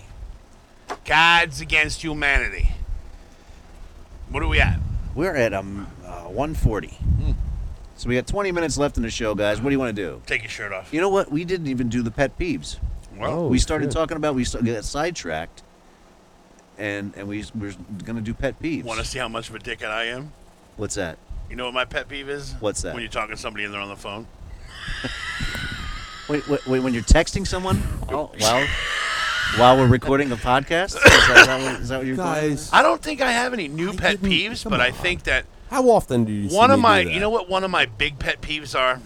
Cards Against Humanity. What are we at?
We're at um uh, 140. So we got 20 minutes left in the show, guys. What do you want to do?
Take your shirt off.
You know what? We didn't even do the pet peeves.
Well,
we started
shit.
talking about we st- got sidetracked, and and we we're gonna do pet peeves.
want to see how much of a dickhead I am?
What's that?
You know what my pet peeve is?
What's that?
When you're talking to somebody and they're on the phone.
Wait, wait, wait when you're texting someone oh, while while we're recording the podcast, is that, is that what, is that what you're
Guys,
I don't think I have any new pet peeves, but I think that
how often do you see
one of
me
my
do [LAUGHS]
you know what one of my big pet peeves are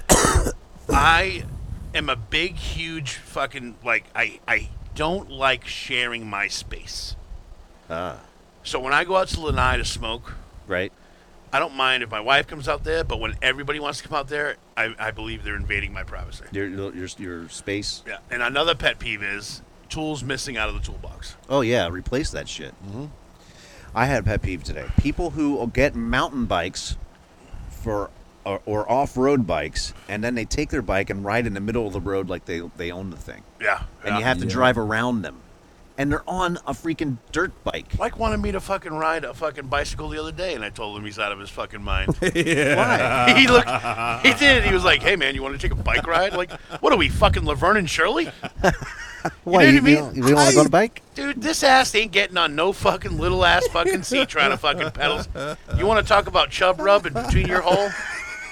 [COUGHS] i am a big huge fucking like i i don't like sharing my space
Ah,
so when i go out to lanai to smoke
right.
i don't mind if my wife comes out there but when everybody wants to come out there i, I believe they're invading my privacy
Your, your your your space.
yeah and another pet peeve is tools missing out of the toolbox
Oh yeah, replace that shit. Mm-hmm. I had a pet peeve today. People who get mountain bikes for or, or off-road bikes, and then they take their bike and ride in the middle of the road like they they own the thing.
yeah,
and you have to
Yeah.
drive around them. And they're on a freaking dirt bike.
Mike wanted me to fucking ride a fucking bicycle the other day, and I told him he's out of his fucking
[LAUGHS]
mind. [LAUGHS]
Why?
he looked. He did. He was like, "Hey, man, you want to take a bike ride? Like, what are we fucking Laverne and Shirley,
Why?
know
You,
what I mean?
you don't, want to go on a bike?
dude? This ass ain't getting on no fucking
[LAUGHS]
little ass fucking seat trying to fucking pedals. You want to talk about chub rub in between your hole?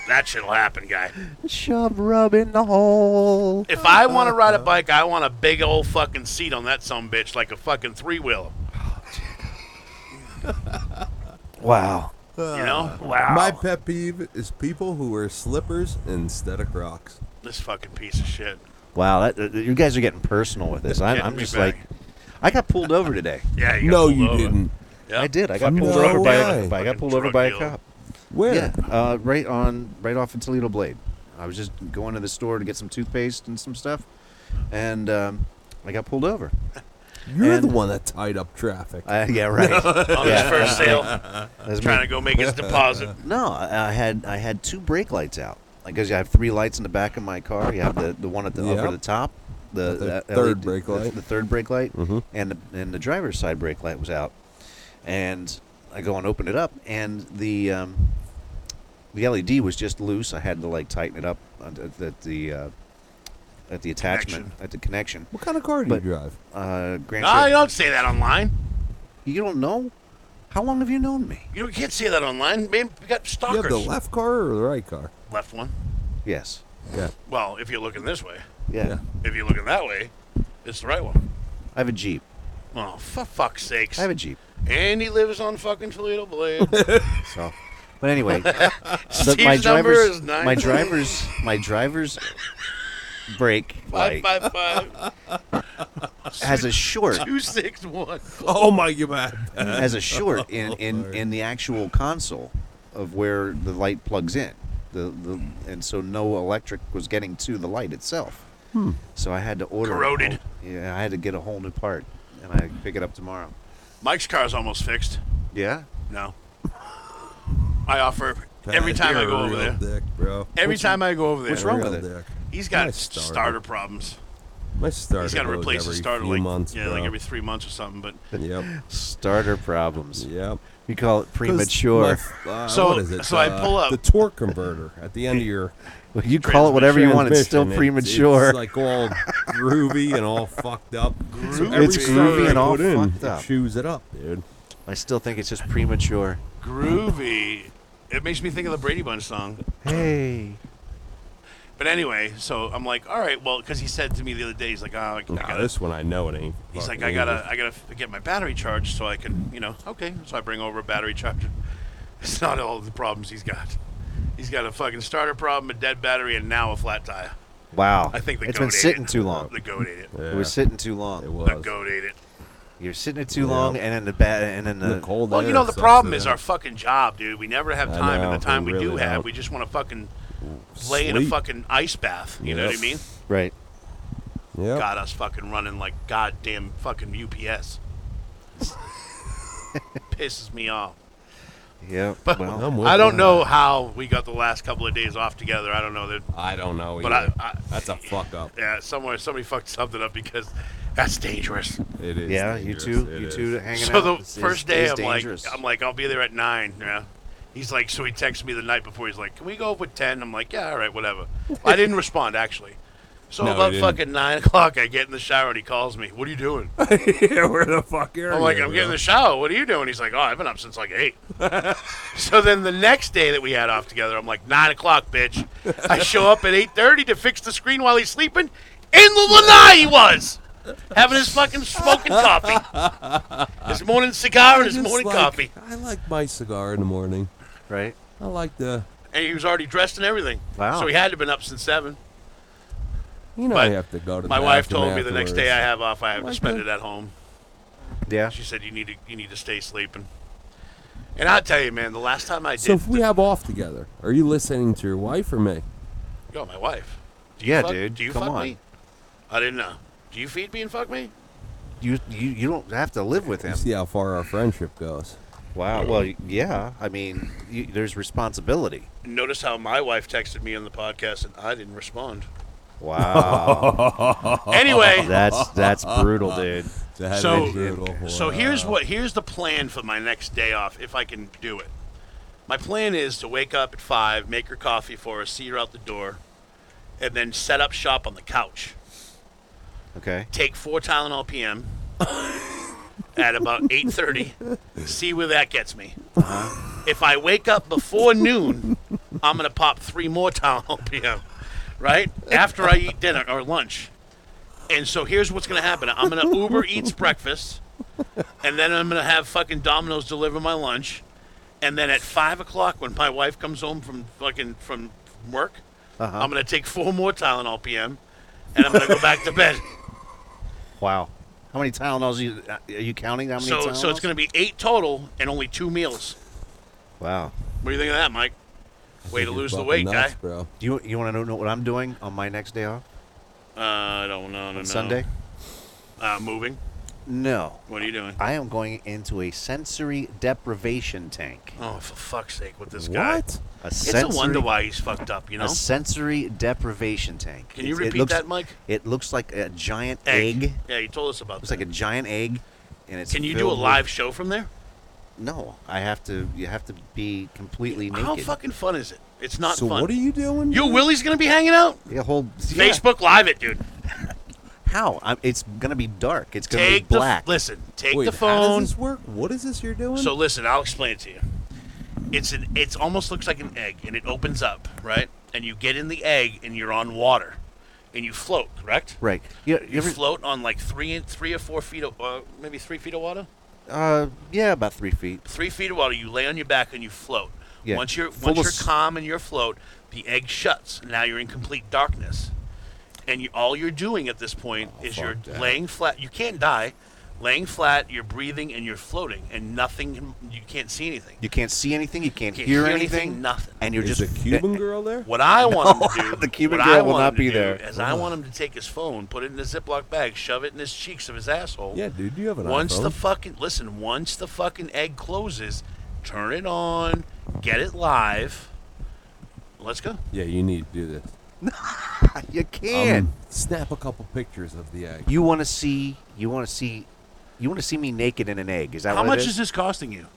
that shit'll happen, guy.
Shove rub in the hole.
If I want to ride a bike, I want a big old fucking seat on that some bitch, like a fucking three wheeler.
Wow.
You know? Wow.
My pet peeve is people who wear slippers instead of Crocs.
This fucking piece of shit.
Wow, that, uh, you guys are getting personal with this. I'm,
Getting
I'm
me
just
back.
like, I got pulled over
[LAUGHS]
today.
Yeah, you got No, pulled you over. didn't.
I
Yep.
did. I got
Fucking
pulled
drug
over by a,
dealer.
by I got
Fucking
pulled over
drug
by a
dealer.
cop.
Where?
Yeah, uh, right on, right off of Toledo Blade. I was just going to the store to get some toothpaste and some stuff, and um, I got pulled over.
You're the
And-
one that tied up traffic.
Uh, yeah, right.
[LAUGHS] On his
Yeah,
first
I-
sale,
that's
trying
me.
to go make his deposit.
No, I I had I had two brake lights out. Like, cause you have three lights in the back of my car. You have the, the one at the
Yep.
upper the top, the,
The
that
third
LED
brake
the-
light. Mm-hmm.
the, third brake light, and the, and the driver's side brake light was out. And I go and open it up, and the um, the LED was just loose. I had to like tighten it up on the- at the uh, at the attachment at the connection.
What kind of car do
But,
you drive?
Uh, Grand
No, you
Cher-
don't say that online.
you don't know. How long have you known me?
You can't say that online. Man, we got
You
stalkers.
have the left car or the right car?
Left one.
Yes.
Yeah.
Well, if you're looking this way.
Yeah.
If you're looking that way, it's the right one.
I have a Jeep.
Oh, for fuck's sakes.
I have a Jeep.
And he lives on fucking Toledo Blade.
So, but anyway, the,
Steve's
my
number
driver's
is
my
9.
driver's my driver's brake
Five
light
five five.
has
[LAUGHS]
a short
Two six one.
Oh my god.
has a short in
Oh,
in in the actual console of where the light plugs in. The, the and so no electric was getting to the light itself.
Hmm.
So I had to order a
Corroded.
whole- yeah, I had to get a whole new part, and I pick it up tomorrow.
Mike's car's almost fixed.
Yeah.
No. I offer every time I
You're
go
a
over
real
there.
Dick, bro.
Every time I go over there.
What's wrong with it?
He's got
My
starter.
starter.
problems.
My starter.
He's got to
goes
replace
every
his starter
few
like
months,
yeah,
bro.
like every three months or something. But
Yep.
Starter problems.
Yep.
We call it
'Cause
premature.
my- uh,
So-
what is it?
so I
Uh,
pull up-
the torque converter at the end
[LAUGHS]
of your.
Well, you call it whatever you want. It's still
transmission. It's-
premature.
It's like all groovy and all fucked up. So
Groovy.
every
It's
starter
groovy
I
and all
put in,
fucked
it
up.
Chews it up, dude.
I still think it's just premature.
groovy. It makes me think of the Brady Bunch song.
Hey.
But anyway, so I'm like, all right, well, because he said to me the other day, he's like, oh, I
Nah,
gotta,
this one I know it ain't.
he's like,
fucking
I gotta,
English.
I gotta f- get my battery charged so I can, you know, okay. So I bring over a battery charger. [LAUGHS] It's not all the problems he's got. He's got a fucking starter problem, a dead battery, and now a flat tire.
Wow.
I think the
it's
goat
been
ate
sitting
it.
too long.
The goat ate it.
It was sitting too long. It
The goat ate it.
You're sitting it too long, and then the bad, and then the, cold.
Well, you know, the problem is our fucking job, dude. We never have
I
time,
know,
and the time
we
we, do
really
have,
don't.
we just want to fucking lay in a
Sleep.
fucking ice bath. You know what I mean?
Right.
Yeah.
Got us fucking running like goddamn fucking
[LAUGHS]
UPS. Pisses me off.
Yep.
But
well,
I don't know how we got the last couple of days off together. I don't know that.
I don't know.
But
either.
I- I-
that's a fuck up.
Yeah, somewhere somebody fucked something up because that's dangerous.
It is.
Yeah, you
dangerous.
two,
It
you
is.
two hanging
so
out.
the
is-
first day,
is
I'm
dangerous.
like, I'm like, I'll be there at nine. Yeah. He's like, so he texts me the night before. He's like, can we go up with ten? I'm like, yeah, all
[LAUGHS]
right, whatever. I didn't respond actually. So
No, you
about
didn't.
fucking nine [LAUGHS] o'clock, I get in the shower and he calls me. What are you doing?
[LAUGHS] yeah, where the fuck are
I'm like,
you,
I'm
bro?
getting in the shower. What are you doing? He's like, oh, I've been up since like eight. so then the next day that we had off together, I'm like, nine o'clock, bitch. I show up at eight thirty to fix the screen while he's sleeping. In the lanai he was, having his fucking smoking coffee, his morning cigar and his
Just
morning
like-
coffee,
I like my cigar in the morning.
Right.
I like the.
and he was already dressed and everything.
Wow.
So he had to have been up since seven.
You know, I have to go to.
My
the
wife
bathroom
told me the next day I
afterwards.
have off, I have to
Like
spend
that.
it at home.
Yeah.
She said you need to you need to stay sleeping. And I tell you, man, the last time I did,
So if we have off together, are you listening to your wife or me?
yo, my wife. Do
Yeah,
fuck,
dude,
Do you
come
fuck
on.
me? I didn't know. Do you feed me and fuck me?
you, you, you don't have to live with him.
You see how far our friendship goes.
Wow. Well, y- yeah. I mean, you, there's responsibility.
Notice how my wife texted me on the podcast and I didn't respond.
Wow.
[LAUGHS] Anyway.
that's that's brutal, dude.
so, so here's what here's the plan for my next day off if I can do it. My plan is to wake up at five, make her coffee for her, see her out the door, and then set up shop on the couch.
Okay.
Take four Tylenol PM at about eight thirty. See where that gets me. If I wake up before noon, I'm gonna pop three more town opium, right after I eat dinner or lunch. And so here's what's gonna happen: I'm gonna Uber Eats breakfast, and then I'm gonna have fucking Domino's deliver my lunch, and then at five o'clock when my wife comes home from fucking from work,
Uh-huh.
I'm gonna take four more Tylenol PM, and I'm gonna go back
[LAUGHS]
to bed.
Wow. How many Tylenols are you, are you counting? How many
So
Tylenols?
so it's gonna be eight total and only two meals.
Wow.
What do you think of that, Mike? Way to
You're
lose the
fucking
weight,
nuts,
guy.
Bro. Do you you want to know what I'm doing on my next day off?
Uh, I don't know. No, no.
Sunday?
Uh, moving.
No.
What are you doing?
I am going into a sensory deprivation tank.
Oh, for fuck's sake, with this guy.
A
it's a
sensory-
wonder why he's fucked up, you know?
A sensory deprivation tank.
Can you
It's-
repeat
looks-
that, Mike?
It looks like a giant
Egg.
egg.
Yeah, you told us about
Looks
that.
like a giant egg, and it's.
Can you do a
filled with-
live show from there?
No, I have to. You have to be completely naked.
How fucking fun is it? It's not
So
fun.
what are you doing?
You Willie's gonna be hanging out?
Yeah, whole
[LAUGHS]
yeah.
Facebook Live it, dude.
How? I'm, it's gonna be dark. It's gonna
Take
be
the
black.
listen. Take
Wait,
the
how
phone.
does
this work? What is this you're doing?
So listen, I'll explain it to you. It's an it's almost looks like an egg and it opens up, right? And you get in the egg and you're on water. And you float, correct?
Right. You, you
You
ever-
float on like three in- three or four feet of uh, maybe three feet of water.
uh, yeah, about three feet.
Three feet of water. You lay on your back and you float.
Yeah.
Once you're
Full
once
of
you're
s-
calm and you're afloat, the egg shuts. Now you're in complete darkness, and you, all you're doing at this point
Oh,
is you're
fuck that.
laying flat. You can't die. Laying flat, you're breathing and you're floating, and nothing. can- You can't see anything.
You can't see anything. You can't,
Can't
hear,
hear
anything,
anything, nothing.
And you're just
girl there?
What I want
No, [LAUGHS]
him to do,
the Cuban
what
girl
I
will
want
not
him to
be
do
there.
Is I
Ugh.
want him to take his phone, put it in a Ziploc bag, shove it in his cheeks of his asshole.
Yeah, dude, you have an
Once the
iPhone.
fucking listen, once the fucking egg closes, turn it on, get it live. Let's go.
Yeah, you need to do this. Um,
you can't.
snap a couple pictures of the uh, egg.
You want to see? You want to see? You want to see me naked in an egg? Is that
How
what
much
it is?
is this costing you?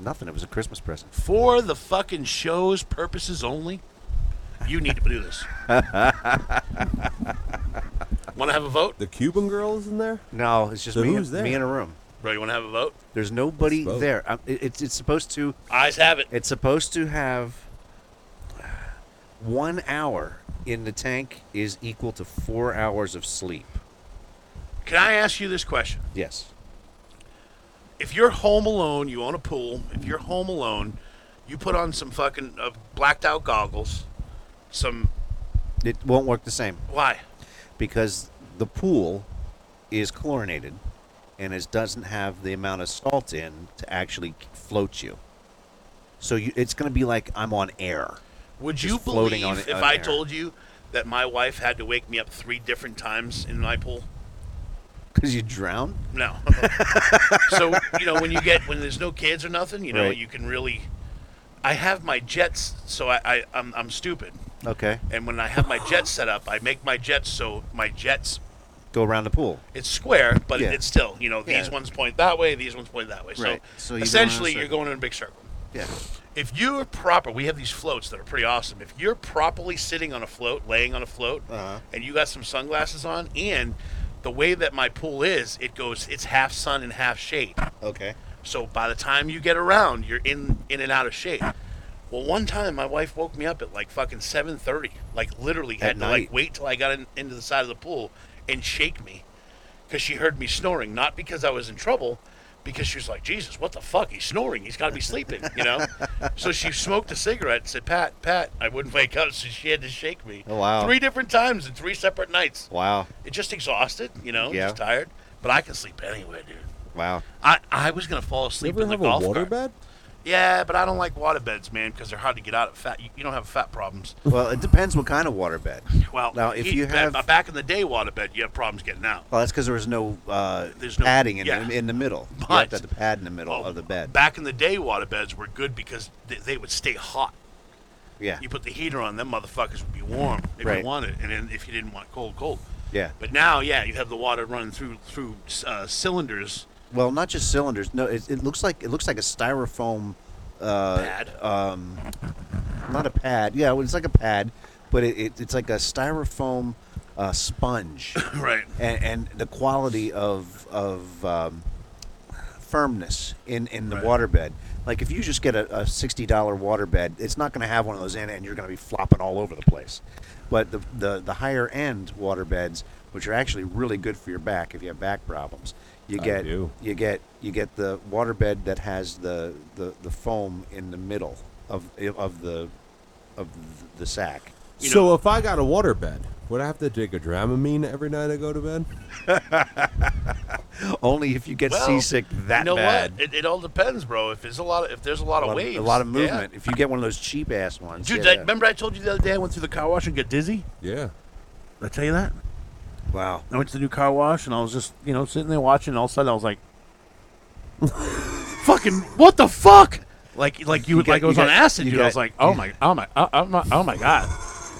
Nothing. It was a Christmas present.
For the fucking show's purposes only. You need to do
[LAUGHS]
this. Want to have a vote?
The Cuban girl is in there?
No, it's just
So
me,
who's there?
and, me in a room.
Bro, you want to have a vote?
There's nobody
vote.
there. i it, it's it's supposed to.
Eyes have it.
It's supposed to have one hour in the tank is equal to four hours of sleep.
Can I ask you this question?
Yes.
if you're home alone, you own a pool. If you're home alone, you put on some fucking uh, blacked out goggles. Some
It won't work the same
why?
because the pool is chlorinated and it doesn't have the amount of salt in to actually float you. So you, it's going to be like I'm on air.
Would
just
you
floating
believe
on
if
on
I
air.
told you that my wife had to wake me up three different times in my pool?
Because you drown? [LAUGHS]
No. so you know when you get when there's no kids or nothing, you know
Right.
you can really. I have my jets, so I, I I'm I'm stupid.
Okay.
And when I have my jets set up, I make my jets so my jets
Go around the pool.
It's square, but
Yeah.
it's still, you know, these
Yeah.
ones point that way, these ones point that way. So,
Right. So you go
essentially,
around a
you're going in a big circle.
Yeah.
If you're proper, we have these floats that are pretty awesome. If you're properly sitting on a float, laying on a float,
Uh-huh.
and you got some sunglasses on, and the way that my pool is, it goes, it's half sun and half shade.
Okay.
So by the time you get around, you're in in and out of shape. Well, one time my wife woke me up at like fucking seven thirty. Like literally
At
had to like
night.
wait till I got in, into the side of the pool and shake me because she heard me snoring. Not because I was in trouble, because she was like, Jesus, what the fuck? He's snoring. He's got to be sleeping, you know. so she smoked a cigarette and said, Pat, Pat, I wouldn't wake up. So she had to shake me.
Oh, wow.
Three different times in three separate nights.
Wow.
It just exhausted, you know.
Yeah.
Just tired. But I can sleep anywhere, dude.
Wow.
I, I was gonna fall asleep
ever
in the
have a
golf
water
cart.
bed?
Yeah, but I don't like water beds, man, because they're hard to get out of. Fat, you, you don't have fat problems.
Well, it depends what kind of waterbed.
Well,
now if
he- uh,
you
ba-
have,
ba- back in the day water bed, you have problems getting out.
[LAUGHS] well, that's because there was no, uh,
There's no-
padding in,
yeah.
the, in the middle. you have
But- Oh,
to have the pad in the middle of Oh, the bed.
Back in the day, water beds were good because they, they would stay hot.
Yeah.
You put the heater on, them motherfuckers would be warm if
Right.
you wanted, and then if you didn't want cold, cold.
Yeah.
But now, yeah, you have the water running through through uh, cylinders.
Well, not just cylinders. No, it, it looks like it looks like a styrofoam uh,
Pad?
Um, not a pad. Yeah, well, it's like a pad, but it, it, it's like a styrofoam uh, [COUGHS] sponge.
Right.
And, and the quality of of um,
firmness in, in the waterbed. Like if you just get a, a sixty dollar waterbed, it's not going to have one of those in it, and you're going to be flopping all over the place. But the, the the higher end waterbeds, which are actually really good for your back if you have back problems, you
I
get
do.
you get you get the waterbed that has the, the, the foam in the middle of of the of the sack.
so if I got a waterbed, would I have to take a Dramamine every night I go to bed?
Only if you get
Well,
seasick that
you know
bad.
what? It, it all depends, bro. If there's a lot of if there's a lot,
A
of
lot of-
waves,
a lot of
yeah.
movement. If you get one of those cheap ass ones,
Dude,
yeah,
I, remember I told you the other day I went through the car wash and got dizzy?
Yeah.
Did I tell you that?
Wow.
I went to the new car wash and I was just, you know, sitting there watching and all of a sudden I was like [LAUGHS] fucking what the fuck? Like like you,
You
would
got-
like I
you
was on
got-
acid,
you
dude. I
got-
was like, "Oh my oh my oh, oh my oh my god."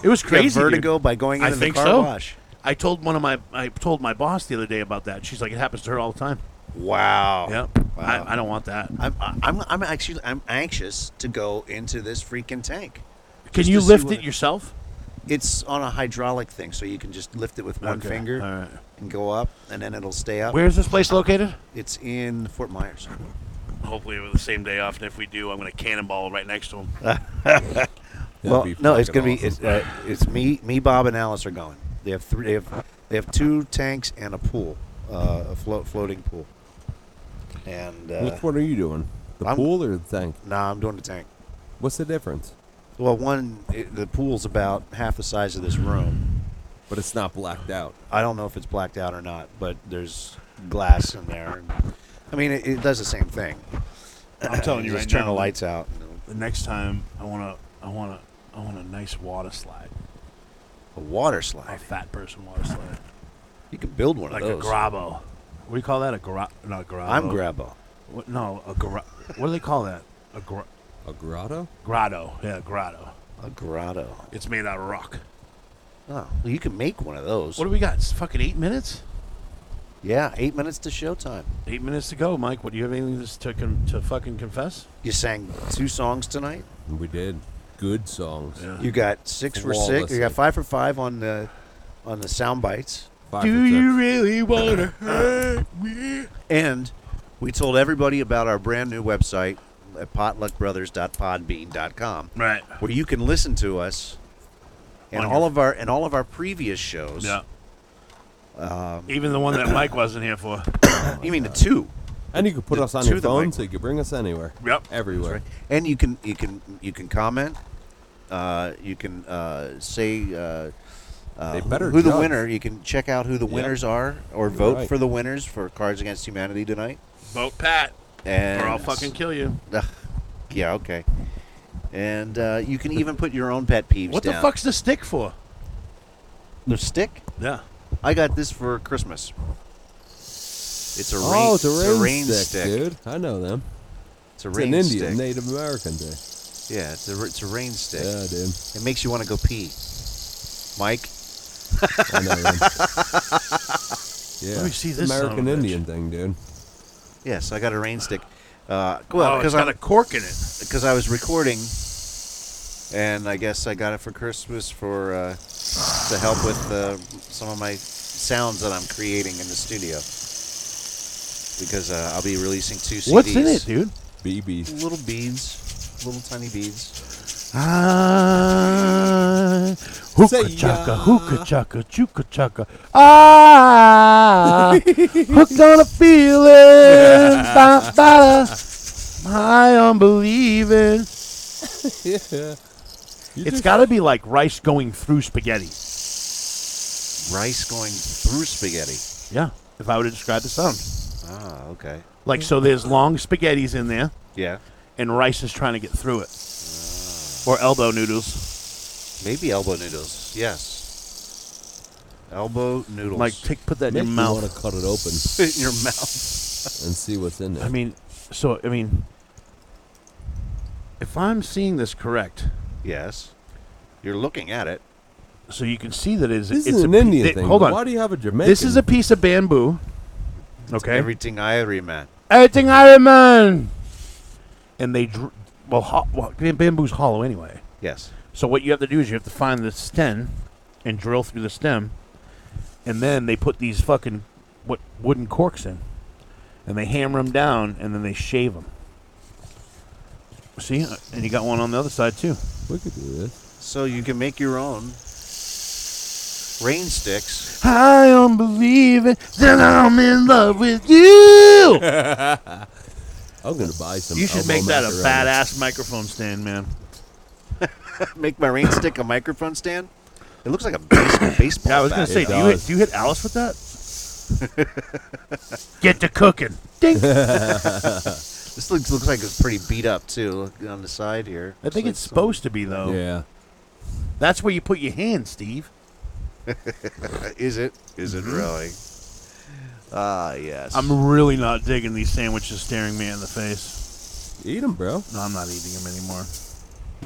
It was
You got
crazy. dude.
vertigo by going
I
into the
think
car
so.
wash.
I told one of my I told my boss the other day about that. She's like, "It happens to her all the time."
Wow.
Yep.
Wow.
I, I don't want that.
I'm, I'm, I'm actually I'm anxious to go into this freaking tank.
Can
Just
you
to see
lift
what-
it yourself?
It's on a hydraulic thing, so you can just lift it with one
Okay,
finger and go up, and then it'll stay up.
Where's this place located?
It's in Fort Myers.
Hopefully, we're the same day off, and if we do, I'm going to cannonball right next to him.
well,
be
no, it's
fucking
gonna be it's, uh, it's me, me, Bob, and Alice are going. They have three. They have they have two tanks and a pool, uh, a float floating pool. And uh,
Which one are you doing? The
I'm-
pool or the tank?
Nah, I'm doing the tank.
What's the difference?
Well, one it, the pool's about half the size of this room,
but it's not blacked out.
I don't know if it's blacked out or not, but there's glass in there. I mean, it, it does the same thing.
I'm
[CLEARS THROAT]
telling you
just
right
turn
now,
the lights out.
The next time, I want to, I want to, I want a nice water slide,
A water slide.
a fat person water slide,
You can build one
like
of those.
a grabo. What do you call that? A gra? Not a grabo.
I'm grabo.
What? No, a gra. what do they call that? A gra.
A grotto?
Grotto. Yeah, grotto.
A grotto.
It's made out of rock.
Oh, well, you can make one of those.
What do we got? It's fucking eight minutes.
Yeah, eight minutes to showtime.
Eight minutes to go, Mike. What do you have anything to con- to fucking confess?
You sang two songs tonight.
We did. Good songs.
You got six for six. You got five for five on the on the sound bites.
Five
Do you really want to hurt me?
And we told everybody about our brand new website at potluckbrothers.podbean.com.
[LAUGHS] Right.
Where you can listen to us and
On
all of our and all of our previous shows.
Yeah.
Um,
Even the one that Mike wasn't here for.
you mean the two?
And you could put
The
us on
two
your
that
phone
Mike-
so you could bring us anywhere.
Yep.
Everywhere.
That's right. And you can you can you can comment. Uh, you can uh, say uh, uh,
They better
who the
judge.
winner. You can check out who the
Yep.
winners are, or
You're
vote
right.
for the winners for Cards Against Humanity tonight.
Vote Pat,
And
or I'll fucking kill you.
[LAUGHS] Ugh. yeah, okay. And uh, you can even put your own pet peeves.
What the
down.
fuck's the stick for?
the stick?
Yeah.
I got this for Christmas. It's a rain.
oh, it's a rain,
rain
stick, dude. I know them.
It's a
It's
rain
an
stick.
Indian Native American thing.
Yeah, it's a it's a rain stick.
Yeah, dude.
It makes you want to go pee. Mike.
I know
[LAUGHS]
them. yeah.
Let me see
It's
this son of a
American
bitch.
Indian thing, dude.
Yes, I got a rain stick. Uh,
Oh,
well,
it's
because
got
I
a cork in it.
because I was recording, and I guess I got it for Christmas for uh, to help with uh, some of my sounds that I'm creating in the studio. Because uh, I'll be releasing two CDs.
What's in it,
[LAUGHS]
dude?
BBs.
Little beads, little tiny beads. [LAUGHS]
Ah, hookah chaka, hookah chaka, chuka chaka. [LAUGHS]
Ah, hooked on a feeling. Ba- ba-
My unbelieving.
[LAUGHS] yeah.
It's got to be like rice going through spaghetti.
Rice going through spaghetti.
Yeah, if I were to describe the sound.
Ah, okay.
Like, so there's long spaghettis in there,
Yeah,
and rice is trying to get through it. Or elbow noodles.
maybe elbow noodles. Yes, elbow noodles.
Like, take, put that in your
Make me want [LAUGHS]
mouth.
to cut it open
in your mouth.
and see what's in there.
I mean, so, I mean, if I'm seeing this correct,
Yes, you're looking at it.
so you can see that it's,
this
it's
is
a
an
pi-
Indian
th-
thing.
Hold
but
on.
Why do you have a Jamaican?
This is a piece of bamboo. Okay.
Everything I remember.
Everything Iron Man. And they, dr- well, ho- well, bamboo's hollow anyway.
Yes.
So what you have to do is you have to find the stem and drill through the stem, and then they put these fucking what wooden corks in, and and they hammer them down, and then they shave them. See, and you got one on the other side too.
We could do this.
So you can make your own rain sticks.
I don't believe it that I'm in love with you.
I'm gonna buy some.
[LAUGHS] You should
elbow
make that a
macaroni.
badass microphone stand, man.
make my rain stick a microphone stand. It looks like a
[COUGHS]
baseball. baseball
Yeah, I was
bat.
gonna say, do you, hit, do you hit Alice with that? [LAUGHS] Get to cooking.
[LAUGHS]
Ding.
this looks, looks like it's pretty beat up too look on the side here.
I think it's supposed to be though.
Yeah.
That's where you put your hand, Steve.
Uh,
Is it? Is it really? Ah, yes.
Mm-hmm. I'm really not digging these sandwiches staring me in the face.
Eat them, bro.
No, I'm not eating them anymore.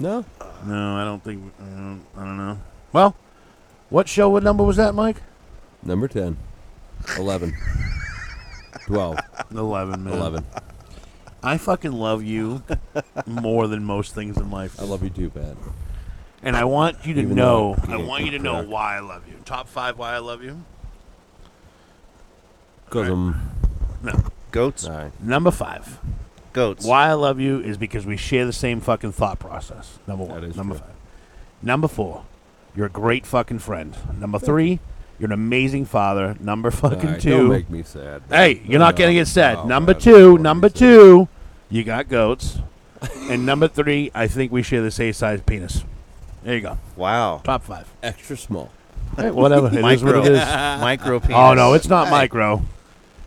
No.
No, I don't think. I don't, I don't know. Well, what show? What number was that, Mike?
Number 10. [LAUGHS] 11. 12.
11, man.
11.
I fucking love you more than most things in life. I
love you too bad.
And I want you to
Even though
know.
you
I
can't
want you to
cook
know
correct.
why I love you. Top five why I love you.
Because I'm.
No.
Goats.
Number five.
Goats.
Why I love you is because we share the same fucking thought process. Number one. Number five. Number four. You're a great fucking friend. Number three. You're an amazing father. Number fucking
Alright,
2
don't make me sad.
Hey, you're not gonna get sad.
No,
number
man, I
two, number two, you got goats, and number three, I think we share the same size penis. There you go.
Wow.
Top five.
Extra small.
[LAUGHS]
Hey, whatever. It is what it
Micro.
is.
[LAUGHS] Micro
Oh
penis.
no, it's not
Hey.
micro.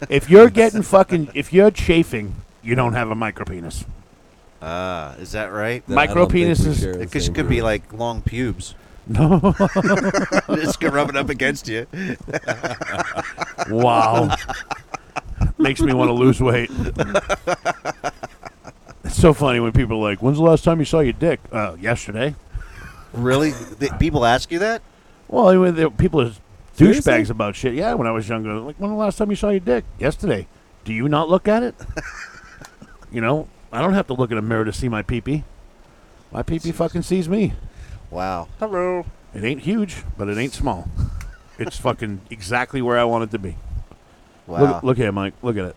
If you're getting fucking, if you're chafing, you don't have a micro penis.
Ah, is that right?
Then I don't think we Micropenises- share the
Because
same
it could be
group.
like long pubes.
[LAUGHS] No.
[LAUGHS] Just gonna rub it up against you.
[LAUGHS] Wow. Makes me want to
[LAUGHS]
lose weight. It's so funny when people are like, "When's the last time you saw your dick?" Uh, yesterday.
Really? Th- people ask you that?
Well, anyway, there, people are
Seriously?
douchebags about shit. Yeah, when I was younger, like when the last time you saw your dick? Yesterday. Do you not look at it? you know, I don't have to look in a mirror to see my peepee. My peepee fucking sees me.
Wow. Hello.
It ain't huge, but it ain't small. It's fucking exactly where I want it to be.
Wow.
Look, look here, Mike. Look at it.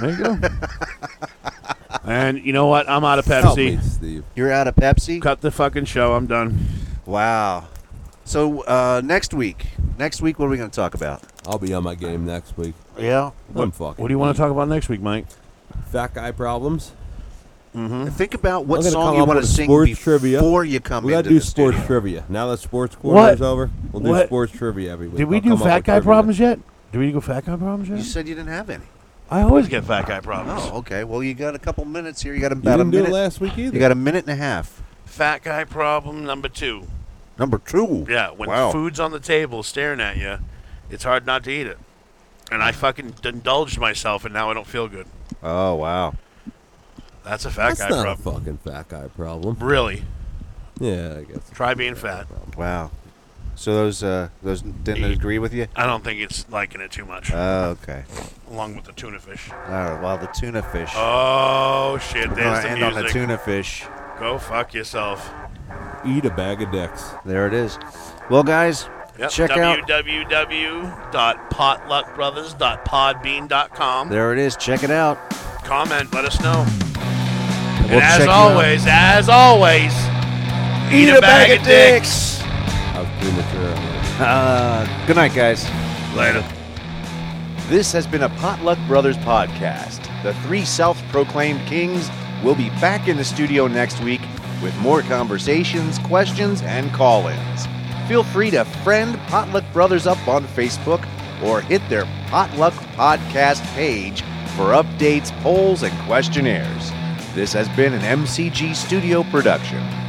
There you go. and you know what? I'm out of Pepsi.
Help me, Steve. You're out of Pepsi?
Cut the fucking show. I'm done.
Wow. So uh, next week, next week, what are we going to talk about?
I'll be on my game next week.
Yeah.
I'm fucking.
What do you want to talk about next week, Mike?
Fat guy problems.
Mm-hmm.
Hmm? Think about what
I'm gonna
song
come
you
up
want
with
to
a
sing
sports
before
trivia.
you come
we gotta
into
do
the
sports
studio.
trivia. Now that sports quarter is
What?
over, we'll do
What?
sports trivia every week.
Did we
I'll
do
come up
fat
with
guy
trivia.
problems yet? Did we do fat guy problems
You
yet?
said you didn't have any.
I always get fat guy problems.
Oh, okay. Well, you got a couple minutes here. You got about a
didn't do it
minute
last week either.
You got a minute and a half.
Fat guy problem number two.
Number two.
Yeah, when
wow.
food's on the table staring at you, it's hard not to eat it. And I fucking indulged myself, and now I don't feel good.
Oh wow.
That's a fat
That's
guy
not
problem.
a fucking fat guy problem.
Really?
Yeah, I guess.
Try being fat.
Wow. So those uh, those didn't agree with you?
I don't think it's liking it too much.
Oh, okay.
Along with the tuna fish.
All right. Well, the tuna fish.
Oh shit!
We're
There's
gonna
the
end
music.
on the tuna fish.
Go fuck yourself.
Eat a bag of dicks.
There it is. Well, guys,
Yep.
check out.
www.potluckbrothers.podbean.com.
There it is. Check it out.
Comment. Let us know. and
We'll check
as
you
always, as always, eat, a, bag, of dicks.
I was premature.
Uh, good night, guys.
Later.
This has been a Potluck Brothers podcast. The three self proclaimed kings will be back in the studio next week with more conversations, questions, and call ins. Feel free to friend Potluck Brothers up on Facebook or hit their Potluck podcast page for updates, polls, and questionnaires. This has been an MCG studio production.